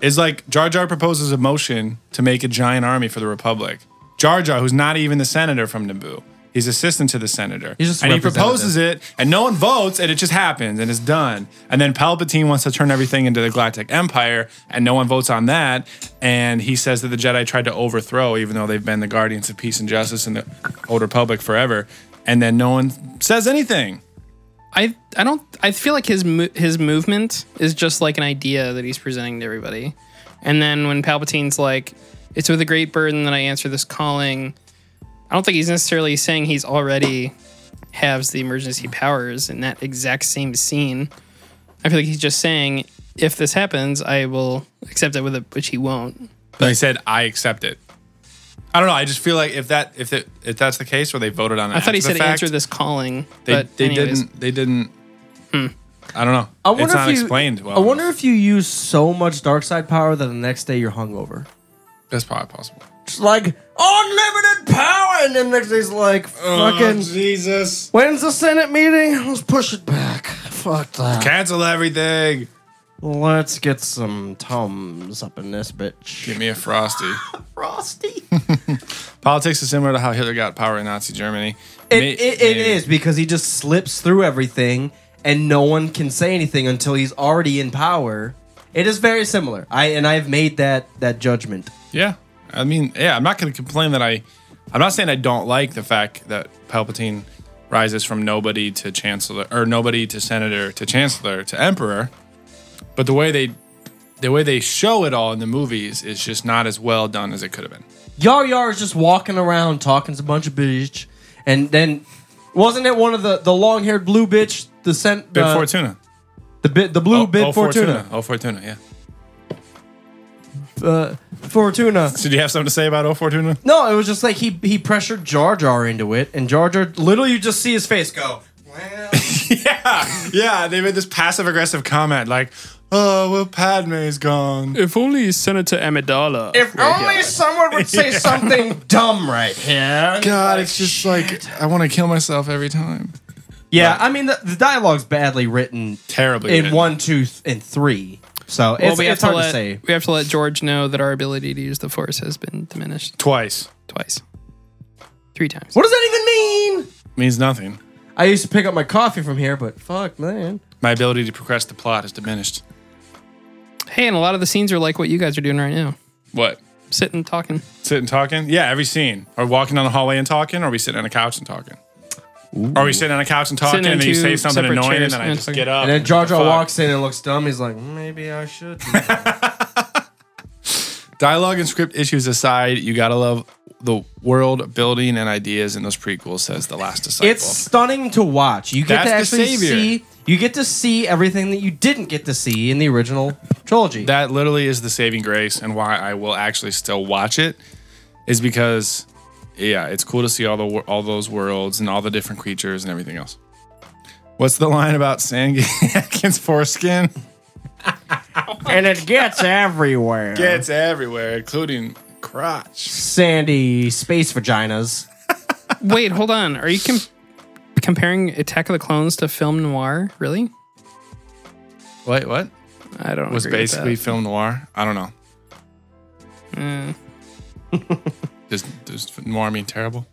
S2: It's like Jar Jar proposes a motion to make a giant army for the Republic. Jar Jar, who's not even the senator from Naboo. He's assistant to the senator.
S1: He's just a
S2: and he
S1: representative.
S2: proposes it, and no one votes, and it just happens, and it's done. And then Palpatine wants to turn everything into the Galactic Empire, and no one votes on that. And he says that the Jedi tried to overthrow, even though they've been the guardians of peace and justice in the Old Republic forever. And then no one says anything.
S3: I I don't I feel like his mo- his movement is just like an idea that he's presenting to everybody, and then when Palpatine's like, "It's with a great burden that I answer this calling," I don't think he's necessarily saying he's already has the emergency powers in that exact same scene. I feel like he's just saying, "If this happens, I will accept it," with a, which he won't.
S2: But he said, "I accept it." I don't know. I just feel like if that if it, if that's the case, where they voted on it,
S3: I thought he
S2: after the
S3: said
S2: fact,
S3: answer this calling,
S2: They,
S3: but
S2: they
S3: anyways. Hmm.
S2: didn't. They didn't. I don't know.
S1: I wonder
S2: it's
S1: if
S2: not
S1: you,
S2: explained well.
S1: I wonder if you use so much dark side power that the next day you're hungover.
S2: if that's probably possible.
S1: It's like unlimited power, and then next day's like
S2: Oh,
S1: fucking.
S2: Jesus!
S1: When's the Senate meeting? Let's push it back. Fuck that.
S2: Cancel everything.
S1: Let's get some tums up in this bitch.
S2: Give me a frosty.
S1: *laughs*
S2: *laughs*
S1: Frosty.
S2: Politics is similar to how Hitler got power in Nazi Germany.
S1: It,
S2: May-
S1: it, it
S2: maybe.
S1: is because he just slips through everything, and no one can say anything until he's already in power. It is very similar. I and I've made that that judgment.
S2: Yeah. I mean, yeah. I'm not going to complain that I. I'm not saying I don't like the fact that Palpatine rises from nobody to chancellor or nobody to senator to chancellor to emperor, but the way they the way they show it all in the movies is just not as well done as it could have been.
S1: Yar Yar is just walking around talking to a bunch of bitch, and then wasn't it one of the the long haired blue bitch the sent
S2: Big
S1: the
S2: Fortuna.
S1: the, bit the blue
S3: Oh,
S1: bit Fortuna
S2: Oh, Uh, Fortuna. Yeah.
S1: uh, Fortuna.
S2: So, do you have something to say about Oh Fortuna?
S1: No, it was just like he he pressured Jar Jar into it, and Jar Jar literally you just see his face go. Well,
S2: *laughs* yeah, yeah. They made this passive aggressive comment like, "Oh, well, Padme's gone."
S3: If only Senator Amidala.
S1: If only someone would
S3: *laughs*
S1: say something dumb right here.
S2: God, it's just like I want to kill myself every time.
S1: Yeah, I mean the, the dialogue's badly written
S2: Terribly.
S1: in
S2: written.
S1: one, two, th- and three. So
S3: well,
S1: it's,
S3: we have
S1: it's hard
S3: to let
S1: to say.
S3: we have to let George know that our ability to use the force has been diminished
S2: twice
S3: twice, three times.
S1: What does that even mean?
S2: means nothing.
S1: I used to pick up my coffee from here, but fuck, man.
S2: My ability to progress the plot is diminished.
S3: Hey, and a lot of the scenes are like what you guys are doing right now,
S2: What?
S3: sitting talking.
S2: Sitting talking? Yeah, every scene. Are we walking down the hallway and talking? Or are we sitting on a couch and talking? Are we sitting on a couch and talking
S3: Sitting in
S2: and then you
S3: two
S2: say something
S3: separate
S2: annoying and
S3: chairs
S2: then I
S3: and
S2: just
S3: talking.
S2: get up?
S1: And then Jar
S2: George
S1: Jar walks in and looks dumb. He's like, maybe I should. do that."
S2: Dialogue and script issues aside, you gotta love the world building and ideas in those prequels, says The Last Disciple.
S1: it's stunning to watch. You get
S2: That's
S1: to
S2: the
S1: actually
S2: savior.
S1: see. You get to see everything that you didn't get to see in the original trilogy.
S2: that literally is the saving grace and why I will actually still watch it is because yeah, it's cool to see all the wor- all those worlds and all the different creatures and everything else. What's the line about *laughs* Sandkin's foreskin?
S1: and it gets everywhere.
S2: Gets everywhere, including crotch.
S1: sandy space vaginas. *laughs*
S3: Wait, hold on. Are you com- comparing Attack of the Clones to film noir? Really?
S2: Wait, what?
S3: I don't.
S2: Was
S3: agree with
S2: basically
S3: that.
S2: film noir. I don't know. Hmm. *laughs* Does does noir mean terrible?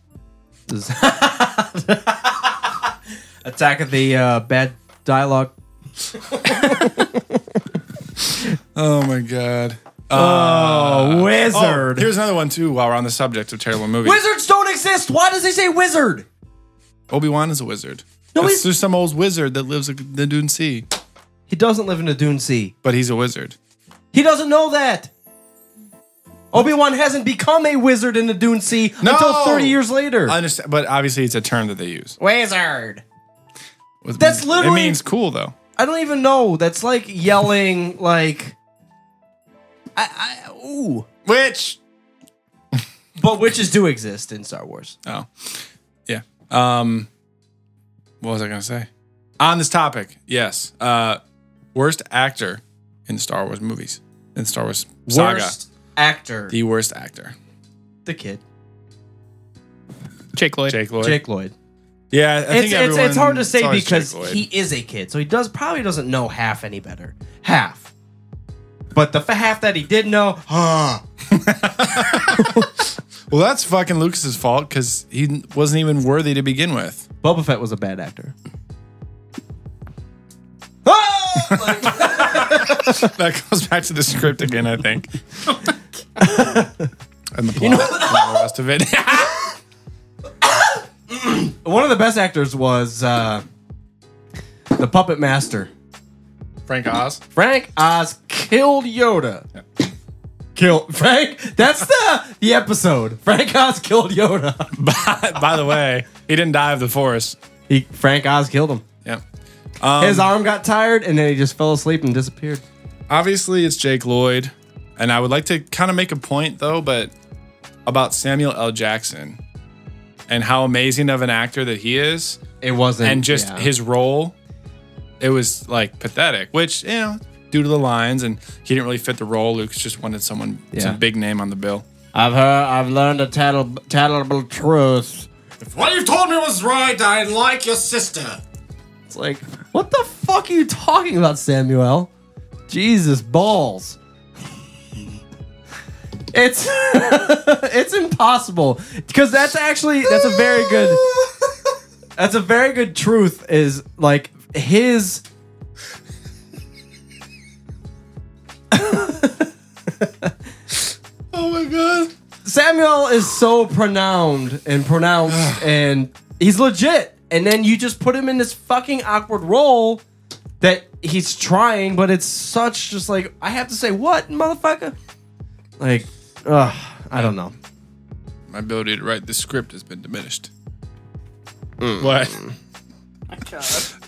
S1: Attack of the uh, bad dialogue.
S2: Oh my god.
S1: Oh,
S2: Oh,
S1: wizard!
S2: here's another one too. While we're on the subject of terrible movies,
S1: Wizards don't exist. Why does he say wizard?
S2: Obi Wan is a wizard.
S1: No,
S2: That's
S1: he's-
S2: just some old wizard that lives in the Dune Sea,
S1: He doesn't live in the Dune Sea.
S2: but he's a wizard.
S1: He doesn't know that. Obi Wan hasn't become a wizard in the Dune Sea
S2: No!
S1: until 30 years later.
S2: I understand, but obviously it's a term that they use.
S1: wizard.
S2: It
S1: That's
S2: means-
S1: literally-
S2: It means cool though.
S1: I don't even know. That's like yelling, like. I, I, ooh.
S2: Which?
S1: But witches do exist in Star Wars.
S2: Oh, yeah. Um, what was I gonna say? On this topic, yes. Uh, worst actor in Star Wars movies, in Star Wars saga,
S1: Worst actor.
S2: the worst actor,
S1: the kid.
S3: Jake Lloyd.
S2: Jake Lloyd.
S1: Jake Lloyd.
S2: Yeah, I think
S1: It's, it's, it's
S2: everyone-
S1: hard to say
S2: always
S1: because
S2: Jake Lloyd.
S1: he is a kid, so he does probably doesn't know half any better. Half. But the fa- half that he did know,
S2: Well, that's fucking Lucas's fault because he wasn't even worthy to begin with.
S1: Boba Fett was a bad actor. Oh! *laughs* Like-
S2: that goes back to the script again, I *laughs* think. Oh and the plot and the rest of it.
S1: One of the best actors was uh, the puppet master.
S2: *laughs* Frank Oz.
S1: Frank Oz killed Yoda. Kill Frank. That's the the episode. Frank Oz killed Yoda.
S2: by, by the way, he didn't die of the force.
S1: He Frank Oz killed him.
S2: Yeah.
S1: His arm got tired, and then he just fell asleep and disappeared.
S2: Obviously, it's Jake Lloyd. And I would like to kind of make a point, though, but about Samuel L. Jackson and how amazing of an actor that he is.
S1: It wasn't.
S2: and just
S1: yeah.
S2: his role it was like pathetic which you know due to the lines and he didn't really fit the role lucas just wanted someone
S1: Yeah.
S2: some big name on the bill
S1: I've heard. I've learned a tattle, tattleable truth.
S2: if what you've told me was right i like your sister
S1: It's like, what the fuck are you talking about, Samuel? Jesus balls. It's *laughs* it's impossible because that's actually that's a very good that's a very good truth is like his
S2: oh my god
S1: Samuel is so pronounced and pronounced and he's legit. And then you just put him in this fucking awkward role that he's trying, but it's such just like I have to say what, motherfucker? Like, ugh, I don't know.
S2: my ability to write the script has been diminished what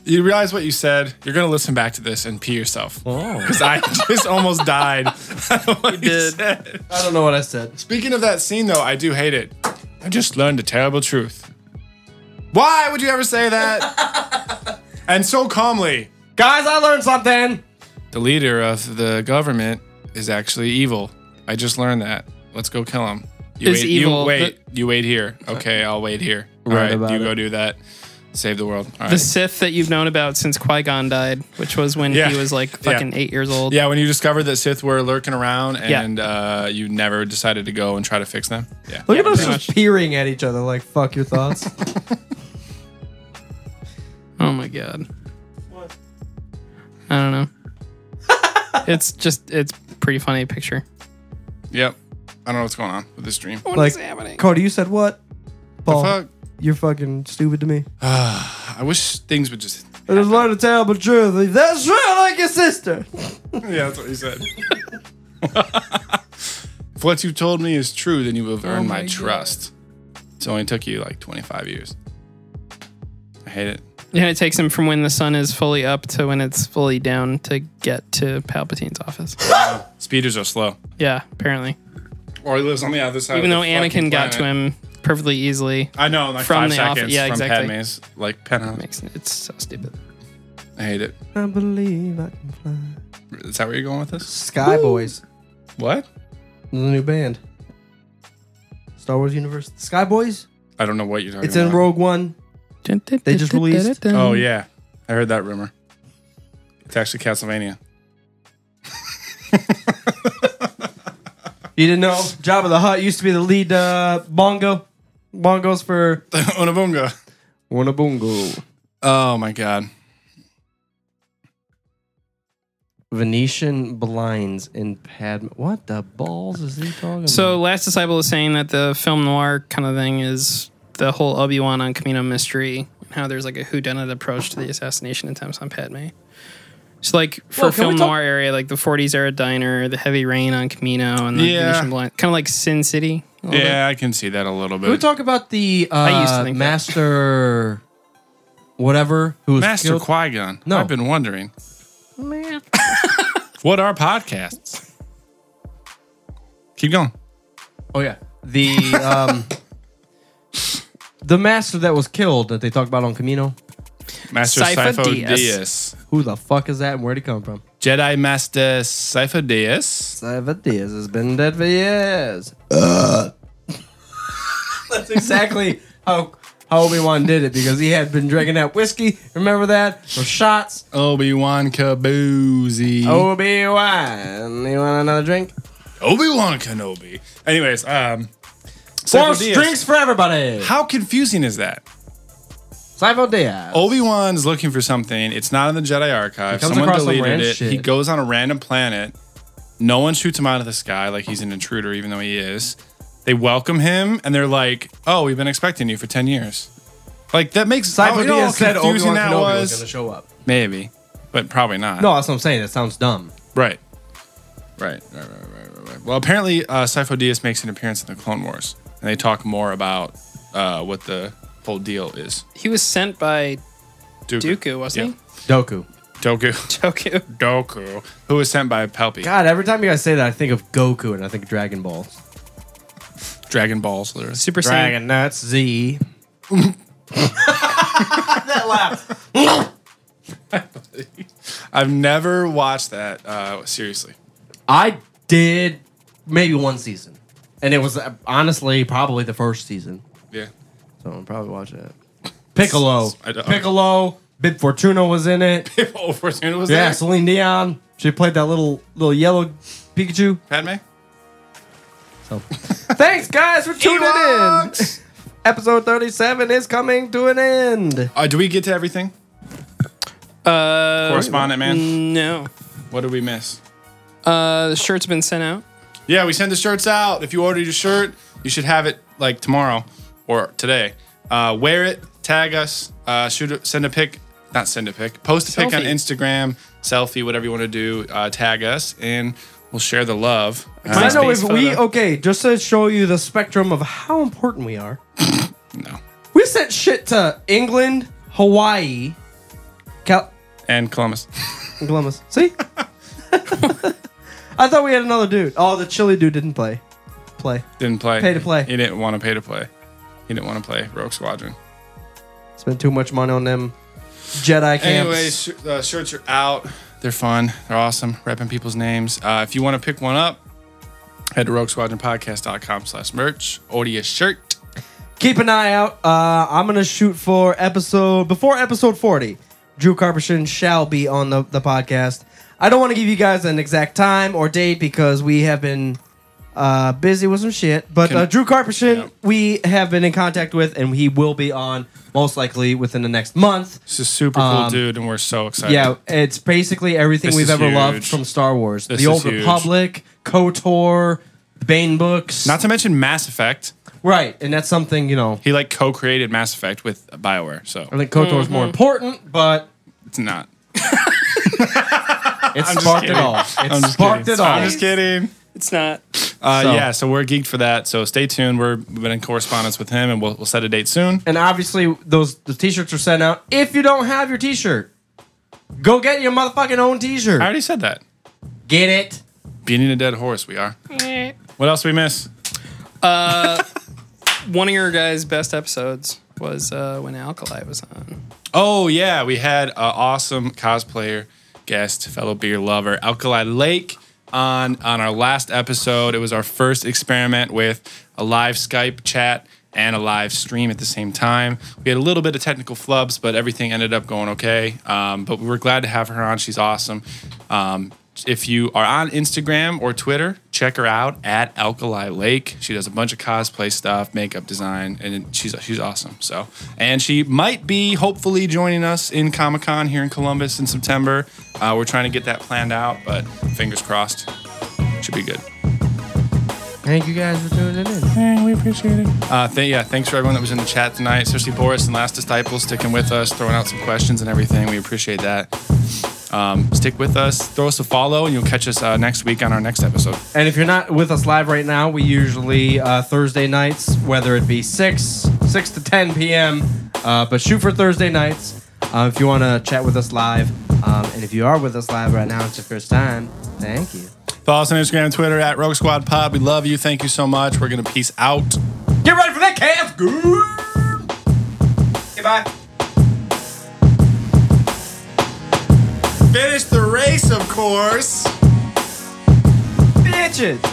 S2: you realize what you said you're gonna listen back to this and pee yourself because i *laughs* just almost died Oh. *laughs* you
S3: did.
S2: said.
S1: I don't know what I said.
S2: Speaking of that scene, though, I do hate it. *laughs* I just learned a terrible truth. Why would you ever say that? and so calmly.
S4: Guys, I learned something.
S2: The leader of the government is actually evil. I just learned that. Let's go kill him. You
S3: Is
S2: wait,
S3: evil
S2: You wait. you wait here. Okay, I'll wait here. All
S1: Right
S2: right,
S1: about
S2: you
S1: it.
S2: go do that. Save the world. All
S3: The
S2: right.
S3: Sith that you've known about since Qui Gon died, which was when
S2: Yeah.
S3: he was like
S2: Yeah.
S3: fucking eight years old.
S2: yeah, when you discovered that Sith were lurking around
S3: Yeah.
S2: and uh, you never decided to go and try to fix them. Yeah.
S1: Look
S3: Yeah,
S1: at us
S3: pretty
S1: just peering at each other like, fuck your *laughs* thoughts.
S3: Oh my god.
S2: *laughs*
S3: I don't know. it's just it's pretty funny picture.
S2: Yep. I don't know what's going on with this dream.
S3: What
S1: Like-
S3: is happening?
S1: Cody, you said what? Paul,
S2: Fuck.
S1: you're fucking stupid to me.
S2: I wish things would just.
S1: There's a lot of terrible truth. Like, That's right, like your sister.
S2: Yeah, that's what you said. if what you've told me is true, then you have earned my,
S3: Oh my
S2: trust. It only took you like 25 years. I hate it.
S3: Yeah, it takes him from when the sun is fully up to when it's fully down to get to Palpatine's office.
S2: Speeders are slow.
S3: yeah, apparently.
S2: Or he lives on the other side.
S3: Even
S2: of
S3: though
S2: the
S3: Anakin
S2: fucking
S3: got to
S2: planet.
S3: him perfectly easily.
S2: I know, in like
S3: from
S2: five
S3: the
S2: seconds
S3: office- yeah,
S2: from
S3: exactly.
S2: Padme's like penthouse.
S3: Makes it's so stupid.
S2: I hate it.
S1: I believe I can fly.
S2: Is that where you're going with this?
S1: Sky Boys,
S2: What?
S1: the new band. Star Wars universe. Sky Boys.
S2: I don't know what you're talking
S1: It's
S2: about.
S1: in Rogue One.
S3: They
S1: just released-
S2: Oh yeah, I heard that rumor. It's actually Castlevania.
S1: You didn't know Jabba the Hutt used to be the lead uh, bongo. Bongos for
S2: *laughs* Onabunga.
S1: Wanabongo.
S2: Oh my god.
S1: Venetian blinds in Padma. What the balls is he talking
S3: So Last Disciple is saying that the film noir kind of thing is the whole Obi Wan on Camino mystery and how there's like a whodunit approach to the assassination attempts on Padme. So like for
S1: Well, can
S3: film
S1: we talk-
S3: noir area, like the 40s era diner, the heavy rain on Camino, and the
S2: Yeah.
S3: Venetian blind, kind of like Sin City. a little
S2: Yeah, I can see that a little
S1: Can we
S2: bit.
S1: talk about the uh,
S3: used to think that.
S1: master whatever who was
S2: Master
S1: killed?
S2: Qui Gon.
S1: No.
S2: I've been wondering. what are podcasts? Keep going.
S1: oh yeah,
S3: *laughs*
S1: the um, the master that was killed that they talked about on Camino.
S2: Master
S3: Sifo
S2: Sifo
S3: Dyas.
S2: Dyas.
S1: Who the fuck is that and where'd he come from?
S2: Jedi Master Sifo Dyas.
S1: Salvatius has been dead for *laughs* years. That's exactly how how Obi Wan did it because he had been drinking that whiskey. Remember that for shots.
S2: Obi Wan Kaboozy.
S1: Mm-hmm. Obi Wan, you want another drink?
S2: Obi Wan Kenobi. Anyways, um,
S1: Four
S2: Sifo Dyas.
S1: drinks for everybody.
S2: How confusing is that?
S1: Sifo Diaz.
S2: Obi Wan's looking for something. It's not in the Jedi archive.
S1: comes
S2: Someone
S1: across some
S2: deleted
S1: random
S2: it.
S1: shit.
S2: He goes on a random planet. No one shoots him out of the sky like he's an intruder, even though he is. They welcome him and they're like, "Oh, we've been expecting you for ten years." Like that makes
S1: Sifo
S2: how- you know how
S1: Diaz said Obi
S2: confusing
S1: Wan
S2: that
S1: Kenobi was,
S2: was.
S1: going to show up.
S2: Maybe, but probably not.
S1: No, that's what I'm saying. That sounds dumb.
S2: Right. Right. Right. Right. Right. Right. right. Well, apparently, uh, Sifo Dyas makes an appearance in the Clone Wars, and they talk more about uh, what the whole deal is.
S3: bit. He was sent by
S2: Dooku,
S3: Dooku, wasn't
S2: Yeah.
S1: Doku.
S2: Doku.
S3: he? Dooku.
S2: Doku, who was sent by Palpy.
S1: God, every time you guys say that, I think of Goku and I think of Dragon Ball.
S2: Dragon Balls, literally.
S3: Super Saiyan.
S1: Dragon Nuts Z. that laugh.
S2: I've never watched that. Uh, seriously,
S1: I did maybe one season, and it was uh, honestly probably the first season.
S2: yeah. *laughs*
S1: So I'm probably watching it. Piccolo,
S2: I don't-
S1: Piccolo, Bib Fortuna was in
S2: *laughs*
S1: it.
S2: oh, Fortuna was
S1: Yeah,
S2: there.
S1: Celine Dion. She played that little little yellow Pikachu.
S2: Padme.
S1: So, thanks guys for tuning
S2: Ewoks!
S1: in. Episode 37 is coming to an end.
S2: Uh, do we get to everything?
S3: Uh,
S2: Correspondent man,
S1: mm.
S3: No.
S2: what did we miss?
S3: Uh, the shirt's been sent out.
S2: Yeah, we send the shirts out. If you ordered your shirt, you should have it like tomorrow or today. Uh, wear it, tag us, uh, shoot, a, send a pic, not send a pic, post a pic on
S3: Selfie.
S2: Instagram, selfie, whatever you want to do. Uh, tag us, and we'll share the love.
S1: I
S2: Uh,
S1: know if
S3: photo.
S1: we okay, just to show you the spectrum of how important we are.
S2: *laughs* no,
S1: We sent shit to England, Hawaii, Cal
S2: and Columbus.
S1: Columbus. See? *laughs* I thought we had another dude. Oh, the Chile dude didn't play. Play.
S2: Didn't play.
S1: Pay to play.
S2: He didn't want to pay to play. He didn't want to play Rogue Squadron.
S1: Spent too much money on them Jedi camps.
S2: Anyway, sh- uh, shirts are out. They're fun. They're awesome. Repping people's names. Uh, if you want to pick one up, head to roguesquadronpodcast.com slash merch. Order your shirt.
S1: keep an eye out. Uh, I'm gonna shoot for episode before episode 40. Drew Carpershin shall be on the, the podcast. I don't want to give you guys an exact time or date because we have been uh, busy with some shit. But
S2: Can-
S1: uh, Drew Carpershin,
S2: Yeah.
S1: we have been in contact with, and he will be on most likely within the next month.
S2: This is super cool,
S1: Um,
S2: dude, and we're so excited.
S1: Yeah, it's basically everything
S2: This
S1: we've
S2: is
S1: ever loved
S2: huge.
S1: from Star Wars:
S2: This
S1: The Old
S2: is huge.
S1: Republic, KOTOR, the Bane books.
S2: Not to mention Mass Effect.
S1: right, and that's something you know.
S2: He like co-created Mass Effect with Bioware, so
S1: I think KOTOR is more important,
S2: *laughs*
S1: but
S2: it's not.
S1: It sparked it
S2: kidding.
S1: all.
S2: I'm
S1: It
S2: just
S1: sparked
S2: kidding.
S1: it all.
S2: I'm just kidding.
S3: It's not.
S2: Uh,
S1: So-
S2: Yeah, so we're geeked for that. So stay tuned. We're, we've been in correspondence with him, and we'll, we'll set a date soon.
S1: and obviously, those the t-shirts are sent out. If you don't have your t-shirt, go get your motherfucking own t-shirt.
S2: I already said that.
S1: Get it.
S2: Beating a dead horse, we are.
S3: eh,
S2: What else we miss?
S3: One of your guys' best episodes was uh, when Alkali was on.
S2: Oh yeah, we had an awesome cosplayer guest, fellow beer lover, Alkali Lake, on on our last episode. It was our first experiment with a live Skype chat and a live stream at the same time. We had a little bit of technical flubs, but everything ended up going okay. Um, but we were glad to have her on. She's awesome. Um, if you are on Instagram or Twitter, check her out at Alkali Lake. She does a bunch of cosplay stuff, makeup design, and she's she's awesome. So, and she might be hopefully joining us in Comic Con here in Columbus in September. Uh, we're trying to get that planned out, but fingers crossed, should be good.
S1: Thank you guys for tuning in.
S2: Uh, th- yeah, thanks for everyone that was in the chat tonight, especially Boris and Last Disciple sticking with us, throwing out some questions and everything. We appreciate that. Um, stick with us, throw us a follow, and you'll catch us uh, next week on our next episode.
S1: And if you're not with us live right now, we usually uh, Thursday nights, whether it be six six to ten p.m. Uh, but shoot for Thursday nights uh, if you want to chat with us live. Um, and if you are with us live right now, it's your first time. Thank you.
S2: Follow us on Instagram and Twitter at Rogue Squad Pod. We love you. Thank you so much. We're going to peace out.
S1: Get ready for that calf. Goodbye.
S2: Finish the race, of course.
S1: Bitches.